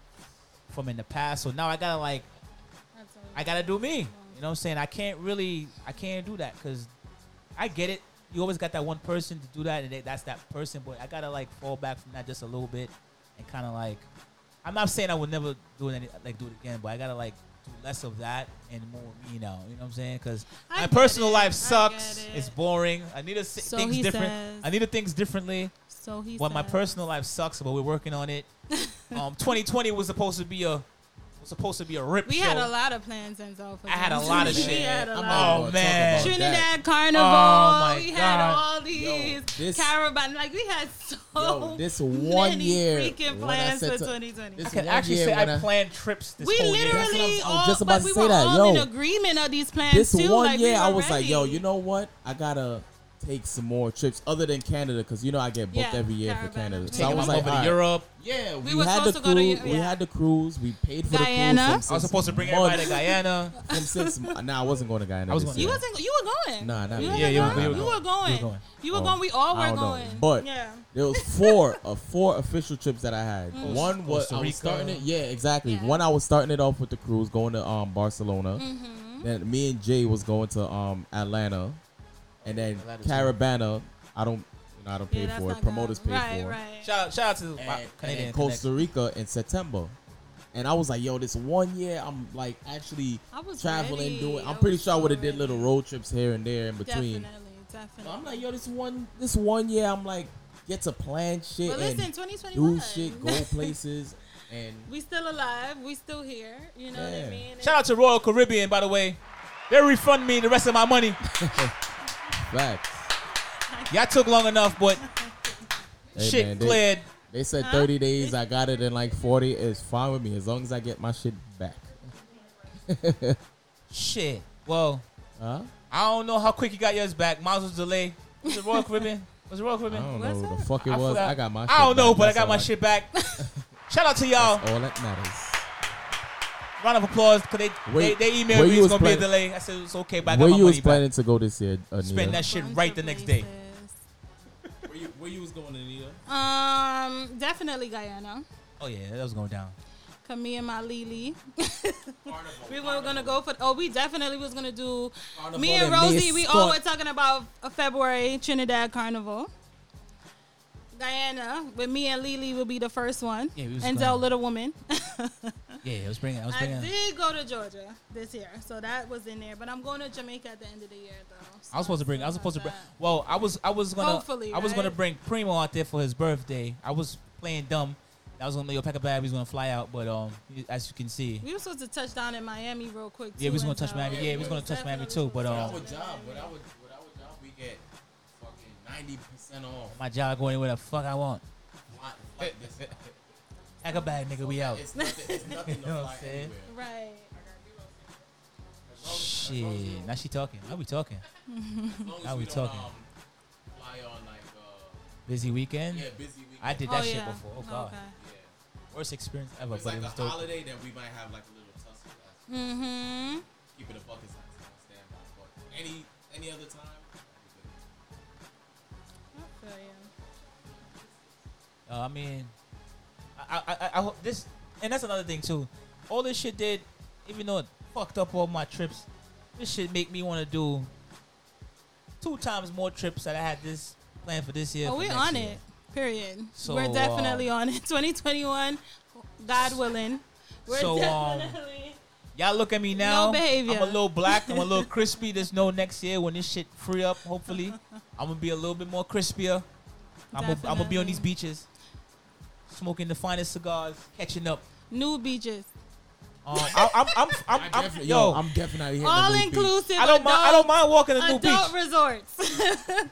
C: from in the past. So now I gotta like
E: That's all.
C: I gotta do me. You know what I'm saying? I can't really, I can't do that because I get it. You always got that one person to do that, and that's that person. But I gotta like fall back from that just a little bit and kind of like, I'm not saying I would never do it any, like do it again, but I gotta like do less of that and more of me now. You know what I'm saying? Because
E: I
C: my
E: get
C: personal
E: it. I
C: life
E: get
C: sucks.
E: it.
C: It's boring. I need to see
E: So
C: things
E: he
C: different.
E: says-
C: I need to things differently.
E: so he.
C: Well, my
E: said-
C: personal life sucks, but we're working on it. um, 2020 was supposed to be a was supposed to be a rip
E: We
C: show.
E: had a lot of plans and so.
C: I had a lot of
E: we
C: shit.
E: Had a
D: I'm
E: lot.
D: all
C: Oh
D: about
C: man,
D: talking
E: Trinidad
D: that.
E: Carnival.
C: Oh, my
E: we had
C: God.
E: all these
D: this-
E: caravan. Like we had so
D: Yo, this one
E: many
D: year
E: freaking
D: when I
E: plans
D: said
E: for
D: to-
E: 2020.
D: this
C: I can
D: one
C: actually
D: year
C: say
D: when
C: I
D: I-
C: planned trips this
E: we
C: whole year.
D: That's what I
E: literally
D: was- I was
E: all,
D: just about
E: but
D: to
E: we
D: say
E: were
D: that,
E: all in
D: yo.
E: agreement of these plans
D: this
E: too.
D: one
E: like, we
D: year,
E: were
D: I was like, yo,
E: ready.
D: you know what? I gotta take some more trips other than Canada because you know I get booked
E: Yeah,
D: every year for
E: Caravana.
D: Canada. So
E: Taking
D: I
C: I
D: was
C: was
D: like,
C: over
D: all
C: to
D: right.
C: Europe.
D: yeah, we,
E: were
D: had the
E: supposed to go to
D: cruise.
E: Eu-
D: We
E: yeah.
D: had the cruise. We paid for
E: Guyana.
D: the cruise.
C: I was supposed to bring everybody to Guyana.
D: From six, nah, I wasn't going to Guyana.
C: I was
D: this
C: going to
E: You
D: year.
C: Yeah.
E: wasn't. You were going.
D: Nah,
E: you
D: not me.
E: wasn't
C: Yeah, you were-
E: going?
C: we were
E: You were going.
C: We were going.
E: You were
D: Oh,
E: going. We all
D: I
E: were
D: don't know.
E: going.
D: But-
E: yeah,
D: There was four of four official trips that I had. One was
C: Costa
D: I was
C: Rica.
D: starting it. Yeah, exactly.
E: Mm. Yeah.
D: One I was starting it off with the cruise, going to um Barcelona.
E: Mm-hmm.
D: Then me and Jay was going to um Atlanta, and then Caravana. I don't, you know, I don't pay
E: yeah, that's
D: for
E: not
D: it. Promoters
E: good.
D: pay
E: right,
D: for it.
E: Right,
C: Shout out, shout out to
D: And,
C: my
D: and
C: Canadian
D: Costa
C: connection.
D: Rica in September. And I was like, yo, this one year I'm like actually
E: I was
D: traveling,
E: ready.
D: doing.
E: I
D: I'm pretty
E: was
D: sure I
E: so
D: would have did
E: ready.
D: little road trips here and there in between.
E: Definitely, Definitely.
D: So I'm like, yo, this one, this one year, I'm like, get to plan shit
E: but
D: and
E: listen,
D: do
E: 2021.
D: shit, go places, and
E: we still alive. We still here. You know what
D: Yeah.
E: I mean?
C: Shout out to Royal Caribbean, by the way. They refund me the rest of my money.
D: facts.
C: Y'all took long enough, but
D: Hey,
C: shit
D: man, they-
C: cleared.
D: They said 30 days. I got it in like 40. It's fine with me as long as I get my shit back.
C: Shit. Well,
D: Huh?
C: I don't know how quick you got yours back. Miles was delayed. Was it Royal Caribbean? Was it Royal
D: I
C: Caribbean?
D: don't
E: What's
D: know what the
E: up?
D: fuck it
C: I
D: was.
C: forgot.
D: I got my shit
C: I don't know,
D: back.
C: but I
D: That's
C: got
D: all
C: my shit back. Shout out to y'all.
D: All that matters.
C: Round of applause because they, they
D: Wait,
C: they
D: where
C: emailed me
D: you
C: it's
D: was
C: gonna be a
D: planning-
C: delay. I said it's okay, but I got
D: Where
C: my
D: you was
C: money back.
D: planning to go this year,
C: Spend that
D: Anita?
C: shit right the next day.
D: Where you, where you was going, Anita?
E: Um, definitely Guyana.
C: Oh yeah, that was going down.
E: Camille and my Lily. we were gonna go for. Oh, we definitely was gonna do. me and
D: Carnival and
E: Rosie, we
D: Miss
E: all were
D: Scott.
E: talking about a February Trinidad Carnival. Guyana with me and Lily will be the first one.
C: Yeah, we was
E: and
C: gonna-
E: Del Little Woman.
C: Yeah, I was bringing. I was
E: I
C: bringing.
E: did go to Georgia this year, so that was in there. But I'm going to Jamaica at the end of the year, though. so
C: I was supposed to bring. I was supposed to bring.
E: about that.
C: Well, I was. I was gonna.
E: Hopefully,
C: I was gonna
E: right?
C: bring Primo out there for his birthday. I was playing dumb. I was gonna make a pack a bag. We was gonna fly out, but um, as you can see,
E: We were supposed to touch down in Miami real quick.
C: Yeah, we
E: too,
C: was gonna
E: and
C: touch
E: so-
C: Miami. Yeah, we was gonna touch Miami too, but,
E: Definitely
C: um,
E: supposed
D: With
E: to
D: our
E: touch
D: job,
E: Miami.
D: with our, with our job, we get fucking 90% off.
C: my job going where the fuck I want.
D: Fly- flight discount.
C: Pack a bag, nigga. We out.
D: It's nothing, it's nothing to
C: You know what I'm
D: fly
C: saying?
D: anywhere.
E: Right.
C: Shit. Now she talking. Now we talking.
D: um, As long as
C: Now we
D: don't,
C: talking.
D: um, fly on like, uh,
C: Busy weekend.
D: yeah, busy weekend.
C: I did that
E: Oh,
C: shit
E: yeah.
C: before. Oh god.
E: Okay.
D: Yeah.
C: Worst experience ever,
D: It's
C: but
D: like
C: it
D: a
C: was dope.
D: holiday, then we might have like a little tussle. That's
E: Mm-hmm.
D: keeping the buckets on standby. But any any other time, we
E: I feel you.
C: Uh, I mean, I, I, I, I hope this, and that's another thing too. All this shit did, even though it fucked up all my trips, this shit make me want to do two times more trips that I had this planned for this year.
E: Oh,
C: for
E: we're
C: next
E: on
C: year.
E: it. Period.
C: So, uh,
E: we're definitely on it. 2021, God willing. We're
C: So, um,
E: definitely.
C: Y'all look at me now.
E: behavior.
C: I'm a little black. I'm a little crispy. There's no next year when this shit free up. Hopefully, I'm gonna be a little bit more crispier. I'm gonna, I'm gonna be on these
E: Definitely.
C: beaches, smoking the finest cigars, catching up.
E: new beaches,
C: Um, I, I'm, I'm, I'm,
D: could.
C: I'm, yo,
D: I'm definitely hitting
E: all inclusive.
C: I don't mind. I don't mind walking a new
E: Adult,
C: beach.
E: adult resorts.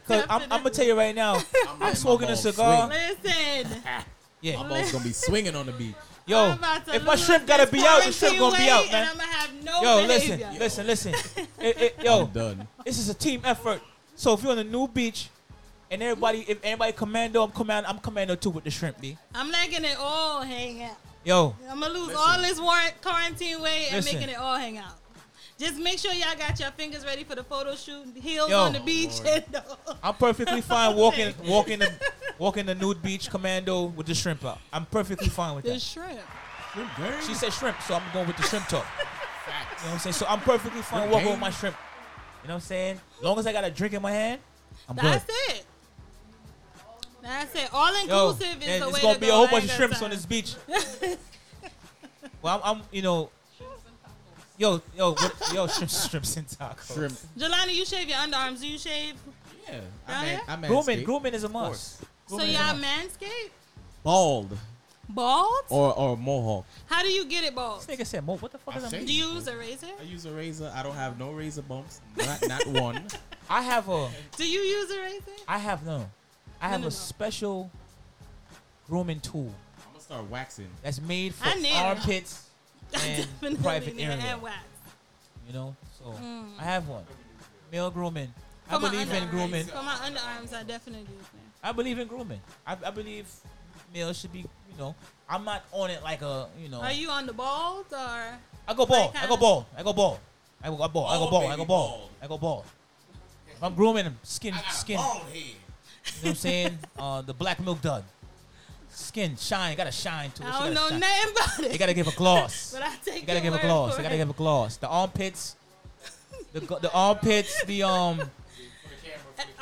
C: Cause I'm, I'm gonna tell you right now, I'm smoking a cigar.
E: Listen,
C: Yeah,
D: My balls gonna be swinging on the beach.
C: yo,
E: I'm about to
C: if my
E: lose
C: shrimp gotta
E: this
C: be out, the shrimp
E: quarantine
C: gonna be
E: weight,
C: out, man.
E: And I'm gonna have no
C: Yo, listen,
E: behavior.
C: listen, listen. It- it-
D: I'm
C: yo,
D: done.
C: this is a team effort. So if you're on a new beach, and everybody, if everybody commando, I'm commando, I'm commando too with the shrimp, b.
E: I'm letting it all hang out.
C: Yo,
E: I'm gonna lose all this warrant quarantine weight and
C: Listen.
E: making it all hang out. Just make sure y'all got your fingers ready for the photo shoot, heels
C: Yo.
E: on the beach, and all.
C: I'm perfectly fine walking, walking the, walking the nude beach commando with the shrimp out. I'm perfectly fine with
E: the
C: that.
E: shrimp.
C: She said shrimp, so I'm going with the shrimp talk. You know what I'm saying? So I'm perfectly fine walking with my shrimp. You know what I'm saying? long as I got a drink in my hand, I'm good.
E: That's it. That's it. All
C: Yo,
E: inclusive is
C: man,
E: the
C: it's
E: way
C: gonna
E: to
C: be
E: go.
C: a whole
E: I
C: bunch of
E: ain't got
C: shrimps
E: time.
C: on this beach. well, I'm, I'm, you know, yo, yo, what, yo, shrimps, shrimps and tacos.
D: Shrimp.
E: Jelani, you shave your underarms. Do you shave?
D: Yeah.
E: Oh,
D: I man,
E: yeah?
D: I man.
C: Grooming, grooming is a must.
E: so y'all manscape?
D: Bald
E: Bald?
D: or or mohawk.
E: How do you get it bald?
C: This nigga said, "Mo, what the fuck
D: I
C: is that?"
D: think-
E: Do you use a razor?
D: I use a razor. I don't have no razor bumps. Not not one.
C: I have a,
E: Do you use a razor?
C: I have no, I have
E: no, no.
C: a special grooming tool
D: I'm gonna start waxing.
C: that's made for
E: I need it.
C: armpits and
E: Definitely
C: private
E: need it.
C: area.
E: And wax. Mm.
C: You know, so I have one. Male grooming. I
E: For my
C: believe in
E: underarms.
C: grooming.
E: For my underarms, I definitely use that.
C: I believe in grooming. I, I believe males should be, you know, I'm not on it like a, you know.
E: Are you on the bald or?
C: I go ball. I go
E: kinda-
C: ball. I go ball. I go ball. I go
D: Bald
C: ball. I
D: baby
C: go ball.
D: bald.
C: I go ball. If I'm grooming him, skin,
D: I got
C: skin. You know
D: bald head.
C: what I'm saying? Uh, the black milk dud. Skin, shine. Gotta shine to it.
E: I don't know
C: shine.
E: nothing about it.
C: You gotta give a gloss.
E: but I take
C: You gotta
E: your
C: give a
E: word
C: gloss.
E: for
C: You gotta
E: it.
C: give a gloss. The armpits. The, go- the armpits, the um,
E: Uh,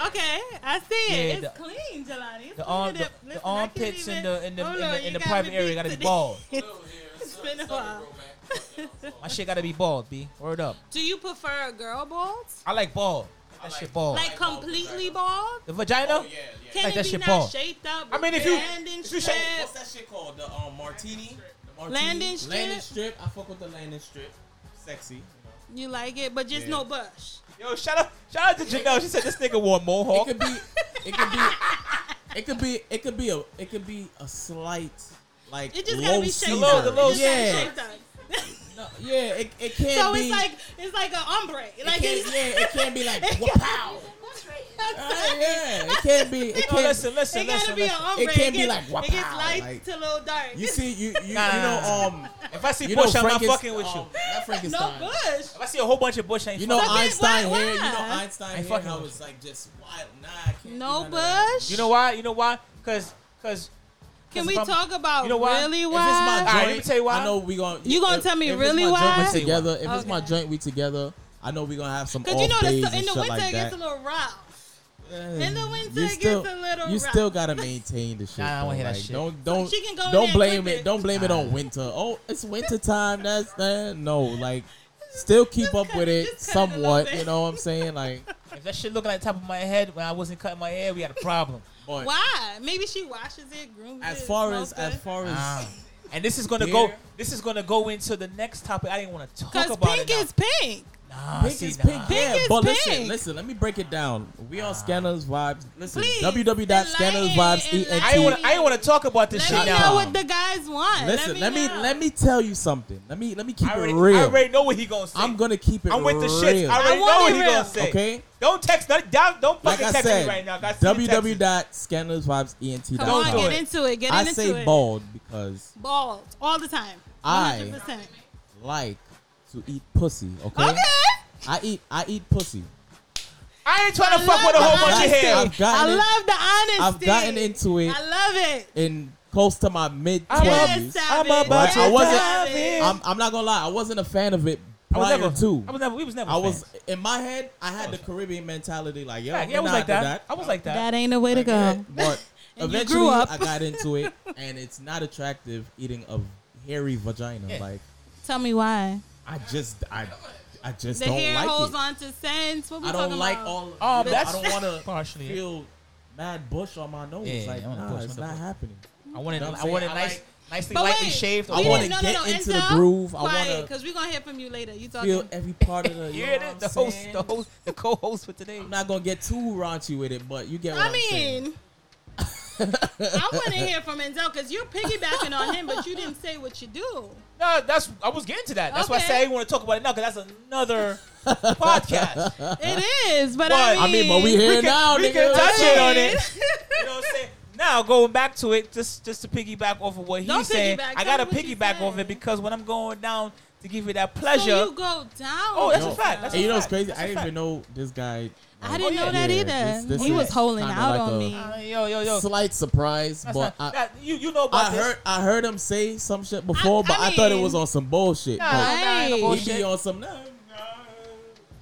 E: Okay, I see
C: Yeah,
E: it.
C: the-
E: it's clean, Jelani. It's
C: the arm,
E: cleaned
C: the,
E: up. Listen, I
C: the
E: can't
C: armpits
E: even-
C: and the in the
E: Hold
C: in
E: on,
C: the,
E: you
C: in the
E: got
C: private
E: me
C: area
E: beat
C: gotta be
E: today.
C: bald.
E: it's been a while.
C: My shit gotta be bald, b. Word up.
E: Do you prefer a girl bald?
C: I like bald. That shit bald.
E: Like completely bald?
C: the vagina?
D: Oh, Yeah, yeah.
E: Can
C: Like that
E: it be
C: shit
E: not
C: bald.
E: shaped up?
C: I mean, if you- if you shape-
D: What's that shit called? The um, martini. The martini?
E: Landing strip?
D: Landing strip. I fuck with the landing strip. Sexy.
E: you like it, but just no bush.
C: Yo, shout out, shout out to Janelle. She said this nigga wore a
D: It
C: mohawk.
D: could be. It could be. It could be. It could be a. It could be a slight. Like
E: It just
D: low
E: gotta be
D: C
E: shaped
C: low-
E: up.
C: the low
E: It just gotta be
D: C.
E: shaped up.
D: No, yeah, it, it can't
E: So
D: be.
E: it's like it's like an ombre. Like
D: it can't,
E: it's
D: yeah, it can't be like wow. yeah, it can't be. It
C: no,
D: can't.
C: listen, listen,
E: It gotta
C: listen.
E: be an
C: listen.
E: ombre.
D: It can't be
E: gets-
D: like, wow,
E: it gets light
D: like-
E: to a little dark.
D: you see, you you,
C: Nah,
D: you
C: nah, nah.
D: know um.
C: If I see
D: You know,
C: Bush, I'm not
D: Frankenstein-
C: fucking with you.
D: um, Not
E: no
D: Frankenstein.
E: bush.
C: If I see a whole bunch of Bush, I ain't
D: You know
E: But then
D: Einstein
E: why-
D: hair. You know
E: why?
D: Einstein
C: I
D: hair.
C: fucking
D: How
C: with
D: it's like just wild. Nah, I can't.
E: No
D: do none of that.
E: bush.
C: You know why? You know why? Cause, cause.
E: Can
C: 'cause
E: we
C: if I'm-
E: talk about
C: you know why?
E: really
C: If
D: If it's my
E: why?
D: joint,
C: Alright, let me tell you why.
D: I know we gonna.
E: You gonna
D: if-
E: tell me
D: if
E: really
D: it's my
E: why?
D: Joint, we together. If it's my
E: Okay.
D: joint, we together. I know we gonna have some off
E: Because you know,
D: days
E: the, in
D: and
E: the
D: shit
E: winter
D: like
E: it gets
D: that. Uh,
E: a little rough. In the winter
D: you
E: it
D: still,
E: gets a little
D: you
E: rough.
D: still gotta maintain the shit.
C: Nah, I don't
D: though.
C: wanna hear that
D: Like,
C: shit.
D: Don't don't
E: She can go in there
D: don't
E: and
D: blame
E: clip
D: it.
E: it.
D: Don't blame it on winter. Oh, it's winter time. That's that. No, like still keep
E: Just
D: up
E: cut
D: with
E: it-
D: it
E: just cut it a little
D: somewhat.
E: bit.
D: You know what I'm saying? Like,
C: If that shit looked like the top of my head when I wasn't cutting my hair, we had a problem.
D: but
E: Why? Maybe she washes it, grooms it.
D: as far as
E: smokes
D: as
E: it.
D: far
C: Ah.
D: as
C: And this is gonna go.
D: Here.
C: This is gonna go into the next topic. I didn't want to talk
E: Cause
C: about
E: pink
C: it. now.
E: is pink.
C: Nah,
D: Pink
C: see,
D: is
C: nah.
D: pink, yeah.
E: is
D: but
E: pink.
D: listen, listen. Let me break it down. We on Scanners Vibes. Listen,
E: Please, enlighten,
D: www.scannersvibes.ent.
C: I ain't want. I ain't want to talk about this
E: Let
C: shit
E: me
C: now.
E: know what the guys want.
D: Listen, let me
E: know.
D: let me tell you something. Let me let me keep
C: I already,
D: it real.
C: I already know what he gonna say.
D: I'm gonna keep it.
C: I'm with the
D: real.
C: shit. I already
E: I
C: know
E: want
C: what
E: it
C: he gonna
E: real.
C: say.
D: Okay.
C: Don't text. Don't, don't don't
D: Like
C: fucking
D: I
C: text
D: said, E
C: me right now. I see the texts.
D: www.scannersvibesent.
E: Come
C: Don't
E: on,
C: do
E: get
C: it.
E: into it. Get
D: I
E: into
D: say
E: it.
D: bald because
E: Bald all the time.
D: I-
E: 100%.
D: like to eat pussy. Okay.
E: Okay.
D: I eat I eat pussy.
C: I ain't trying to
E: I
C: fuck with a
E: love
C: whole
E: the
C: bunch of
E: honesty.
C: hair.
D: I've gotten
E: I
D: it-
E: love the
D: I've
E: honesty.
D: gotten into it
E: I love it.
D: in close to my mid
C: I'm
E: Yes,
D: twenties.
E: savage.
C: I'm about
D: Right, I
E: Yes,
D: wasn't-
E: savage.
D: I'm, I'm not gonna lie, I wasn't a fan of it
C: I was
D: prior
C: never.
D: to.
C: I was never. We was never.
D: I was
C: fans.
D: in my head. I had the Caribbean mentality, like yo,
C: Yeah,
D: we
C: yeah, I was
D: not
C: like
D: do
C: that. I was like that.
E: That ain't the way to
D: Like, eh,
E: go.
D: But
E: And
D: eventually,
E: you grew up.
D: I got into it, and it's not attractive eating a hairy vagina.
C: Yeah.
D: Like
E: Tell me why.
D: I just, I, I just
E: The
D: don't
E: hair
D: like
E: holds
D: it. Oh,
E: on to sense. What we
D: I
E: talking
D: don't like
E: about?
D: all.
C: Um,
D: you know,
C: that's
D: I don't want to
C: partially it.
D: feel mad bush on my nose.
C: Yeah,
D: like
C: I want a
D: nah,
C: bush,
D: it's
C: I want a
D: not
C: bush.
D: happening.
C: I wanted.
D: You know what
C: I
D: I'm
C: wanted
D: saying? I
C: nice,
D: like-
C: nicely,
E: But
C: lightly
E: wait,
C: shaved.
E: we
D: I
E: didn't-
D: wanna
E: no, no,
D: get
E: no,
D: into the
E: Enzo,
D: groove. I
E: quiet,
D: wanna-
E: cause we're gonna hear from you later. You talking?
D: Feel every part of the. You
C: Here it
D: know
C: is,
D: what
C: the
D: I'm
C: host,
D: saying?
C: the host, the co-host for today.
D: I'm not gonna get too raunchy with it, but you get what
E: I
D: I'm saying.
E: mean, I want to hear from Enzo because you're piggybacking on him, but you didn't say what you do.
C: No, that's I was getting to that. That's why I said I
E: Okay.
C: didn't want to talk about it now because that's another podcast.
E: It is, but
C: But,
E: I
D: I mean,
E: mean,
D: but we here
C: can-
D: now,
C: we
D: nigga.
C: can touch
E: it
C: on it. You know what I'm saying? Now going back to it, just just to piggyback off of what he's
E: Don't
C: saying,
E: piggyback.
C: I
E: Tell
C: gotta
E: me what you
C: piggyback off
E: saying.
C: it because when I'm going down to give you that
E: So
C: pleasure,
E: you go down.
C: Oh, that's a
D: Yo,
C: fact. That's
D: and
C: a
D: you know what's
C: fact.
D: crazy?
C: That's
D: I
C: a
D: didn't
C: fact.
D: even know this guy.
E: I
D: like,
E: didn't know that
D: yeah,
E: either.
D: this- this
E: he
D: is
E: was holding
D: kinda
E: out
D: like
E: on
D: a-
E: me.
C: Uh, yo, yo, yo.
D: Slight surprise,
C: That's
D: but
C: not,
D: I,
C: that, you you know about
D: I
C: this.
D: heard I heard him say some shit before,
E: I
D: but I, thought it
E: mean-
D: was on some bullshit.
C: Nah,
D: Like,
C: nah, nah,
E: Right.
C: bullshit.
D: he be on some. Nah, nah.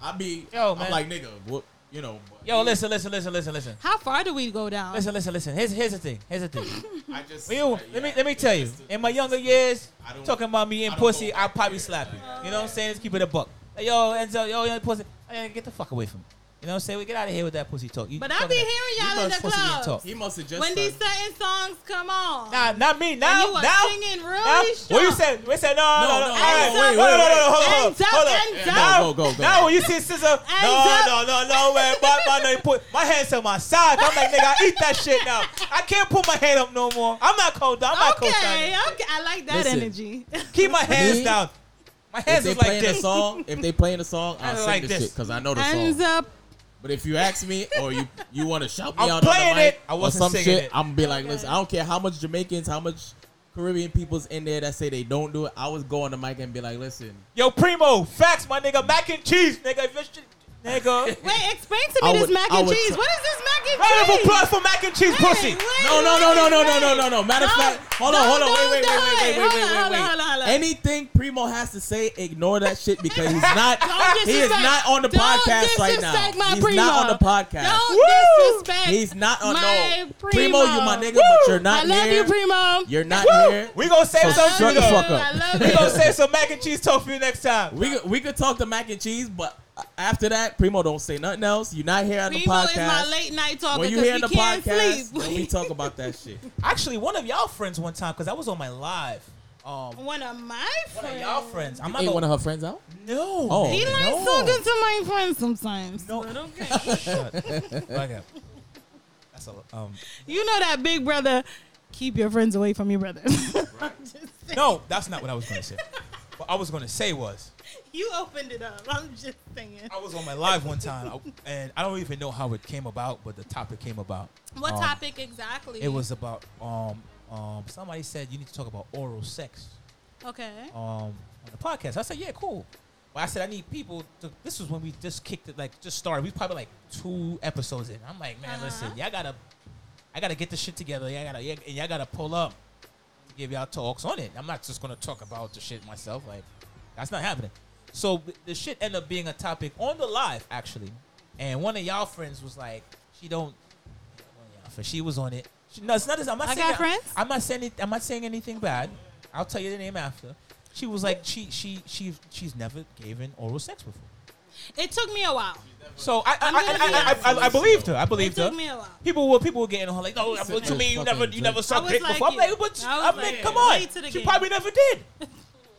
D: I be.
C: Yo, man.
D: I'm like nigga. What you know? but
C: Yo, listen, listen, listen, listen, listen,
E: How far do we go down?
C: listen, listen, listen. Here's here's the thing. Here's the thing.
D: I just.
C: Well, you,
D: yeah,
C: let me let me tell you. In my younger years,
D: I don't-
C: talking about me and
D: I don't
C: pussy,
D: go
C: I probably slap you. You know what I'm saying? Let's keep it a buck. Like, yo, Enzo, yo, yo, pussy, hey, get the fuck away from me. You know what I'm saying? We get out of here with that pussy talk. You
E: But I
C: talking
E: be
C: that-
E: hearing
C: you
E: y'all in the
C: must pussy and
E: club.
D: He must have just.
E: When these
D: started-
E: certain songs come on,
C: Nah, not me. Now,
E: you are
C: now,
E: singing really
C: now. What you
E: strong.
C: said? We said no, no,
D: no,
C: no. all
D: no,
C: right.
D: wait, wait,
C: no, no, no, no. Hold on, hold on,
E: Ends up,
C: hold on.
E: ends
C: Now,
D: up. Go, go, go.
C: now when you see scissor, no,
E: up.
C: no, no, no, way. But my no, you put my hands on my side. I'm like, nigga, I eat that shit now. I can't put my hand up no more. I'm not cold. I'm not cold.
E: okay, okay, I like that
D: Listen.
E: energy.
C: Keep my hands
D: Me?
C: down. My
D: If
C: hands
D: they
C: is
D: playing
C: like
D: a
C: this.
D: song, if they playing a song, I'll
C: Kinda
D: sing
C: like
D: the
C: this.
D: shit because I know the
E: Ends
D: song.
E: up,
D: But if you ask me, or you you want to shout me
C: I'm
D: out on
C: playing
D: the mic
C: it. I
D: or
C: wasn't
D: some
C: singing
D: shit,
C: it.
D: I'm gonna be like, listen, I don't care how much Jamaicans, how much Caribbean people's in there that say they don't do it. I was go on the mic and be like, listen,
C: Yo, primo, facts, my nigga, mac and cheese, nigga. If it's nigga,
E: wait, explain to
D: I
E: me this
D: would-
E: mac
D: I
E: and
D: would
E: cheese.
D: try-
E: What is this mac and cheese?
C: round of applause for mac and cheese, pussy.
D: No, no, no, no, no, no, no, no, no. Matter of fact, hold on, hold on, wait, wait, wait, wait, wait, wait, wait, wait. Anything Primo has to say, ignore that shit because he's not. he is
E: disrespect-
D: not on the
E: don't
D: podcast right now.
E: disrespect my
D: he's
E: Primo.
D: not on the podcast.
E: Don't disrespect.
D: he's not on.
E: my
D: No, Primo, you my nigga, but you're
E: I
D: not
E: love
D: here.
E: you, Primo.
D: You're not
C: Woo!
D: here.
C: We gonna save
D: So
C: some
D: shut the
C: nigga.
D: fuck
E: I love
D: up.
E: you.
C: We gonna save some mac and cheese talk for you next time.
D: We could- we could talk to mac and cheese, but after that, Primo don't say nothing else. You're not here on the
E: Primo is my
D: podcast.
E: late night talker
D: When you
E: because
D: hear
E: he
D: the
E: can't
D: podcast,
E: sleep.
D: when we talk about that shit.
C: Actually, one of y'all friends one time because I was on my live. Um,
E: One of my
C: one
E: friends.
C: of y'all friends. I'm not
D: Ain't one
C: gonna.
D: of her friends out?
C: No.
D: Oh.
E: He
D: No.
E: likes talking to my friends sometimes.
C: No.
E: But okay.
C: Okay. That's a um.
E: you know that big brother. Keep your friends away from your brother.
C: No, that's not what I was gonna say. What I was gonna say was
E: you opened it up. I'm just saying.
C: I was on my live one time I- and I don't even know how it came about, but the topic came about.
E: What
D: Oh.
C: Um,
E: topic exactly?
C: It was about um um somebody said you need to talk about oral sex.
E: okay.
C: um, on the podcast. I said, yeah, cool. But I said, I need people to. This was when we just kicked it, like just started. We probably like two episodes in. I'm like, man,
E: Uh-huh.
C: listen, y'all gotta, I gotta get this shit together. Y'all gotta, y'all, and y'all gotta pull up, give y'all talks on it. I'm not just gonna talk about the shit myself. Like, that's not happening. So th- the shit ended up being a topic on the live actually, and one of y'all friends was like, she don't. one of y'all friends, She was on it. She, no, it's not. I'm not
E: I
C: saying
E: got friends?
C: I'm not saying it, I'm not saying anything bad. I'll tell you the name after. She was like she she she she's never given oral sex before.
E: It took me a while.
C: So I I
E: I'm gonna be
C: I, I, I, I, I believed her. I
E: It
C: believed her.
E: took me a while.
C: People were people were getting her like no but to
D: there
C: me you
D: fucking
C: never you
D: drink.
C: never
E: I
C: sucked
E: was
C: dick
E: like
C: before. I'm
E: you.
C: like but
E: I was
C: I mean
E: like,
C: come
E: way
C: on
E: to the
C: she
E: game.
C: probably never did.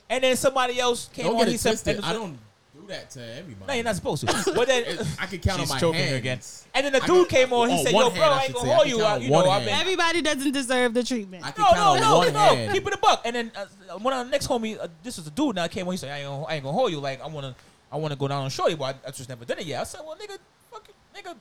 C: And then somebody else came
D: Don't
C: on.
D: get
C: he
D: it
C: said,
D: twisted.
C: and-
D: I don't do that to everybody.
C: No, you're not supposed to. But then
D: I can count
C: She's
D: on my
C: choking
D: hands.
C: again. And then the
D: I
C: dude
D: can-
C: came on. He
D: oh,
C: said,
D: one
C: "Yo, bro,
D: hand,
C: I
D: should
C: ain't gonna
D: say. I
C: hold
D: can
C: you
D: count
C: out.
D: on
C: You
D: one
C: know, I've
D: hand.
C: been
E: Everybody doesn't deserve the treatment.
D: I can
C: No,
D: count
C: no,
D: on
C: no,
D: one
C: no.
D: hand.
C: Keep it a buck. And then uh, one of the next homie, uh, this was a dude. Now came on. He said, I ain't, gonna, I ain't gonna hold you. Like I wanna, I wanna go down on shorty, but I, I just never did it yet. I said, well, nigga, fuck it, nigga,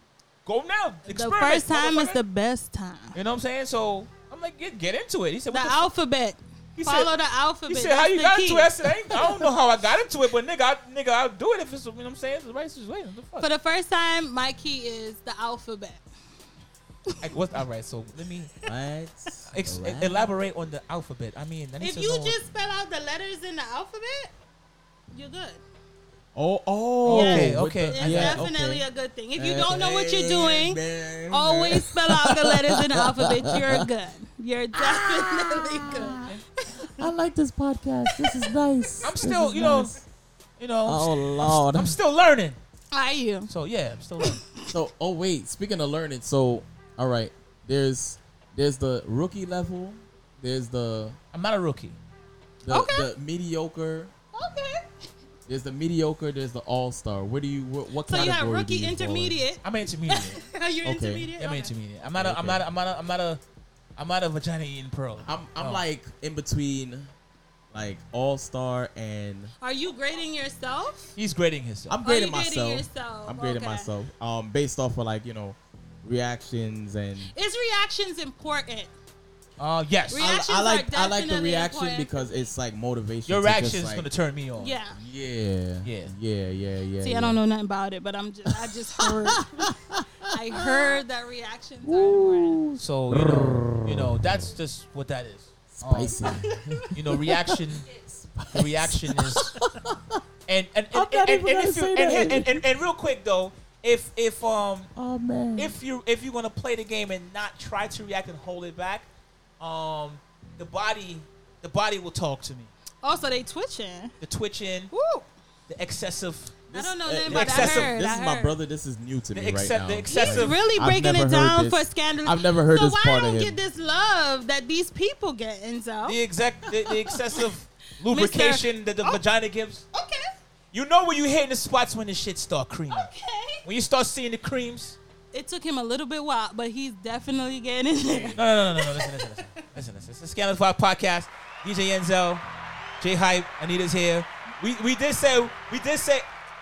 C: go now.
E: the
C: Experiment,
E: first time is
C: motherfucker."
E: the best time.
C: You know what I'm saying? So I'm like, get, get into it. He said,
E: The
C: what the,
E: alphabet.
C: He said-
E: Follow the
C: He
E: alphabet.
C: said,
E: That's
C: how you
E: the
C: got
E: key.
C: into it? I said, I, ain't, I don't know how I got into it, but nigga, I, nigga, I'll do it if it's, you know what I'm saying? It's the right situation. What the fuck?
E: For the first time, my key is the alphabet.
C: Like, what's, all right, so let me
D: What?
C: ex-
D: Alright.
C: elaborate on the alphabet. I mean, I need
E: If
C: to
E: you
C: know-
E: just spell out the letters in the alphabet, you're good.
D: Oh, oh.
C: Okay,
D: with
C: okay.
D: the-
E: It's
D: yeah,
E: definitely
D: okay.
E: a good thing. If you don't know what you're doing,
D: Amen.
E: always spell out the letters in the alphabet. You're good. You're
C: Ah.
E: definitely good.
D: I like this podcast. This is nice.
C: I'm still, you know, you know, I'm
D: Oh
C: st-
D: Lord.
C: I'm still learning.
E: Are you?
C: So yeah, I'm still learning.
D: so oh wait, speaking of learning, so all right, there's there's the rookie level, there's the
C: I'm not a rookie.
D: the,
E: Okay.
D: the mediocre,
E: Okay.
D: there's the mediocre, there's the all star. Where do you what, what
E: So you
D: category?
E: have
D: do you
E: rookie,
D: fall in?
E: intermediate.
C: I'm an intermediate.
E: Are you
D: Okay.
E: intermediate?
C: I'm an
E: Okay.
C: intermediate. I'm not a. I'm
D: Okay.
C: not. A, I'm not. A, I'm not a. I'm not a vagina eating pearl.
D: I'm I'm
C: Oh.
D: like in between, like all star and
E: Are you grading yourself?
C: He's grading himself.
D: I'm grading
E: you Oh, grading
D: myself.
E: yourself,
D: I'm grading
E: okay.
D: myself. Um, based off of like you know, reactions and
E: Is reactions important?
C: Uh, yes.
E: Re- Reactions
D: I, I like
E: are
D: I like the
E: definitely
D: reaction
E: important.
D: because it's like motivation.
C: Your
D: to just,
C: reaction is
D: like,
C: gonna turn me on.
E: Yeah.
D: Yeah.
C: Yeah.
D: Yeah. Yeah. Yeah.
E: See,
D: yeah.
E: I don't know nothing about it, but I'm just I just heard I heard that reactions are important.
D: Ooh,
C: So you know, you know, that's just what that is. Um,
D: spicy.
C: you know, reaction. the reaction is. And and
D: I'm not
C: and and, and,
D: even gonna
C: if you,
D: say
C: and,
D: that.
C: and, and, and and real quick though, if if um
D: oh man.
C: if you if you're gonna play the game and not try to react and hold it back, um, the body the body will talk to me.
E: Also, they twitching.
C: The twitching,
E: Woo!
C: the excessive,
E: I don't know
D: uh,
E: nothing
C: the
E: about that.
C: excessive-
E: I heard.
D: this
E: I
D: is my
E: heard.
D: brother. This is new to
C: the,
D: me
C: exce-
D: right now.
C: the
E: He's
C: excessive.
E: really
D: I've
E: breaking
D: never
E: it
D: heard
E: down
D: this.
E: for scandal.
D: I've never heard
E: so
D: this
E: why
D: part
E: I don't
D: of
E: get
D: him.
E: this love that these people get, Enzo?
C: the exact the, the excessive lubrication that the
E: Oh.
C: vagina gives.
E: Okay,
C: You know when you hitting the spots when the shit start creaming.
E: okay.
C: When you start seeing the creams.
E: It took him a little bit while, but he's definitely getting in there.
C: No, no, no, no, no. Listen, listen, listen. Listen, listen. It's the Scandal Five podcast. DJ Enzo, J Hype, Anita's here. We we did say we did say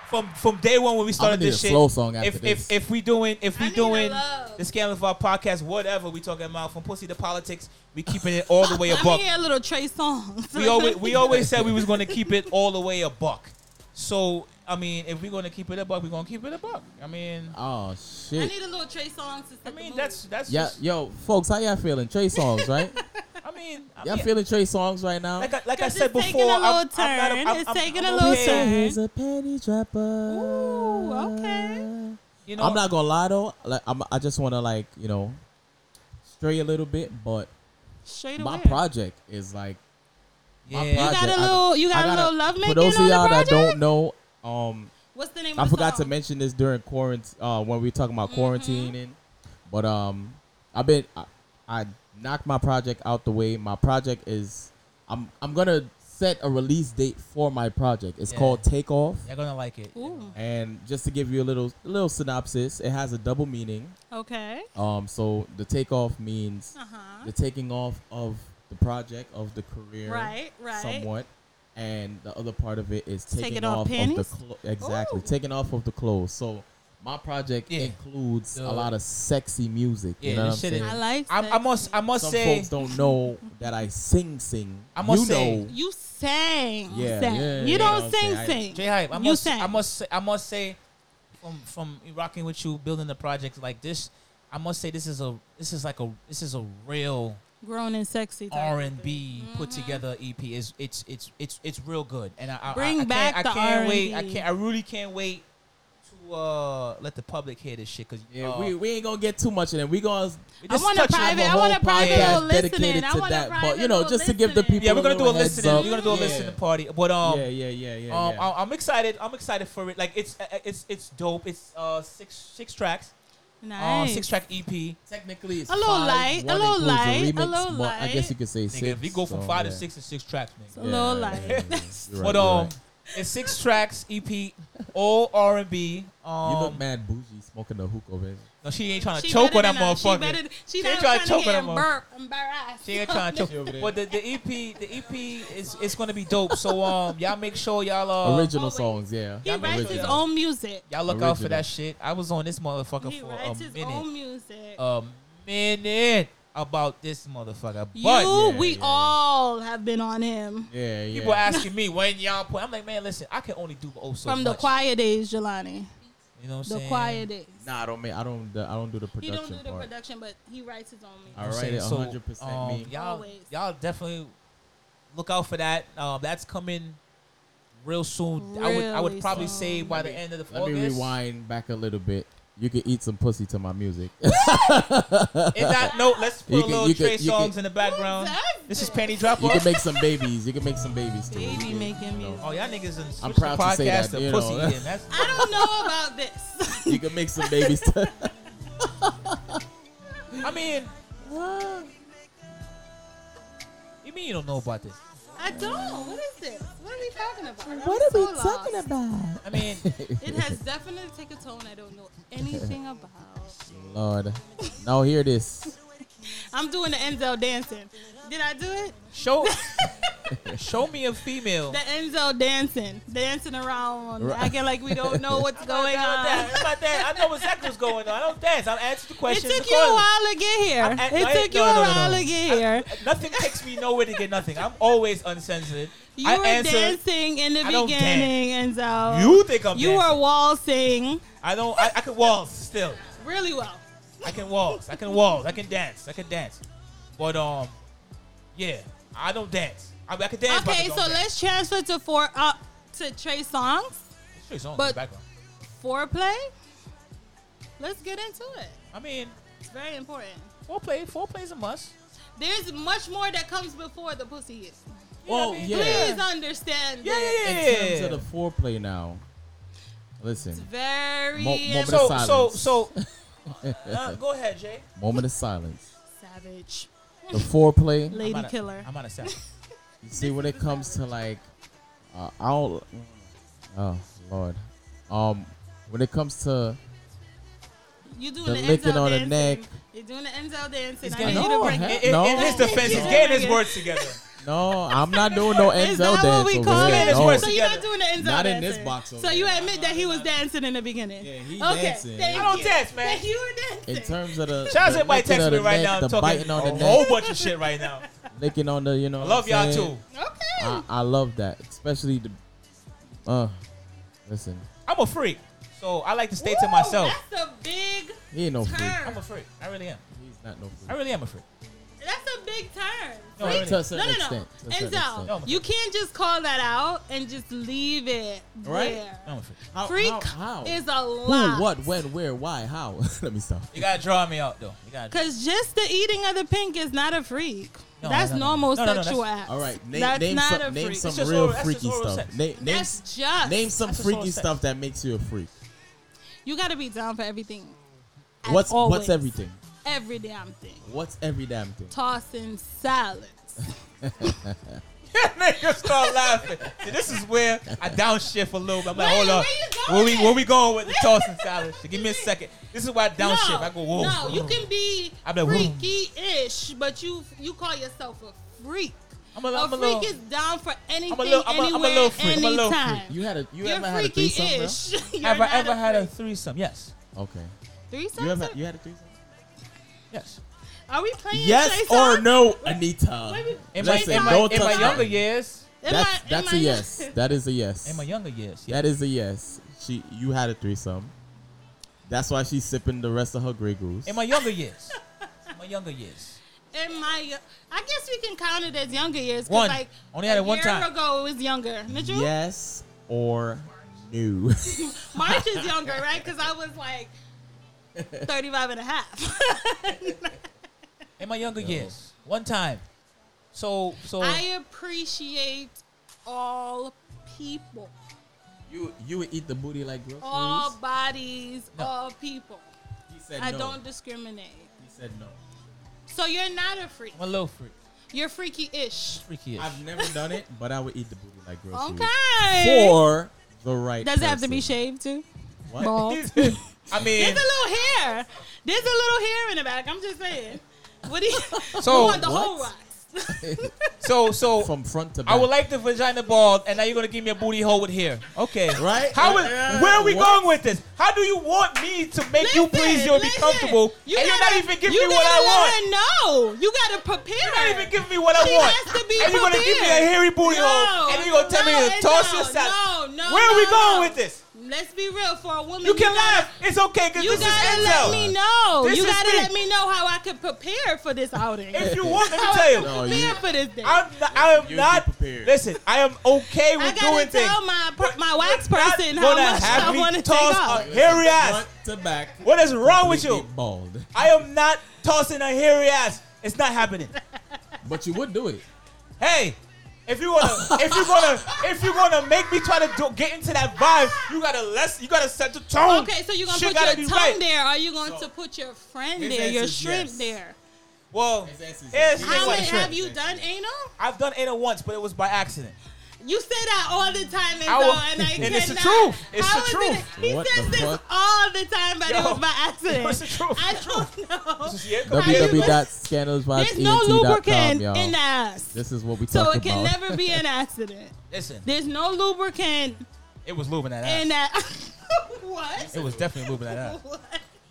C: from from day one when we started
D: need
C: this
D: a
C: shit.
D: slow song after
C: if
D: this.
C: if if we doing if
E: I
C: we
E: need
C: doing
E: the love.
C: the Scandal Five podcast, whatever we talking about from pussy to politics, we keeping it all the way a
E: Let
C: buck.
E: me hear a little Trey song.
C: We always we always said we was gonna keep it all the way a buck. So I mean, if we're gonna keep it a buck, we're gonna keep it a buck. I mean,
D: oh
E: I
D: shit.
E: need a little Trey song to set
C: I
E: the
C: mean
E: mood.
C: that's that's
D: Yeah,
C: just-
D: yo, folks, how y'all feeling? Trey songs, right?
C: I mean, I
D: Y'all
C: mean,
D: feeling Trey songs right now?
C: like I, like I
E: Because
C: said
E: it's taking
C: before,
E: a little
C: I'm, I'm not a-
E: turn.
C: I'm-
E: It's
C: I'm-
E: taking
C: I'm
E: a little
C: okay.
E: turn.
D: Here's a penny dropper.
E: Ooh, uh, okay.
C: You know,
D: I'm not gonna lie though. Like, I'm, I just want to like you know stray a little bit, but
E: straight
D: my
E: away.
D: project is like my
C: Yeah.
E: you got
D: project.
E: a
D: I-
E: little, you
D: I
E: got a
D: gotta-
E: little love
D: For
E: making
D: those
E: on
D: of
E: the
D: y'all that
E: project.
D: don't know, um,
E: What's the name?
D: I
E: of the
D: forgot
E: song? Mm-hmm.
D: to mention this during quarantine uh, when we were talking about quarantining, but um, I've been I, I knocked my project out the way. My project is I'm I'm gonna set a release date for my project. It's
C: Yeah.
D: called Take Off,
C: They're gonna like it.
E: Ooh,
D: and just to give you a little a little synopsis, it has a double meaning.
E: okay.
D: Um, so the takeoff means
E: Uh huh.
D: the taking off of the project of the career,
E: Right, right.
D: Somewhat, and the other part of it is
E: Taking
D: taking
E: off
D: off of the
E: panties?
D: clo- exactly
E: Ooh.
D: taking off of the clothes. So my project
C: Yeah.
D: includes
C: The-
D: a lot of sexy music.
C: Yeah,
D: you know
C: this
D: what I'm
C: shit is-
D: saying?
E: I like.
C: I, I
E: sexy.
C: must. I must
D: Some
C: say.
D: folks don't know that I sing, sing.
C: I must
D: you
C: say-
D: know,
E: You sang.
D: Yeah,
E: sang.
D: yeah, yeah,
E: you
D: yeah,
E: don't sing,
D: I'm saying, I-
E: sing.
C: J Hype, I
E: You
C: must,
E: sang.
C: I must say, I must say, from from rocking with you, building the project like this, I must say this is a this is like a this is a real
E: Grown and sexy. type
C: R
E: of
C: and
E: thing.
C: B put
E: Mm-hmm.
C: together EP. Is it's it's it's it's real good, and I I- I,
E: Bring
C: I,
E: back
C: can't,
E: the
C: I can't wait. I
E: R&B.
C: can't. I really can't wait to uh let the public hear this shit uh, because
D: yeah, we, we ain't gonna get too much of that. We gonna
E: I want a private- I want a private little listening. I want a
D: but
E: private
D: you know,
E: little
D: just to give the
E: listening.
D: people
C: yeah we're gonna
D: a
C: do
D: little
C: a
D: heads
C: listening
D: up.
C: we're gonna do a
D: Yeah.
C: listening party, but um.
D: yeah, yeah, yeah, yeah.
C: Um,
D: yeah.
C: I- I'm excited. I'm excited for it. Like it's uh, it's it's dope. It's uh six six tracks.
E: Nice.
C: Um, six track EP.
D: Technically, it's
E: A little
D: five.
E: light, a
D: One
E: little
D: includes
E: light, a
D: remix,
E: little
D: but I guess
E: light.
D: you could say
C: Nigga,
D: six.
C: if we go from
D: so,
C: five to
D: yeah.
C: six to six tracks, nigga.
E: A little light.
D: You're
C: but
D: you're
C: um, it's six tracks EP, all R and B. Um,
D: you look mad bougie smoking the hook over there.
C: no, she ain't trying to
E: She
C: choke on
E: better
C: that
E: than us. She,
C: motherfucker.
E: better, she,
C: She
E: not
C: ain't
E: trying
C: trying
E: to
C: to choke
E: get
C: on that
E: embarrassed. Embarrassed.
C: She ain't trying to choke.
D: over there.
C: But the, the EP, the EP is it's gonna be dope. So um, y'all make sure y'all uh,
D: Original
E: always.
D: songs, yeah.
E: He
C: Y'all make
E: writes
C: sure
E: his
C: y'all-
E: own music.
C: y'all look out for
D: Original.
C: that shit. I was on this motherfucker
E: He
C: for
E: writes
C: a
E: his own
C: minute,
E: music.
C: a minute about this motherfucker.
E: you,
C: But
D: yeah,
E: we
D: yeah.
E: all have been on him
D: Yeah, yeah.
C: people asking me when y'all play. I'm like, man, listen, I can only do oh so
E: from the
C: much.
E: quiet days, Jelani.
C: You know what I'm
E: The
C: saying?
E: quiet days.
D: Nah, I don't make. I don't. I don't do the
E: He
D: production
E: don't do the
D: part.
E: production, but he writes his own music.
D: I write it
C: So,
D: 100 percent
C: um,
D: me.
C: Y'all,
E: Always.
C: y'all definitely look out for that. Um, that's coming real soon. I would, I
E: Really
C: would probably
E: soon.
C: say by the end of the
D: Let
C: August.
D: me rewind back a little bit. You could eat some pussy to my music.
C: In that note, let's put
D: You
C: a
D: can-
C: little
D: you can-
C: Trey
D: you can-
C: songs in the background.
E: does
C: This is
E: this?
C: Penny Drop
D: you can
C: Off.
D: make some babies. You can make some babies too.
E: Baby making music.
C: Oh, y'all niggas in
D: I'm
C: switch the
D: proud to say
C: podcast
D: that, you know.
C: pussy eating. That's
E: I don't know about this.
D: You can make some babies. To,
C: I mean, you mean you don't know about this?
E: I don't. What is this? What are we talking about? What are we talking about?
C: I mean,
E: It has definitely taken a tone I don't know anything about.
D: Lord, now hear this.
E: I'm doing the Enzel dancing. Did I do it?
C: show show me a female.
E: The Enzo dancing, dancing around,
D: Right.
E: acting like we don't know what's going
C: About
E: on.
C: that, about that. I know exactly what's going on. I don't dance. I'm answering the
E: It
C: questions.
E: took you a
C: accordingly.
E: while to get here.
C: I'm at-
E: it
C: I-
E: took
C: no,
E: you a
C: no, no, no.
E: while to get here.
C: Nothing takes me nowhere to get nothing. I'm always uncensored.
E: You
C: I
E: were
C: answer.
E: dancing in the
C: I don't
E: beginning, Enzo.
C: You think I'm
E: You
C: dancing.
E: were waltzing
C: I don't. I, I can waltz still.
E: really well.
C: I can waltz. I can waltz. I can dance. I can dance. But um, yeah, I don't dance. I, mean, I can dance. but I
E: Okay,
C: don't
E: so
C: dance.
E: let's transfer to four uh, to Trey songs.
C: Sure, it's on in
E: but-
C: the background.
E: Foreplay. Let's get into it.
C: I mean,
E: It's very important.
C: foreplay. Foreplay's a must.
E: There's much more that comes before the pussy is.
D: Oh yeah.
E: Please understand.
C: Yeah,
E: this.
C: yeah, yeah.
D: In terms of the foreplay now, listen.
E: Very
D: Mo- moment
C: so,
D: of
C: so,
D: silence.
C: so. Uh, go ahead, Jay.
D: Moment of silence.
E: savage.
D: The foreplay.
E: Lady
C: I'm out of-
E: killer.
C: I'm out of sound.
D: You see, when it comes to like, uh, I don't. Oh Lord. Um, when it comes to
E: You doing
D: The
E: the,
D: licking
E: Enzo
D: on the
E: dancing.
D: neck.
E: You're doing the Enzo dancing.
C: He's
E: I need
C: getting-
E: you to
D: No,
E: bring
D: hell
E: it.
C: In,
D: No.
C: in his defense, he's getting his words together.
D: no, I'm not doing no Enzo
E: Is that what
D: dance
E: we
D: over
E: call
D: here.
E: it?
C: It's
D: No.
C: worse
E: So you're not
C: together.
E: doing the Enzo
D: Not
E: dancing.
D: in this box over
E: So you
D: here.
E: admit that he was dancing in the beginning.
D: Yeah, he
E: okay,
D: dancing.
E: thank
C: I don't
E: you.
C: dance, man.
E: Thank you were dancing.
D: In terms of the,
C: Shout out to
D: the
C: everybody
D: licking
C: texting
D: of
C: me
D: the
C: right
D: neck,
C: now.
D: the
C: I'm talking Oh,
D: biting on the
C: a whole
D: neck,
C: bunch of shit right now.
D: licking on the, you know.
C: I
D: what
C: love
D: I'm
C: y'all
D: saying?
C: too.
E: okay.
D: I, I love that, especially the. Uh, listen,
C: I'm a freak, so I like to stay to
E: Woo,
C: myself.
E: That's a big
D: he ain't no freak.
E: turn.
C: I'm a freak. I really am.
D: He's not no
C: I
D: freak.
C: really am a freak.
E: That's a big turn.
C: No, I
D: To a
C: really am.
E: No,
D: certain
E: no, no.
D: extent. to a certain
E: Enzo,
D: extent.
C: extent.
E: you can't just call that out and just leave it
D: Right?
E: there.
C: I'm a freak.
D: How-
E: Freak
D: how- how?
E: is a lot.
D: Who, what, when, where, why, how? Let me stop.
C: You gotta draw me out though. You gotta.
E: Cause just the eating of the pink is not a freak.
C: No,
E: that's
C: no, no.
E: normal
C: No, no, no, that's-
E: sexual acts.
D: All right, name,
E: that's
D: name
E: not
D: some,
E: a
D: name
E: freak.
D: some
C: It's just
D: real
C: oral- that's just
D: freaky
C: oral
D: stuff.
C: sex.
D: Name, name,
E: that's just.
D: name some
C: that's just oral
D: freaky
C: sex.
D: stuff that makes you a freak.
E: you got to be down for everything. As
D: What's
E: always.
D: what's everything?
E: Every damn thing.
D: What's every damn thing?
E: Tossing salads.
C: Nigga start laughing. See, this is where I downshift a little bit. I'm like,
E: Wait,
C: hold on.
E: where
C: Where
E: you
C: we
E: going?
C: where we going with the tossing salad shit? Give me a second. This is why I
E: no,
C: downshift. I go, whoa.
E: no, you can be
C: I be like, whoa.
E: freaky-ish, but you you call yourself a freak.
C: I'm a,
E: A
C: I'm a
E: freak
C: little.
E: is down for anything,
C: I'm a little- I'm a- I'm a
E: anywhere,
C: little freak. I'm a little freak.
E: anytime.
D: You had a you
E: You're
D: ever had a threesome? bro?
E: freaky-ish. You're
C: Have
E: not
C: I ever had a
E: freak.
C: threesome? Yes.
D: Okay.
E: threesome?
D: You ever
E: sir?
D: you had a threesome?
C: Yes.
E: Are we playing?
D: Yes
E: threesome?
D: or no, Anita.
E: Wait,
C: In my,
D: Listen,
C: in my,
D: don't
C: in my
D: touch
C: younger
D: that.
C: years.
E: Am
D: That's
E: I-
D: that's
E: am
D: a
E: I-
D: yes. That is a yes.
C: In my younger years. Yeah.
D: That is a yes. She you had a threesome. That's why she's sipping the rest of her Grey Goose.
C: In my younger years. In my younger years.
E: In my, I guess we can count it as younger years. 'cause,
C: One.
E: Like
C: Only had
E: a
C: it one
E: year
C: time.
E: ago, it was younger. Mitchell?
D: yes or no.
E: March is younger, right? Because I was like 35 and a half.
C: In my younger years. One time. So so
E: I appreciate all people,
D: you you would eat the booty like groceries.
E: all bodies,
C: No.
E: all people.
D: he said
E: Oh, I
D: no.
E: don't discriminate.
D: He said no.
E: So you're not a freak.
C: I'm a little freak.
E: You're freaky ish.
C: Freaky
D: I've never done it, but I would eat the booty like groceries.
E: Okay.
D: For the right.
E: Does it have to be
D: person.
E: shaved too?
D: What?
E: Bald.
C: I mean
E: There's a little hair. There's a little hair in the back. I'm just saying. What do you?
C: So,
E: you want the whole
D: what?
E: rocks.
C: so so
D: From front to back.
C: I would like the vagina bald, and now you're gonna give me a booty hole with hair. Okay.
D: Right?
C: How is,
D: Yeah.
C: where are we
D: What?
C: going with this? How do you want me to make you
E: Listen,
C: please you and be
E: listen.
C: comfortable?
E: You
C: and
E: gotta-
C: you're not even giving
E: you
C: me what
E: gotta
C: I
E: let
C: want.
E: Her no, you gotta prepare.
C: You're not even giving me what I
E: She
C: want.
E: has to be
C: and you're gonna give me a
E: prepared.
C: hairy booty hole, and you're gonna tell
E: no,
C: me to
E: and
C: toss
E: no,
C: your salad.
E: No, no.
C: where are we
E: no,
C: going
E: no.
C: with this?
E: Let's be real. For a woman,
C: You can
E: gotta-
C: laugh. It's okay because
E: You
C: this is
E: gotta let
C: intel.
E: me know.
C: This
E: you
C: is
E: gotta
C: me.
E: let me know how I can prepare for this outing.
C: If you want, let me
E: How
C: tell you.
E: I can
D: No, you-
E: prepare for this day.
C: I'm not, I am
D: You'll be
C: not
D: prepared.
C: Listen, I am okay
E: I
C: with
E: gotta
C: doing
E: tell
C: things.
E: my per- my
C: You're
E: wax
C: not
E: person how
C: gonna
E: much
C: have
E: I
C: me
E: want to take
C: toss
E: off.
C: a hairy ass.
D: Front to back.
C: What is wrong with you?
D: completely Bald.
C: I am not tossing a hairy ass. It's not happening.
D: But you would do it.
C: Hey, if you wanna, if you gonna, if you gonna make me try to do, get into that vibe, you gotta less, you gotta set the tone.
E: Okay, so you're gonna
C: Shit
E: put your
C: gotta be
E: tongue
C: right.
E: there. Are you going
D: So,
E: to put your friend
D: his
E: there,
D: answer
E: your
D: is
E: shrimp
D: yes.
E: there?
C: Well,
D: His answer is
C: here's
D: yes.
C: here's
E: How
C: what
E: many
C: shrimp.
E: have you done anal?
C: I've done anal once, but it was by accident.
E: You say that all the time, and,
C: I
E: so,
C: will-
E: and I
C: and
E: cannot.
C: it's the truth. It's
E: How
C: the
E: is
C: truth.
E: it- he
D: What
E: says
D: the
E: this
D: fuck?
E: all the time, but it
C: Yo,
E: was by accident.
C: it's the truth.
E: I
C: It's the
E: don't know.
C: This is- yeah, come on.
D: www.scandalsvibesent.com,
E: There's no lubricant
D: y'all.
E: in the ass,
D: This is what we talk
E: so
D: about.
E: it can never be an accident.
C: Listen,
E: There's no lubricant
C: it was lubing that
E: in
C: ass.
E: that. what?
C: It was definitely lubing that ass.
E: What?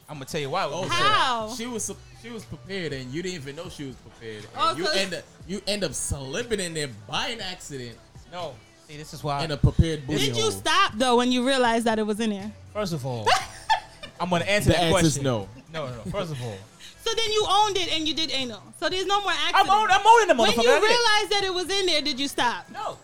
C: I'm gonna tell you why. It was
D: Also,
E: How?
D: Oh, She was she was prepared, and you didn't even know she was prepared. And
E: Oh,
D: you
E: so-
D: end up you end up slipping in there by an accident
C: No, see, this is why.
D: in a prepared booty
E: Did
D: hole.
E: you stop though when you realized that it was in there?
C: First of all, I'm gonna answer
D: The
C: that
D: answer is
C: question.
D: no.
C: no, no, no. First of all,
E: So then you owned it and you did anal. So there's no more accident.
C: I'm on, I'm owning the
E: when
C: motherfucker.
E: you
C: I did.
E: realized that it was in there, did you stop?
C: no,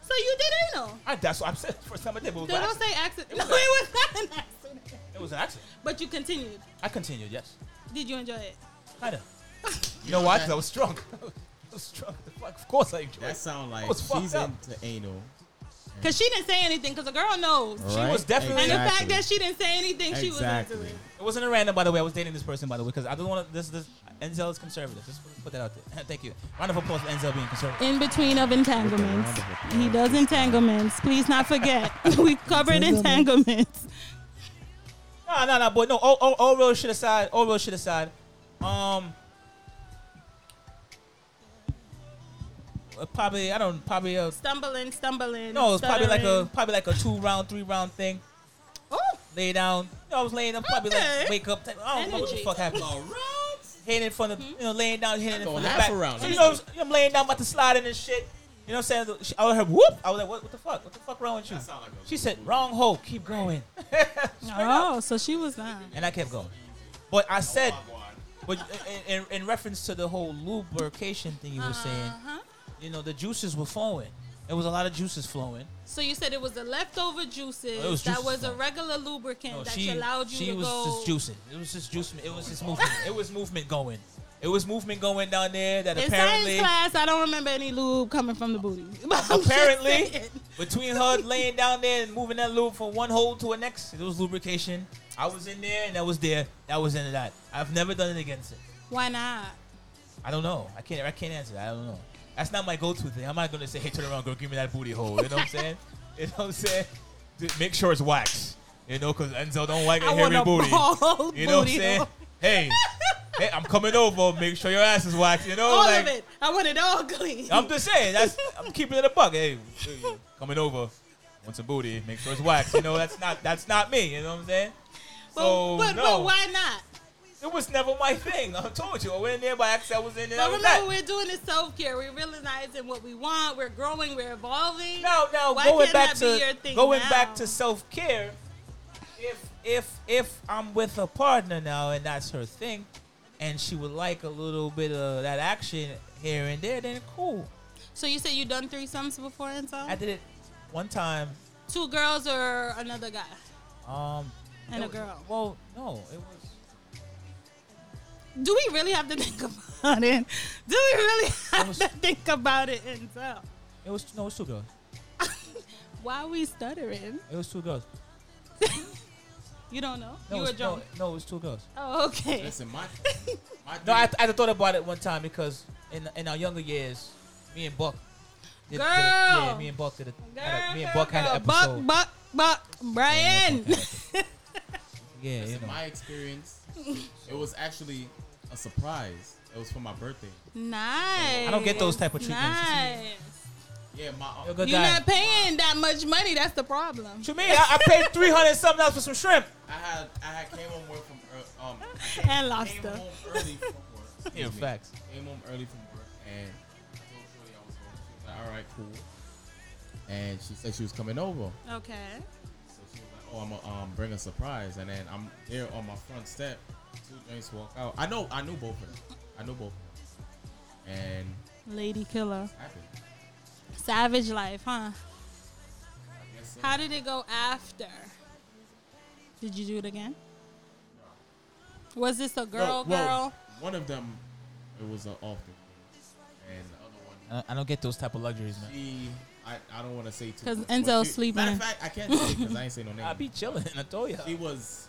E: So you did anal.
C: I, that's what I'm saying. First time I did, but it was,
E: They
C: by
E: don't
C: accident.
E: say accident. No, it was not an accident.
C: it was an accident.
E: But you continued.
C: I continued, yes.
E: Did you enjoy it?
C: Kinda. You know why? Because I was drunk. I was drunk. The fuck? Of course I enjoyed
D: That
C: it.
D: sound like
C: I was fucked
D: she's
C: up.
D: into anal.
E: Because she didn't say anything. Because the girl knows.
D: All
C: She
D: right?
C: was definitely-
E: And the fact
D: Exactly.
E: that she didn't say anything, she was
D: exactly.
E: into it.
C: It wasn't a random, by the way. I was dating this person, by the way, because I don't want to. This, this. Enzel is conservative. Just put that out there. Thank you. Round of applause for Enzel being conservative.
E: In between of entanglements, he does entanglements. Please not forget, we covered entanglements.
C: Nah, nah, nah, boy. No, all, all, all real shit aside. All real shit aside. Um. uh, Probably, I don't. Probably uh, a.
E: Stumbling, stumbling.
C: No, it's probably like a
E: stuttering.
C: probably like a two round, three round thing.
E: Oh,
C: Lay down. You know, I was laying up, probably
E: Okay.
C: like wake up. Type, I don't know what the
E: Energy.
C: fuck happened. hitting from the, you know, laying down, hitting
D: I
C: it
D: go
C: from the
D: half
C: back.
D: around.
C: So, you know, I'm laying down, about to slide in and shit. You know what I'm saying? She- I heard whoop. I was like, what, what the fuck? What the fuck wrong with you?
D: sound like a-
C: She said, wrong hole. Keep going.
E: Oh, so she was not.
C: And I kept going. But I said,
D: Oh,
C: but in, in, in reference to the whole lubrication thing you were saying,
E: Uh-huh.
C: you know, the juices were flowing. There was a lot of juices flowing.
E: So you said it was the leftover juices
C: Oh, It was
E: that
C: juices,
E: was a
C: though.
E: regular lubricant
C: No,
E: that
C: she
E: allowed you
C: she
E: to
C: was
E: go.
C: just juicing. It was just juicing. It was just movement. it was movement going. It was movement going down there that
E: In
C: apparently
E: science class, I don't remember any lube coming from the booty. But I'm just
C: apparently
E: saying.
C: between her laying down there and moving that lube from one hole to the next, it was lubrication. I was in there and that was there. That was in that. I've never done it against it.
E: Why not?
C: I don't know. I can't. I can't answer that. I don't know. That's not my go-to thing. I'm not gonna say, "Hey, turn around, girl, give me that booty hole." You know what I'm saying? You know what I'm saying? Dude, make sure it's wax. You know, because Enzo don't like a
E: I want
C: hairy
E: a
C: booty.
E: bald
C: You know what I'm
E: booty
C: saying?
E: hole.
C: Hey, hey, I'm coming over. Make sure your ass is waxed. You know,
E: All
C: Oh, like
E: of it. I want it all clean.
C: I'm just saying. That's I'm keeping it a buck. Hey, hey, coming over. Want some booty? Make sure it's waxed. You know, that's not that's not me. You know what I'm saying?
E: but,
C: so,
E: but,
C: no.
E: but why not?
C: It was never my thing. I told you. I went in there by accident. I was in there. I
E: But
C: was
E: remember,
C: that.
E: we're doing this self care. We're realizing what we want. We're growing. We're evolving.
C: Now, now
E: Why
C: going
E: can't
C: back
E: that be your
C: to
E: thing
C: going
E: now?
C: back to self care. If if if I'm with a partner now and that's her thing, and she would like a little bit of that action here and there, then cool.
E: So you said you done threesomes before, and so
C: I did it one time.
E: two girls or another guy
C: Um,
E: and
C: it
E: a
C: was-
E: girl.
C: Well, no, it was.
E: Do we really have to think about it? Do we really have
C: was-
E: to think about it, and so
C: It was no, it was two girls.
E: why we stuttering?
C: It was two girls.
E: You don't know. you
C: No, it
E: were
C: was, no,
E: drunk.
C: no, it was two girls.
E: Oh, okay.
D: Listen, my, my
C: No, I, I thought about it one time because in in our younger years, me and Buck. Did, did a- yeah,
E: Girl.
C: me and Buck did a, had
E: Girl,
C: a me and
E: girl,
C: Buck had an
E: girl.
C: episode.
E: Buck, Buck, Buck, Brian.
C: Yeah, you
D: listen,
C: know.
D: my experience, it was actually a surprise. It was for my birthday.
E: nice.
C: I don't get those type of treatments.
E: Nice.
D: Yeah, my
C: You're a good
E: You're
C: guy.
E: not paying that much money. That's the problem.
C: What you mean? I, I paid three hundred something dollars for some shrimp.
D: I had I had came home work from ear- um
E: And
D: came
E: lobster.
D: home early from work. Excuse me.
C: facts.
D: Came home early from work and I told Shorty I was home. She was like, all right, cool. And she said she was coming over.
E: Okay.
D: So she was like, oh, I'm gonna um, bring a surprise. And then I'm there on my front step. Two drinks walk out. I know, I knew both of them. I knew both of them. And
E: Lady killer.
D: happened.
E: Savage life, huh?
D: I guess so.
E: How did it go after? Did you do it again? Was this a girl,
D: No, well,
E: girl?
D: One of them, it was an off the and the other one.
C: I, I don't get those type of luxuries, man.
D: She, I, I don't want to say too.
E: 'Cause
D: much,
E: Enzo's
D: but
E: sleeping.
D: Matter of fact, I can't say because I ain't say no
C: I
D: name.
C: be chilling. I told you.
D: she was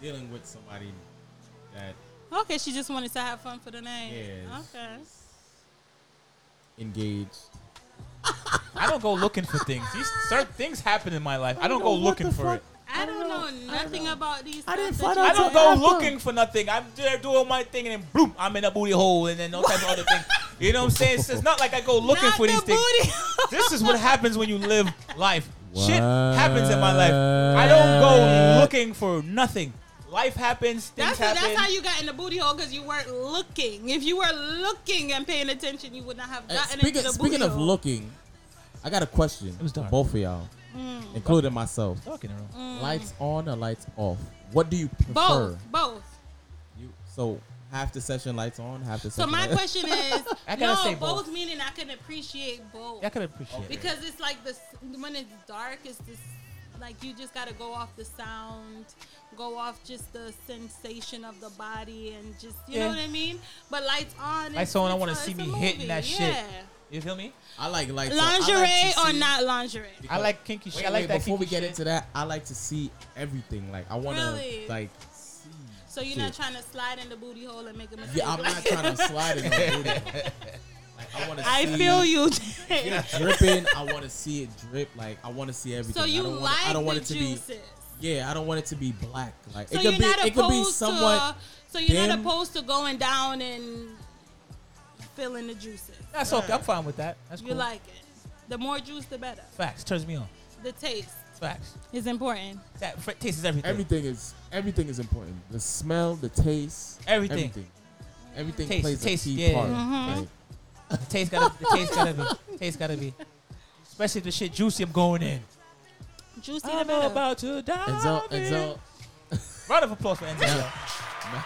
D: dealing with somebody that
E: Okay, she just wanted to have fun for the night.
D: Yes.
E: Okay.
D: engaged.
C: I don't go looking for things. These certain things happen in my life. I don't go looking for it.
E: I don't know nothing about these. I
H: didn't find
C: I
H: out
C: don't go looking for nothing. I'm there doing my thing and then boom, I'm in a booty hole and then no type of other thing. You know what I'm saying? It's, it's not like I go looking
E: Not
C: for
E: the
C: these things.
E: booty.
C: This is what happens when you live life. Shit happens in my life. I don't go looking for nothing. Life happens. Things
E: That's,
C: happen.
E: that's how you got in the booty hole because you weren't looking. If you were looking and paying attention, you would not have
D: And
E: gotten
D: speaking
E: into the
D: speaking
E: booty
D: of
E: hole.
D: looking, I got a question.
C: was
D: for
C: dark.
D: both of y'all,
E: Mm.
D: including myself.
C: Talking around.
D: Lights on or lights off? What do you prefer?
E: both, both.
D: You, so half the session lights on, half the
E: So
D: session.
E: my
D: lights-
E: question is,
C: I
E: no,
C: gotta say
E: both.
C: both.
E: meaning I can appreciate both
C: I could appreciate it.
E: because it's like this when it's dark, it's this like you just gotta go off the sound, go off just the sensation of the body, and just you know
C: Yeah.
E: what I mean. But lights on,
C: Lights
E: it's-
C: on, I
E: it's
C: wanna
E: a-
C: see
E: it's a
C: me hitting
E: movie,
C: that shit.
E: yeah.
C: You feel me?
D: I like lights on. I
E: Lingerie
D: like to
E: or
D: see-
E: not lingerie?
C: I like kinky shit.
D: Wait,
C: I like
D: wait,
C: that
D: before we
C: kinky
D: get
C: shit.
D: into that, I like to see everything. Like I want to
E: Really?
D: like see.
E: So you're
D: shit.
E: not trying to slide in the booty hole and make a mistake.
D: Yeah, I'm not trying to slide in no booty. Like I want to.
E: I feel you. Jay.
D: dripping. I want to see it drip. Like I want to see everything.
E: so you
D: I don't
E: like
D: want, I don't
E: the
D: want it to
E: juices.
D: be. Yeah, I don't want it to be black. Like
E: so
D: it
E: you're
D: could be.
E: not
D: It could be
E: opposed to.
D: somewhat.
E: So you're not
D: dim.
E: opposed to going down and filling the juices.
C: That's okay. I'm fine with that. That's
E: You
C: cool.
E: like it. The more juice, the better.
C: Facts turns me on.
E: The taste
C: Facts.
E: is important.
C: That fr- taste is everything.
D: Everything is everything is important. The smell, the taste,
C: Everything.
D: everything, everything
C: Taste,
D: plays
C: taste,
D: a key
C: yeah.
D: part.
E: Mhm.
D: Like,
C: The taste gotta. The taste gotta be. Taste gotta be. Especially if the shit juicy. I'm going in.
E: Juicy, the
C: I'm
E: better.
C: about to die.
D: Enzo, Enzo,
C: Round of applause for Enzo. y'all.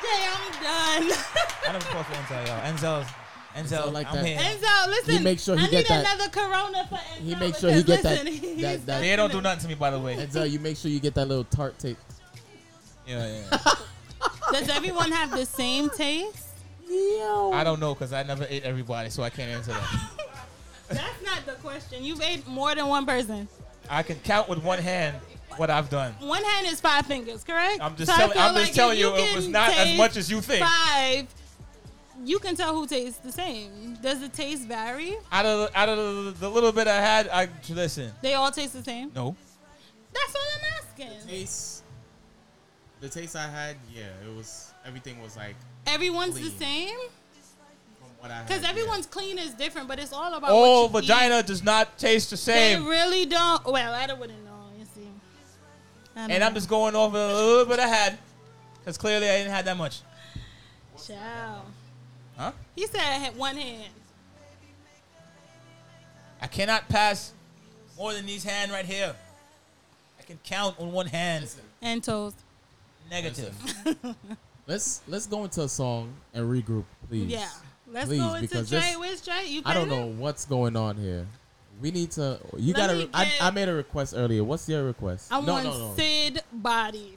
E: Jay, I'm done.
C: Round of applause for Enzo, y'all. Enzo's. Enzo,
D: Enzo like
C: I'm
D: that.
C: here.
E: Enzo, listen.
D: He makes sure he
E: I
D: get
E: need
D: that-
E: another Corona for Enzo.
D: he makes sure he
E: because
D: get that-
E: listen,
D: that-
E: he's
D: that-
C: They don't do
E: definitely-
C: nothing to me, by the way.
D: Enzo, you make sure you get that little tart taste.
C: Yeah, yeah.
E: Does everyone have the same taste?
C: I don't know because I never ate everybody, so I can't answer that.
E: That's not the question. You've ate more than one person.
C: I can count with one hand what I've done.
E: One hand is five fingers, correct?
C: I'm just
E: So I
C: telling.
E: feel
C: I'm
E: like
C: just
E: if
C: telling you, it
E: can
C: was not as
E: taste
C: much as you think.
E: Five. You can tell who tastes the same. Does the taste vary?
C: Out of out of the little bit I had, I listen.
E: They all taste the same.
C: No,
E: That's what I'm asking.
D: Taste. The taste I had, yeah, it was everything was like
E: Everyone's the
D: Clean.
E: same
D: from what I had.
E: because
D: yeah.
E: everyone's clean is different, but it's all about
C: all
E: what you
C: vagina does not taste the
E: Eat. They
C: same.
E: really don't. Well, I don't wouldn't know. You see, I don't
C: and I'm
E: know.
C: just going off a little bit I had, because clearly I didn't have that much.
E: Child.
C: Huh?
E: He said I had one hand.
C: I cannot pass more than these hand right here. I can count on one hand.
E: And toes.
C: Negative.
D: Let's let's go into a song and regroup, please.
E: Yeah. Let's
D: Please,
E: go into
D: because
E: Dre.
D: this-
E: Where's Dre? You
D: I don't
E: better?
D: know what's going on here. We need to. You
E: Let
D: gotta.
E: me
D: I,
E: get-
D: I made a request earlier. What's your request?
E: I
D: no,
E: want
D: no, no.
E: Sid body.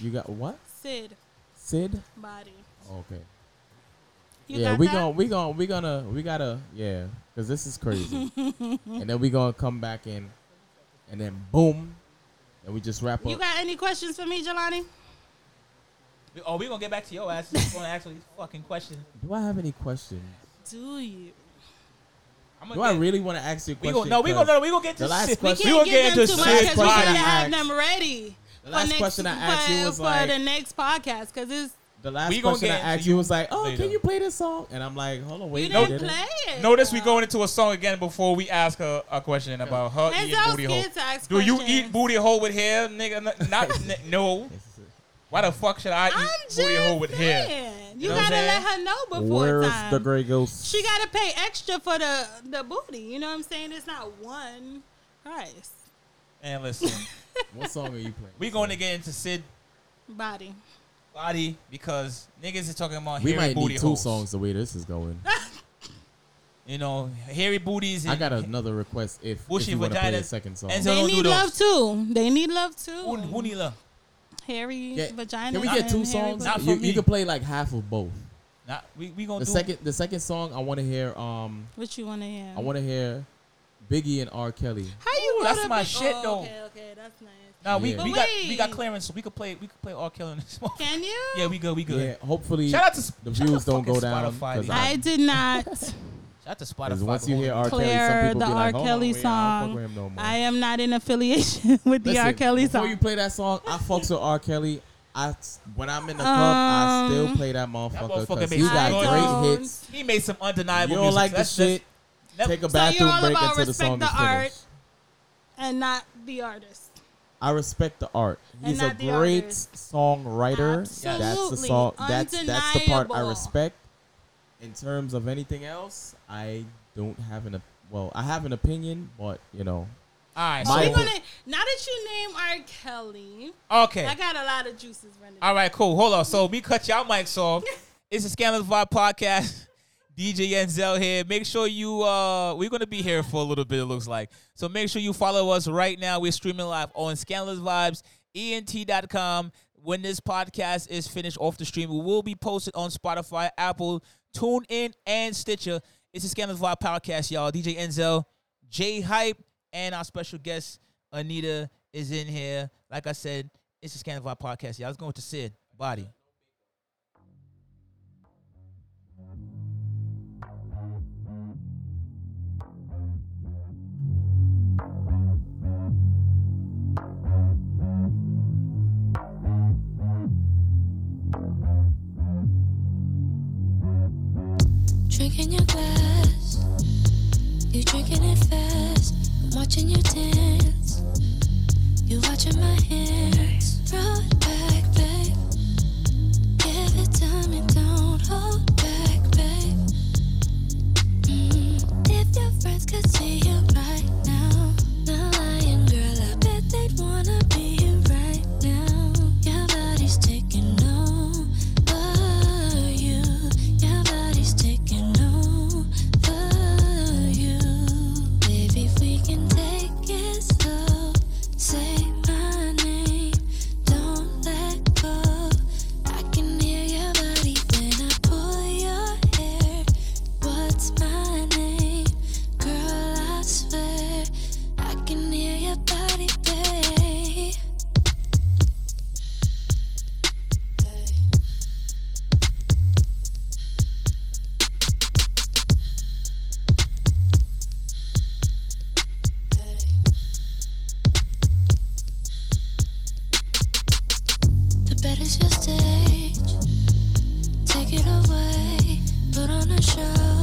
D: You got what?
E: Sid
D: Sid.
E: body.
D: Okay.
E: You
D: yeah,
E: got
D: we
E: that?
D: gon' we gon' we gonna we gotta yeah, cause this is crazy. and then we gonna come back in, and then boom, and we just wrap
E: You
D: up.
E: got any questions for me, Jelani?
C: Oh, we gonna get back to your ass. Just gonna ask all these fucking questions.
D: Do I have any questions?
E: Do you?
C: I'm gonna
D: Do I
C: get-
D: really want to ask you a
C: We
D: question?
C: gonna no, we gonna no, we gonna get
D: the
C: to
D: last
C: shit.
E: We
D: question-
E: can't
C: We gonna
E: give
C: get
E: them
C: into
E: too much
C: shit.
E: because we
D: question
E: gotta
D: I
E: have
D: asked.
E: them ready
D: The last
E: for next
D: question I asked you
E: for,
D: was
E: for
D: like-
E: the next podcast because it's
D: The last
C: we gonna
D: question
C: get
D: I asked
C: into
D: you
C: you
D: was like, "Oh,
C: later.
D: can you play this song?" And I'm like, "Hold on, wait,
E: you
D: no,
E: didn't play it.
C: Notice we going into a song again before we ask her a question about her
E: That's
C: eating
E: how
C: booty hole.
E: kids ask
C: Do you
E: questions.
C: eat booty hole with hair, nigga? N- Not n- no. Why the fuck should I eat
E: I'm
C: booty hole
E: just
C: with hair?
E: saying. You,
C: You know what I'm
E: gotta let
C: saying?
E: her know before
D: Where's
E: time.
D: the gray ghost?
E: she gotta pay extra for the the booty. You know what I'm saying? It's not one price.
C: And listen,
D: what song are you playing?
C: we going to get into Sid
E: Body.
C: body because niggas is talking about
D: We
C: hairy
D: might
C: booty
D: need two
C: holes.
D: songs the way this is going.
C: You know, hairy booties. And
D: I got another request if, if
C: Bushy
D: you want to play
C: vagina
D: a second song.
C: and so-
E: They
C: don't do
E: need
C: those.
E: love too. They need love
C: Who-
E: too.
C: who need love?
E: Hairy
D: Yeah,
E: vagina.
D: Can we get two
E: and hairy
D: songs?
E: butt.
C: Not for
D: you,
C: me.
D: you can play like half of both.
C: Nah, we we gonna
D: The
C: do
D: second the second song I want to hear um
E: What you want to hear?
D: I want to hear Biggie and R. Kelly.
E: How you?
C: Ooh,
E: go
C: that's
E: to
C: my
E: Big-
C: shit,
E: oh,
C: though.
E: Okay, okay, that's nice.
C: Nah, we,
D: Yeah.
C: we
E: But
C: got we got
E: wait.
C: clearance, so we could play we could play all killing this song.
E: Can you?
C: Yeah, we good, we good.
D: Yeah, hopefully
C: Shout out to
D: the views don't go down.
C: Spotify.
D: 'cause
E: I did not
C: shout out to
D: Because
C: Spotify.
D: once you hear R. Kelly, some
E: clear
D: people
E: the
D: be
E: R.
D: like, "Hold on,
E: Kelly
D: wait, I don't fuck
E: song.
D: with him no more."
E: I am not in affiliation with the R.
D: Listen,
E: Kelly
D: before
E: song.
D: you play that song, I fucks with R. Kelly. I when I'm in the club, I still
E: Um,
D: play that motherfucker
C: motherfucker
D: because
C: makes
D: he
C: me
D: got
E: don't.
D: great hits.
C: he made some
D: You
C: undeniable.
D: don't
C: music.
D: like the
C: That's just-
D: shit?
C: that-
D: Take a
E: So you're
D: bathroom
E: all
D: break
E: about
D: until the
E: respect
D: song
E: the
D: is
E: art
D: finished.
E: and not the artist.
D: I respect the art. He's a
E: not the
D: great
E: artist.
D: songwriter. That's the
E: Absolutely.
D: song. That's that's the part I
E: Undeniable.
D: respect. In terms of anything else, I don't have an op- well. I have an opinion, but you know,
C: all right,
E: So we're
D: Michael.
E: gonna, now that you name R. Kelly,
C: so- okay.
E: I got a lot of juices running.
C: All right, cool. Hold on. So we cut y'all mics off. It's the Scandalous Vibe Podcast. DJ Enzel here. Make sure you uh we're gonna be here for a little bit, it looks like. So make sure you follow us right now. We're streaming live on Scandalous Vibes, E ENT.com. When this podcast is finished off the stream, we will be posted on Spotify, Apple, TuneIn, and Stitcher. It's the Scandalous Vibe Podcast, y'all. DJ Enzel, J Hype, and our special guest, Anita, is in here. Like I said, it's the Scandalous Vibe Podcast, y'all. Let's go with the Sid body.
H: Drinking your glass, you drinking it fast. I'm watching you dance, you watching my hands. Throw it back, babe. Give it time and don't hold back, babe. Mm, If your friends could see you right now, not lying, girl, I bet they'd wanna be here right now. Your body's taking over you. Your body's taking over you. Baby, if we can take it slow. Say my name. bed is your stage. Take it away. Put on a show.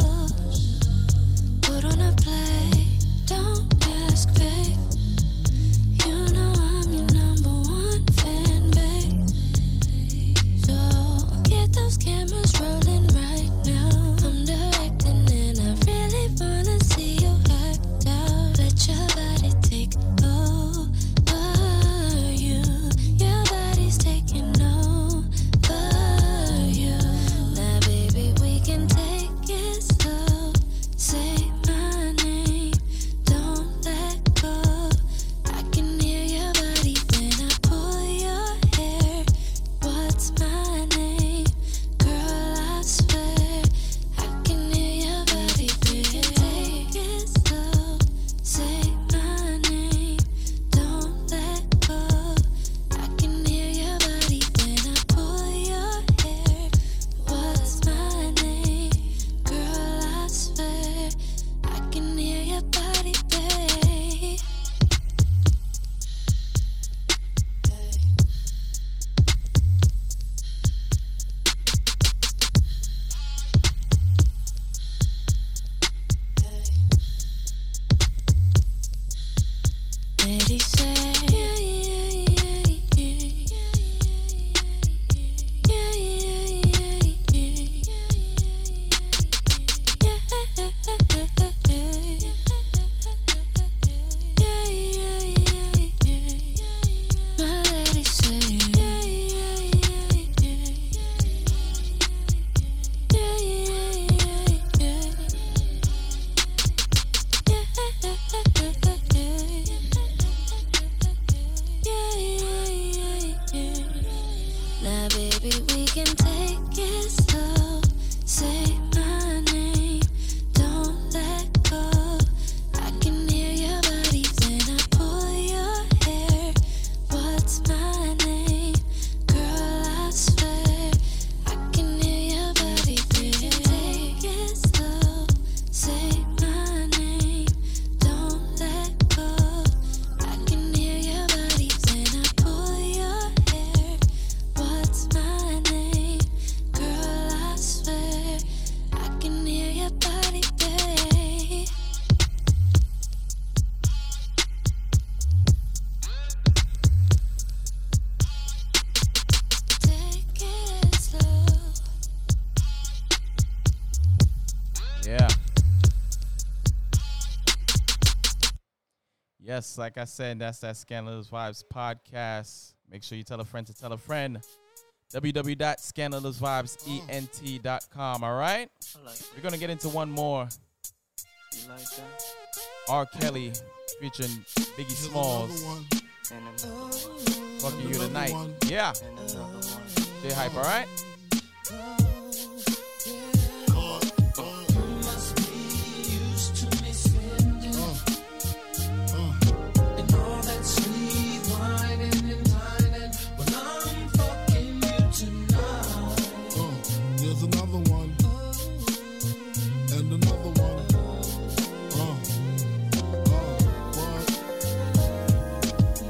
H: Put on a play. Don't ask, babe. You know I'm your number one fan, babe. So get those cameras rolling right now. I'm directing and I really wanna see you act out. Let your body take over you. Your body's taking over you. Now, baby, we can take it slow. Say my name, don't let go. I can hear your body when I pull your hair. What's my name? Girl, I swear. I can hear your body when I take it slow. Say my name, don't let go. I can hear your body when I pull your hair. What's my name? Girl, I swear. I can hear your body, babe. Lady say, yeah, yeah, yeah, yeah, yeah, yeah, now, baby, we can take it slow. Say my name, don't let go. I can hear your body when I pull your hair. What's my name? Girl, I swear. I can hear your body when you take it slow. Say my name, don't let go. I can hear your body when I pull your hair. What's my name? Girl, I swear. I can hear your body, babe. Take it slow.
D: Yeah. Yes, like I said, that's that Scandalous Vibes podcast. Make sure you tell a friend to tell a friend. www.scandalousvibesent.com. All right? We're going to get into one more. R. Kelly featuring Biggie Smalls. Fucking you tonight. Yeah. Stay hype, all right? Mm.
I: There's another one. And another one. Uh, uh, what?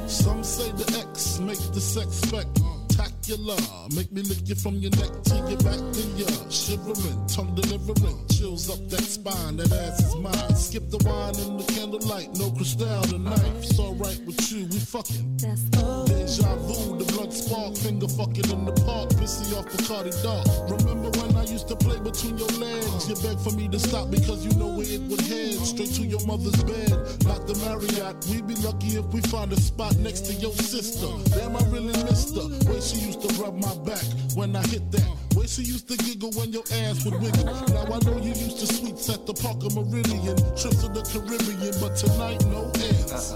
I: Some say the X make the sex spectacular. Make me lick you from your neck to your back to your shivering, tongue delivering, chills up that spine. That ass is mine. Skip the wine and the candlelight, no crystal tonight. It's alright with you, we fucking. Deja vu, the blood spark, finger fucking in the park, pissy off the Cardi dark. Remember when I used to play between your legs? You begged for me to stop because you know where it would head. Straight to your mother's bed, not the Marriott. We'd be lucky if we find a spot next to your sister. Damn, I really missed her. Way she used to rub my back when I hit that. Way she used to giggle when your ass would wiggle. Now I know you used to sweets at the Parker Meridian, trips to the Caribbean, but tonight no ass.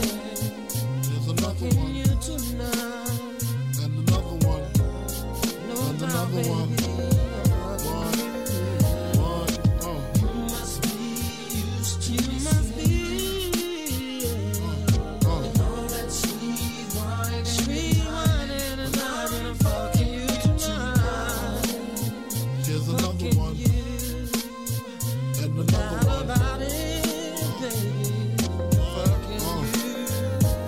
I: There's another one. And another one. and another one. One, one, oh. Uh, uh. Here's another one. And another one.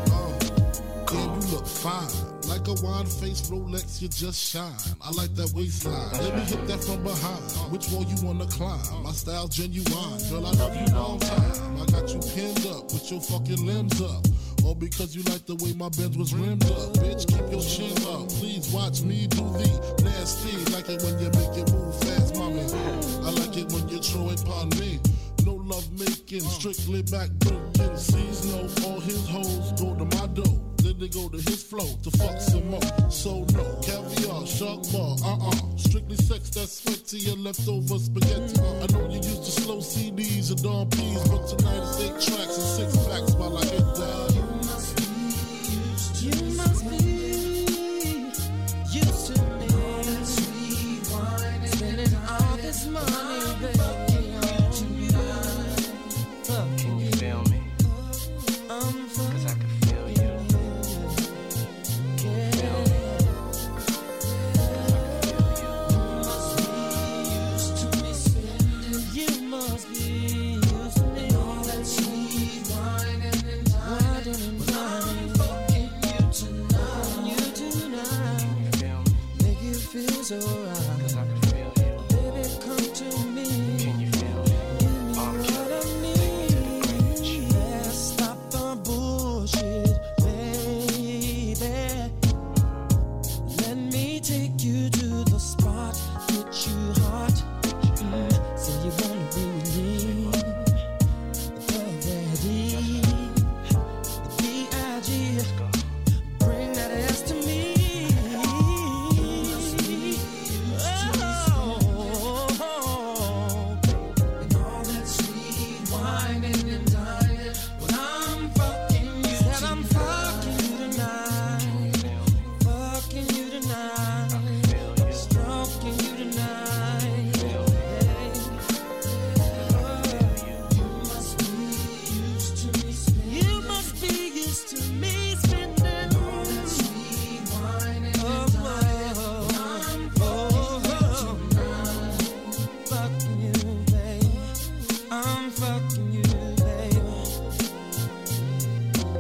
I: Damn, you look fine. Like a wine-faced Rolex, you just shine. I like that waistline. Let me hit that from behind. Which wall you wanna climb? My style genuine. Girl, I love you long time. I got you pinned up with your fucking limbs up. All because you like the way my bed was rimmed up. Bitch, keep your chin up. Please watch me do the nasty. Like it when you make it move fast, mommy. I like it when you throw it upon me. No love making, strictly back breaking. Seasonal, all his hoes go to my dough. Then they go to his flow to fuck some more. So no, caviar, shark bar, uh-uh. Strictly sex, that's sweat to your leftover spaghetti. Uh, I know you used to slow CDs and Don P's, but tonight it's eight tracks and six packs while I hit that.
J: Can you feel me? Cause I can feel you. Can you feel me?
H: mm, Oh,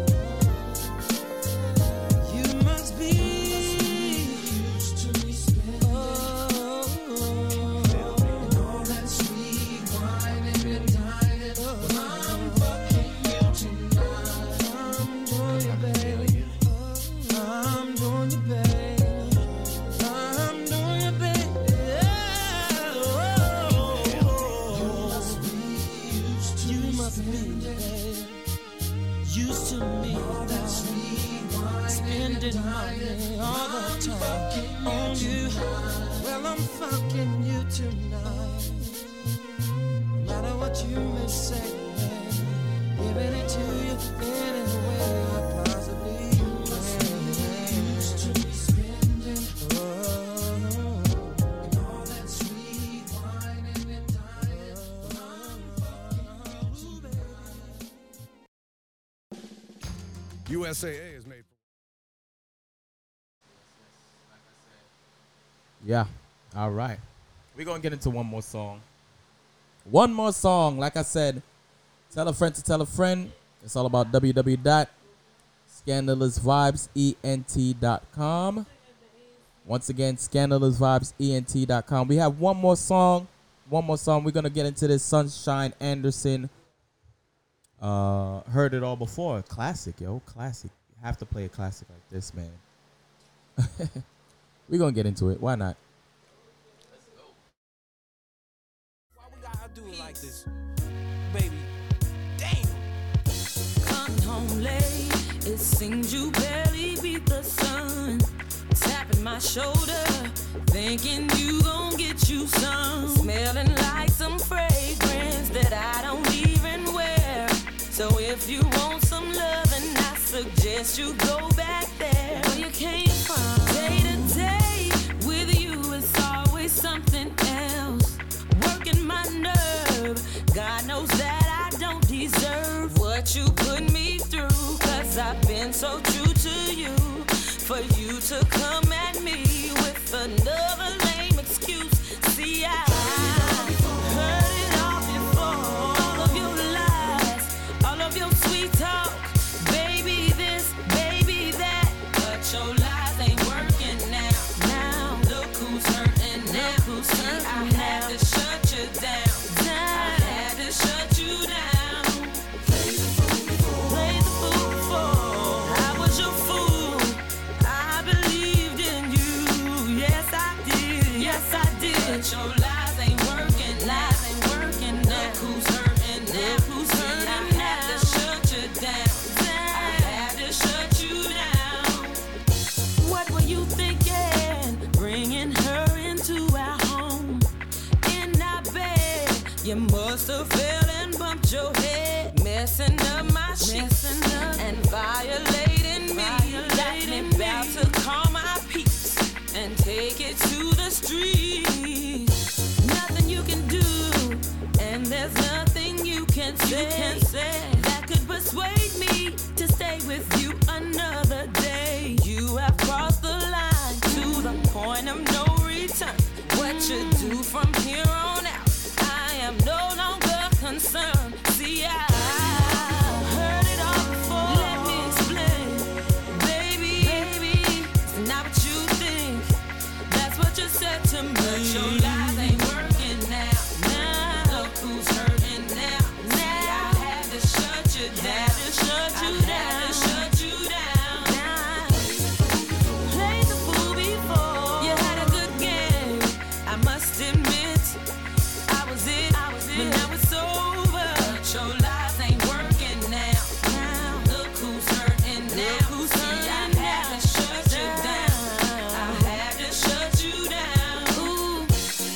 H: Oh, oh. USAA is made.
D: Yeah. All right. We're going to get into one more song. One more song. Like I said, tell a friend to tell a friend. It's all about E www.scandalousvibesent.com. Once again, E scandalousvibesent.com. We have one more song. One more song. We're going to get into this Sunshine Anderson. Uh, heard it all before. Classic, yo. Classic. You have to play a classic like this, man. We're going to get into it. Why not?
B: I do it like this, baby. Damn.
K: Come home late. It seems you barely beat the sun. Tapping my shoulder, thinking you gon' get you some. Smelling like some fragrance that I don't even wear. So if you want some loving, I suggest you go back there where you came from. Day to day with you, it's always something else. Working my nerve, God knows that I don't deserve what you put me through. Cause I've been so true to you. For you to come at me with another lame excuse. See, I You must have fell and bumped your head, messing up my sheets and violating me. Got me about to call my peace and take it to the streets. Nothing you can do, and there's nothing you can say, that could persuade me to stay with you another day. You have crossed the line to the point of no return. What you do from here on out, I am no longer concerned. See, I. heard it all before. Let me explain. Baby, baby, it's not what you think. That's what you said to me. But your lies ain't working now. Now look who's hurting now. Now I had to shut you down. Had to shut you down. Had to shut you down. Played the fool before. You had a good game. I must admit, I was it. I was it. But now it's over. But your lies ain't working now. Now look who's hurting now. Look who's hurting I had to shut you down. I had to shut you down. Ooh,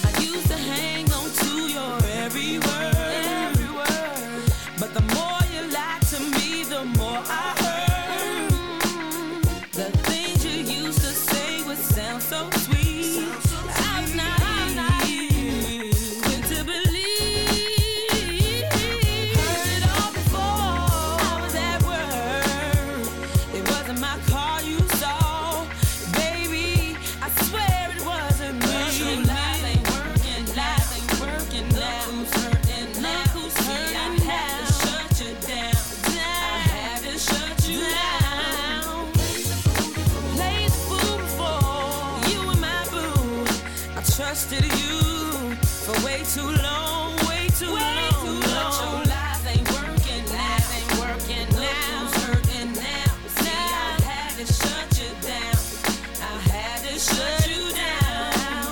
K: I used to hang on to your every word. Every word. But the more you lied to me, the more I hurt. The things you used to say would sound so sweet. I'm naive, quick to believe. Heard it all before. I was at work. It wasn't my car you saw, baby. I swear it wasn't me. But your lies ain't working. Lies ain't working. Look who's hurting now. Look who's hurting now. I had to shut you down. I had to shut you down. Played the fool before. You were my boo. I trusted you for way too long, way too long. But your lies ain't working now. Ain't working now. Who's hurting now? See, I had to shut you down. I had to shut you down.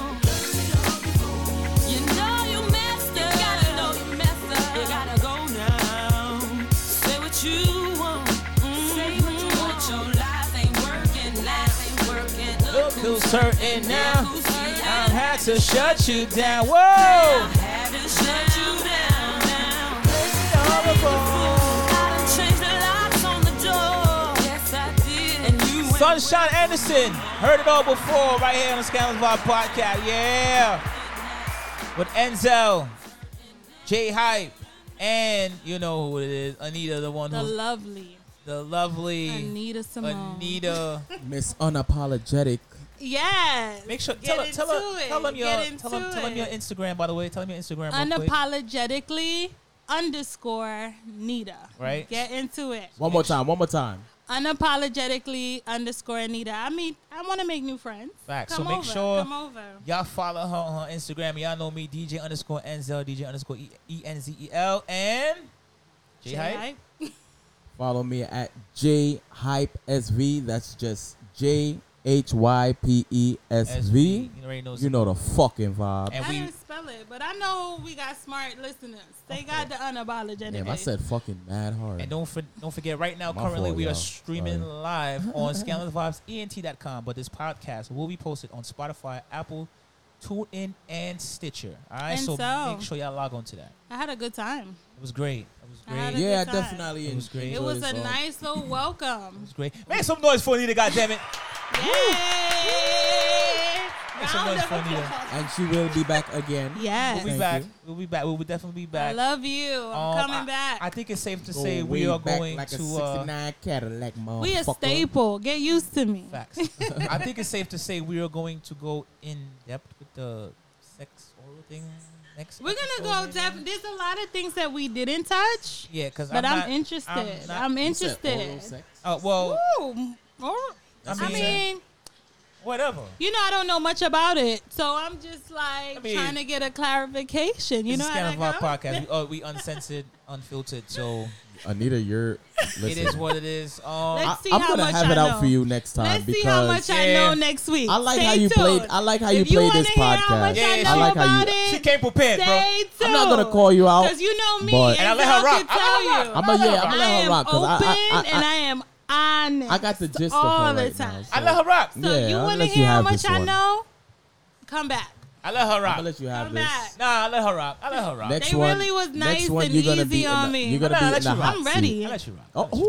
K: You know you messed up. You gotta know you messed up. You gotta go now. Say what you want. Say what you want. Your lies ain't working. Lies ain't working.
C: Look who's hurting now.
K: who's
C: I had to shut you down. Whoa!
K: Had to shut you down. I done changed the locks on the door. Yes, I did. And you went
C: Sunshine Anderson, heard it all before, right here on the Scandals Vibe podcast. Yeah, with Enzo, J Hype, and you know who it is, Anita, the one
E: The
C: who's
E: lovely
C: the lovely
E: Anita Simone.
C: Anita.
D: Miss Unapologetic.
E: Yes.
C: Make sure
E: Get
C: tell her,
E: into
C: tell her,
E: it.
C: tell them your,
E: Get into
C: tell them, tell them your
E: it.
C: Instagram. By the way, tell them your Instagram. real quick.
E: Unapologetically underscore Nita.
C: Right.
E: Get into it.
D: One more time. One more time.
E: Unapologetically underscore Nita. I mean, I want to make new friends.
C: Facts.
E: Come
C: so make
E: over,
C: sure
E: Come over.
C: y'all follow her on her Instagram. Y'all know me, DJ underscore Enzel, DJ underscore E- E N Z E L, and J Hype.
D: Follow me at J Hype SV. That's just J H Y P E S V.
C: You already know-
D: You know the fucking vibe.
E: I didn't spell it, but I know we got smart listeners. They got the unapologetic.
D: Damn, I said fucking mad hard.
C: And don't for, don't forget, right now,
D: My
C: currently,
D: fault,
C: we are
D: y'all.
C: streaming
D: Sorry.
C: live on E scandalousvibesent.com. But this podcast will be posted on Spotify, Apple, TuneIn, and Stitcher. All right,
E: And
C: so,
E: so-
C: make sure y'all log on to that.
E: I had a good time.
C: It was great. It was
E: I had
C: great.
E: a Yeah, good I time. definitely
C: It was uh, great.
E: It was a nice little welcome.
C: It's great. Make some noise for Anita, goddammit.
E: Yay!
C: Make some
E: Round
C: noise
E: of
C: for Anita.
E: applause.
D: And she will be back again.
E: Yes.
C: We'll be
D: Thank
C: back.
D: you.
C: We'll be back. We'll definitely be
E: I
C: back.
E: love you. I'm
C: Um,
E: coming
C: I-
E: back.
C: I think it's safe to
D: Go
C: say we
D: way
C: are
D: back
C: going
D: like
C: to.
D: a
C: uh,
D: 69 Cadillac, motherfucker.
E: we a staple. Get used to me.
C: Facts. I think it's safe to say we are going to go in depth with the sex oral thing next.
E: We're gonna
C: episode,
E: go.
C: maybe?
E: Def- there's a lot of things that we didn't touch.
C: Yeah, because
E: But I'm,
C: not-
E: interested. I'm,
C: not-
E: interested.
C: Uh, well,
E: Ooh,
D: Oh.
E: all right.
C: I
E: I
C: mean-
E: mean,
C: whatever.
E: you know, I don't know much about it, so I'm just like
C: I mean-
E: trying to get a clarification. You
C: this
E: know
C: is kind
E: how
C: of our
E: that goes?
C: podcast. We, uh, we uncensored, unfiltered, so
D: Anita, you're.
C: it
D: listen,
C: is what it is. Um,
E: Let's
D: I,
E: see
D: am
E: how
D: gonna
E: much
D: have
E: I
D: it out
E: know.
D: for you next time
E: Let's
D: because
E: see how much I
C: Yeah.
E: know next week.
D: I like
E: Stay
D: how you played.
E: tuned.
D: I like how
E: If
D: you played
E: wanna
D: this
E: hear how much
D: podcast.
E: I,
C: Yeah,
E: know
C: I
D: like how you-
E: about
C: she
E: It,
C: came prepared, bro.
E: stay tuned.
D: I'm not gonna call you out.
E: Because you know me,
D: but-
E: and
C: And I let her
E: y'all
C: rock.
E: can
C: I let her
E: tell you.
D: I'm gonna yeah, I'm
E: I
D: gonna
E: am
D: rock
E: open
D: because I, I,
E: and
D: I,
E: I am honest.
D: I got the gist of
E: all
D: her
E: the
D: right now,
E: time.
D: so-
C: I let her rock.
E: So
D: Yeah,
E: you
D: I'll
E: want to
D: let you
E: hear how
D: have
E: much
D: this
E: I
D: one.
E: know? Come back.
C: I let her rock.
D: I'ma let you have
E: Come
D: this.
E: back.
C: Nah, I let her rock. I let her rock.
D: Next
E: They
D: one,
E: really was
D: next
E: nice
D: one,
E: and
D: you're gonna
E: easy
D: be in
E: on
D: the-
E: me.
D: You're gonna
E: Nah,
D: be
E: I let
D: in the
E: you rock.
D: hot
E: I'm
D: seat.
E: ready. I
C: let you rock.
D: Oh,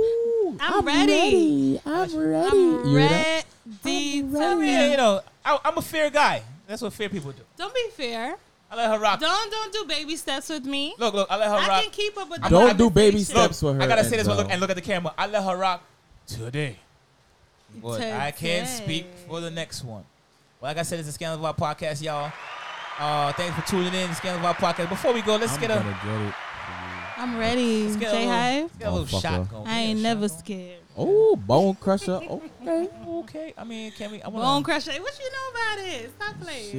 D: ooh,
E: I'm ready.
D: I'm ready. You hear that?
E: Ready.
C: I mean, you know, I, I'm a fair guy. That's what fair people do.
E: Don't be fair.
C: I let her rock.
E: Don't don't do baby steps with me.
C: Look, look, I let her
E: I
C: rock.
E: can keep up with the
C: I'm
D: Don't
C: not-
D: do baby
C: Look,
D: steps with her
C: I gotta
D: and
C: say this one. Look
D: go.
C: and look at the camera. I let her rock today. But I
E: Today.
C: can't speak for the next one. Well, like I said, it's the Scandal Vibe podcast, y'all. Uh, thanks for tuning in, Scandal Vibe podcast. Before we go, let's
D: I'm
C: get a
D: gonna get it.
E: I'm ready.
C: let's get a
E: J
C: little,
E: Hive.
C: let's get a little
D: Motherfucker.
C: shot going.
E: I ain't never scared.
D: Oh, bone crusher. Oh,
C: Okay, okay. I mean, can we? I wanna,
E: Bone crusher. What you know about it? Stop playing.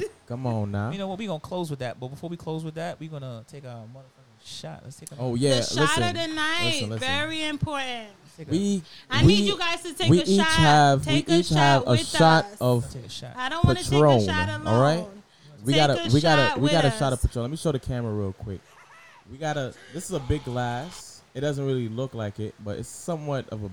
D: shit. Come on now.
C: You know what? We're gonna close with that. But before we close with that, we're gonna take a motherfucking shot. Let's take a
D: Oh yeah.
E: the shot
D: listen,
E: of the night.
D: Listen, listen.
E: Very important.
C: take a-
D: we.
E: I
D: we,
E: need you guys to take
D: we
E: a
D: each
E: shot.
D: Have,
E: take
D: we
E: a
D: each
E: shot
D: have a
E: with
D: shot
E: us.
D: of
C: take a shot.
E: I don't want to take
D: Patron.
E: a shot alone.
D: all right. We
E: Take
D: got
E: a
D: a we got
E: shot
D: a we
E: with
D: got a
E: us.
D: shot of Patron. Let me show the camera real quick. We got a this is a big glass. It doesn't really look like it, but it's somewhat of a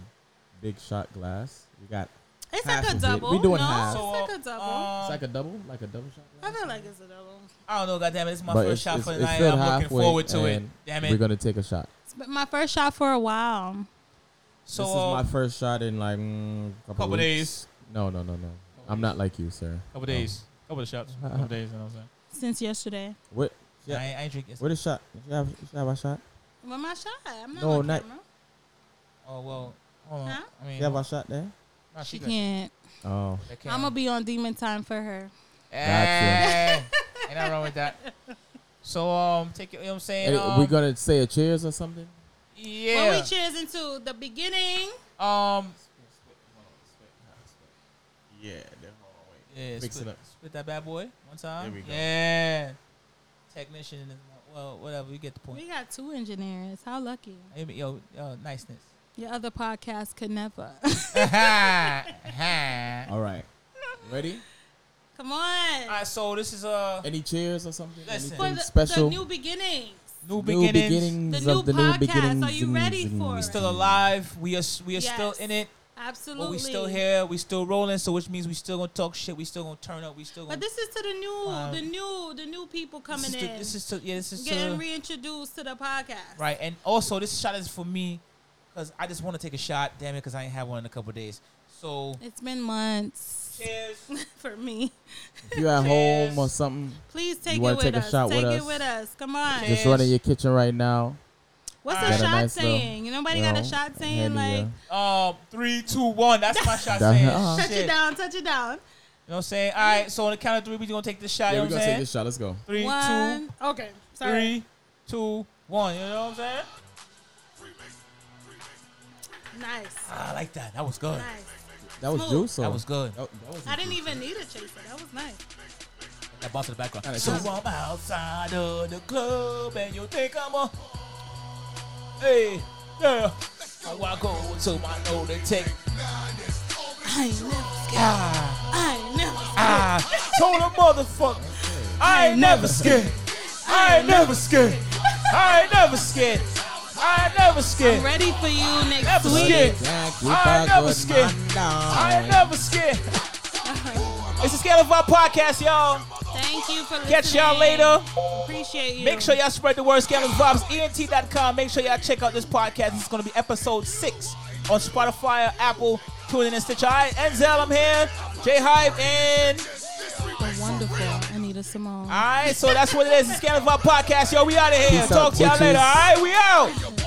D: big shot glass. We got
E: It's
D: half
E: like a
D: of it.
E: double.
D: We doing
E: no,
D: half.
E: it's like a double.
C: um,
D: it's like a double, like a double shot. glass.
E: I feel like it's a double.
C: I don't know, goddamn it. This is my
D: But
C: first
D: it's-
C: shot
D: it's-
C: for the
D: it's
C: night.
D: still
C: I'm looking
D: halfway,
C: forward to it.
D: and
C: Damn
D: We're
C: it.
D: gonna take a shot.
E: It's been my first shot for a while.
C: So
D: this is my
C: uh,
D: first shot in like mm, couple,
C: couple
D: weeks.
C: days,
D: No, no, no, no. I'm not like you, sir.
C: couple
D: Oh.
C: days, couple of shots, couple days. You know what I'm saying?
E: Since yesterday.
D: What? Yeah.
C: I, ain't- I ain't drinking.
D: What a shot? Did you have, did you have a shot?
E: With my shot. I'm not
D: No,
E: on
D: not-
E: camera.
C: Oh well. Hold on.
E: Huh?
C: I mean,
D: You have a shot there?
C: nah,
E: She
C: good.
E: can't.
D: Oh,
C: They can't.
E: I'm going to be on demon time for her.
C: Eh, ain't nothing wrong with that. So um, take it. You know what I'm saying?
D: Hey, oh.
C: um,
D: we gonna say a cheers or something?
C: yeah.
E: What we cheers into the beginning.
C: um.
D: Yeah.
C: Yeah,
D: Mix
C: split,
D: it up.
C: split that bad boy one time.
D: There we go.
C: Yeah. Technician. is- Well, whatever. You get the point.
E: We got two engineers. How lucky.
C: Hey, but Yo, yo, niceness.
E: Your other podcast could never.
C: All
D: All right. Ready?
E: Come on.
C: right. So this is uh
D: Any cheers or something?
C: Listen.
E: for
D: Anything
E: the,
D: special?
E: the new beginnings.
C: new
D: New
C: beginnings.
D: beginnings
E: The
D: of the
E: new
D: new
E: podcast.
D: beginnings.
E: Are you
D: zing,
E: ready
D: zing,
E: for
C: We
E: it?
C: still alive. We are s- we are still
E: Yes.
C: in it.
E: Absolutely.
C: But we still here. We still rolling. So which means we still gonna talk shit. We still gonna turn up. We still gonna.
E: But this is to the new,
C: Um,
E: the new, the new people coming
C: this is
E: in.
C: To, this is to yeah. This is
E: getting
C: to,
E: reintroduced to the podcast.
C: right. And also this shot is for me, cause I just want to take a shot. Damn it, cause I ain't had one in a couple days. So
E: It's been months
C: cheers.
E: for me.
D: If you at home or something,
E: Please take
D: wanna
E: it with
D: take a
E: us.
D: shot
E: take
D: with
E: it
D: us?
E: with us. Come on.
C: Cheers.
D: just run in your kitchen right now.
E: What's
C: Got
E: a
C: a
E: shot
D: nice little,
E: saying? You nobody
D: you
E: got
D: know,
E: a shot
D: handy, uh,
E: saying like
C: Um, three, two, one. That's my shot.
D: That-
C: saying.
D: uh-huh.
E: touch
C: Shit.
E: it
C: You know
E: down, touch it down.
C: what I'm saying? All right. So on the count of three, we gonna take this shot.
D: Yeah,
C: you
D: we're
C: know
D: gonna
C: what I'm
D: take
C: saying?
D: this shot. Let's go.
C: Three,
E: One. Okay.
C: two,
E: Sorry.
C: three, two, one. You know what I'm saying?
E: Nice.
C: Ah, I like that. That was good.
E: Nice.
D: That was
E: Smooth.
D: juice. or-
C: That was good.
D: That, that was
E: I didn't even need a chaser. That was nice.
C: That bounce in the background.
D: Kinda
C: so
D: cheesy.
C: I'm outside of the club and you think I'm a hey yeah. Oh, I go to my know to take
E: I ain't never scared.
C: ah
E: I ain't never scared.
C: ah. Told a motherfucker I ain't never scared. I ain't never scared. I ain't never scared. I ain't never
E: I'm
C: scared.
E: ready for you next
C: Never
E: week.
C: scared.
D: Jack, you
C: I ain't
D: back
C: never
D: with
C: scared.
D: my
C: I ain't
D: dog.
C: never scared. It's the Scale of Our Podcast, y'all.
E: Thank you for listening.
C: Catch y'all later.
E: Appreciate you.
C: Make sure y'all spread the word. E ScandalousVibesENT.com. Make sure y'all check out this podcast. It's going to be episode six on Spotify, Apple, TuneIn, and Stitch. All right, Enzel, I'm here. J Hype, and
E: The wonderful Anita Simone.
C: all right, so that's what it is. It's Scandal Vibe Podcast. Yo, we out of here.
D: Peace out,
C: Talk to y'all
D: bitches.
C: later. All right, we out.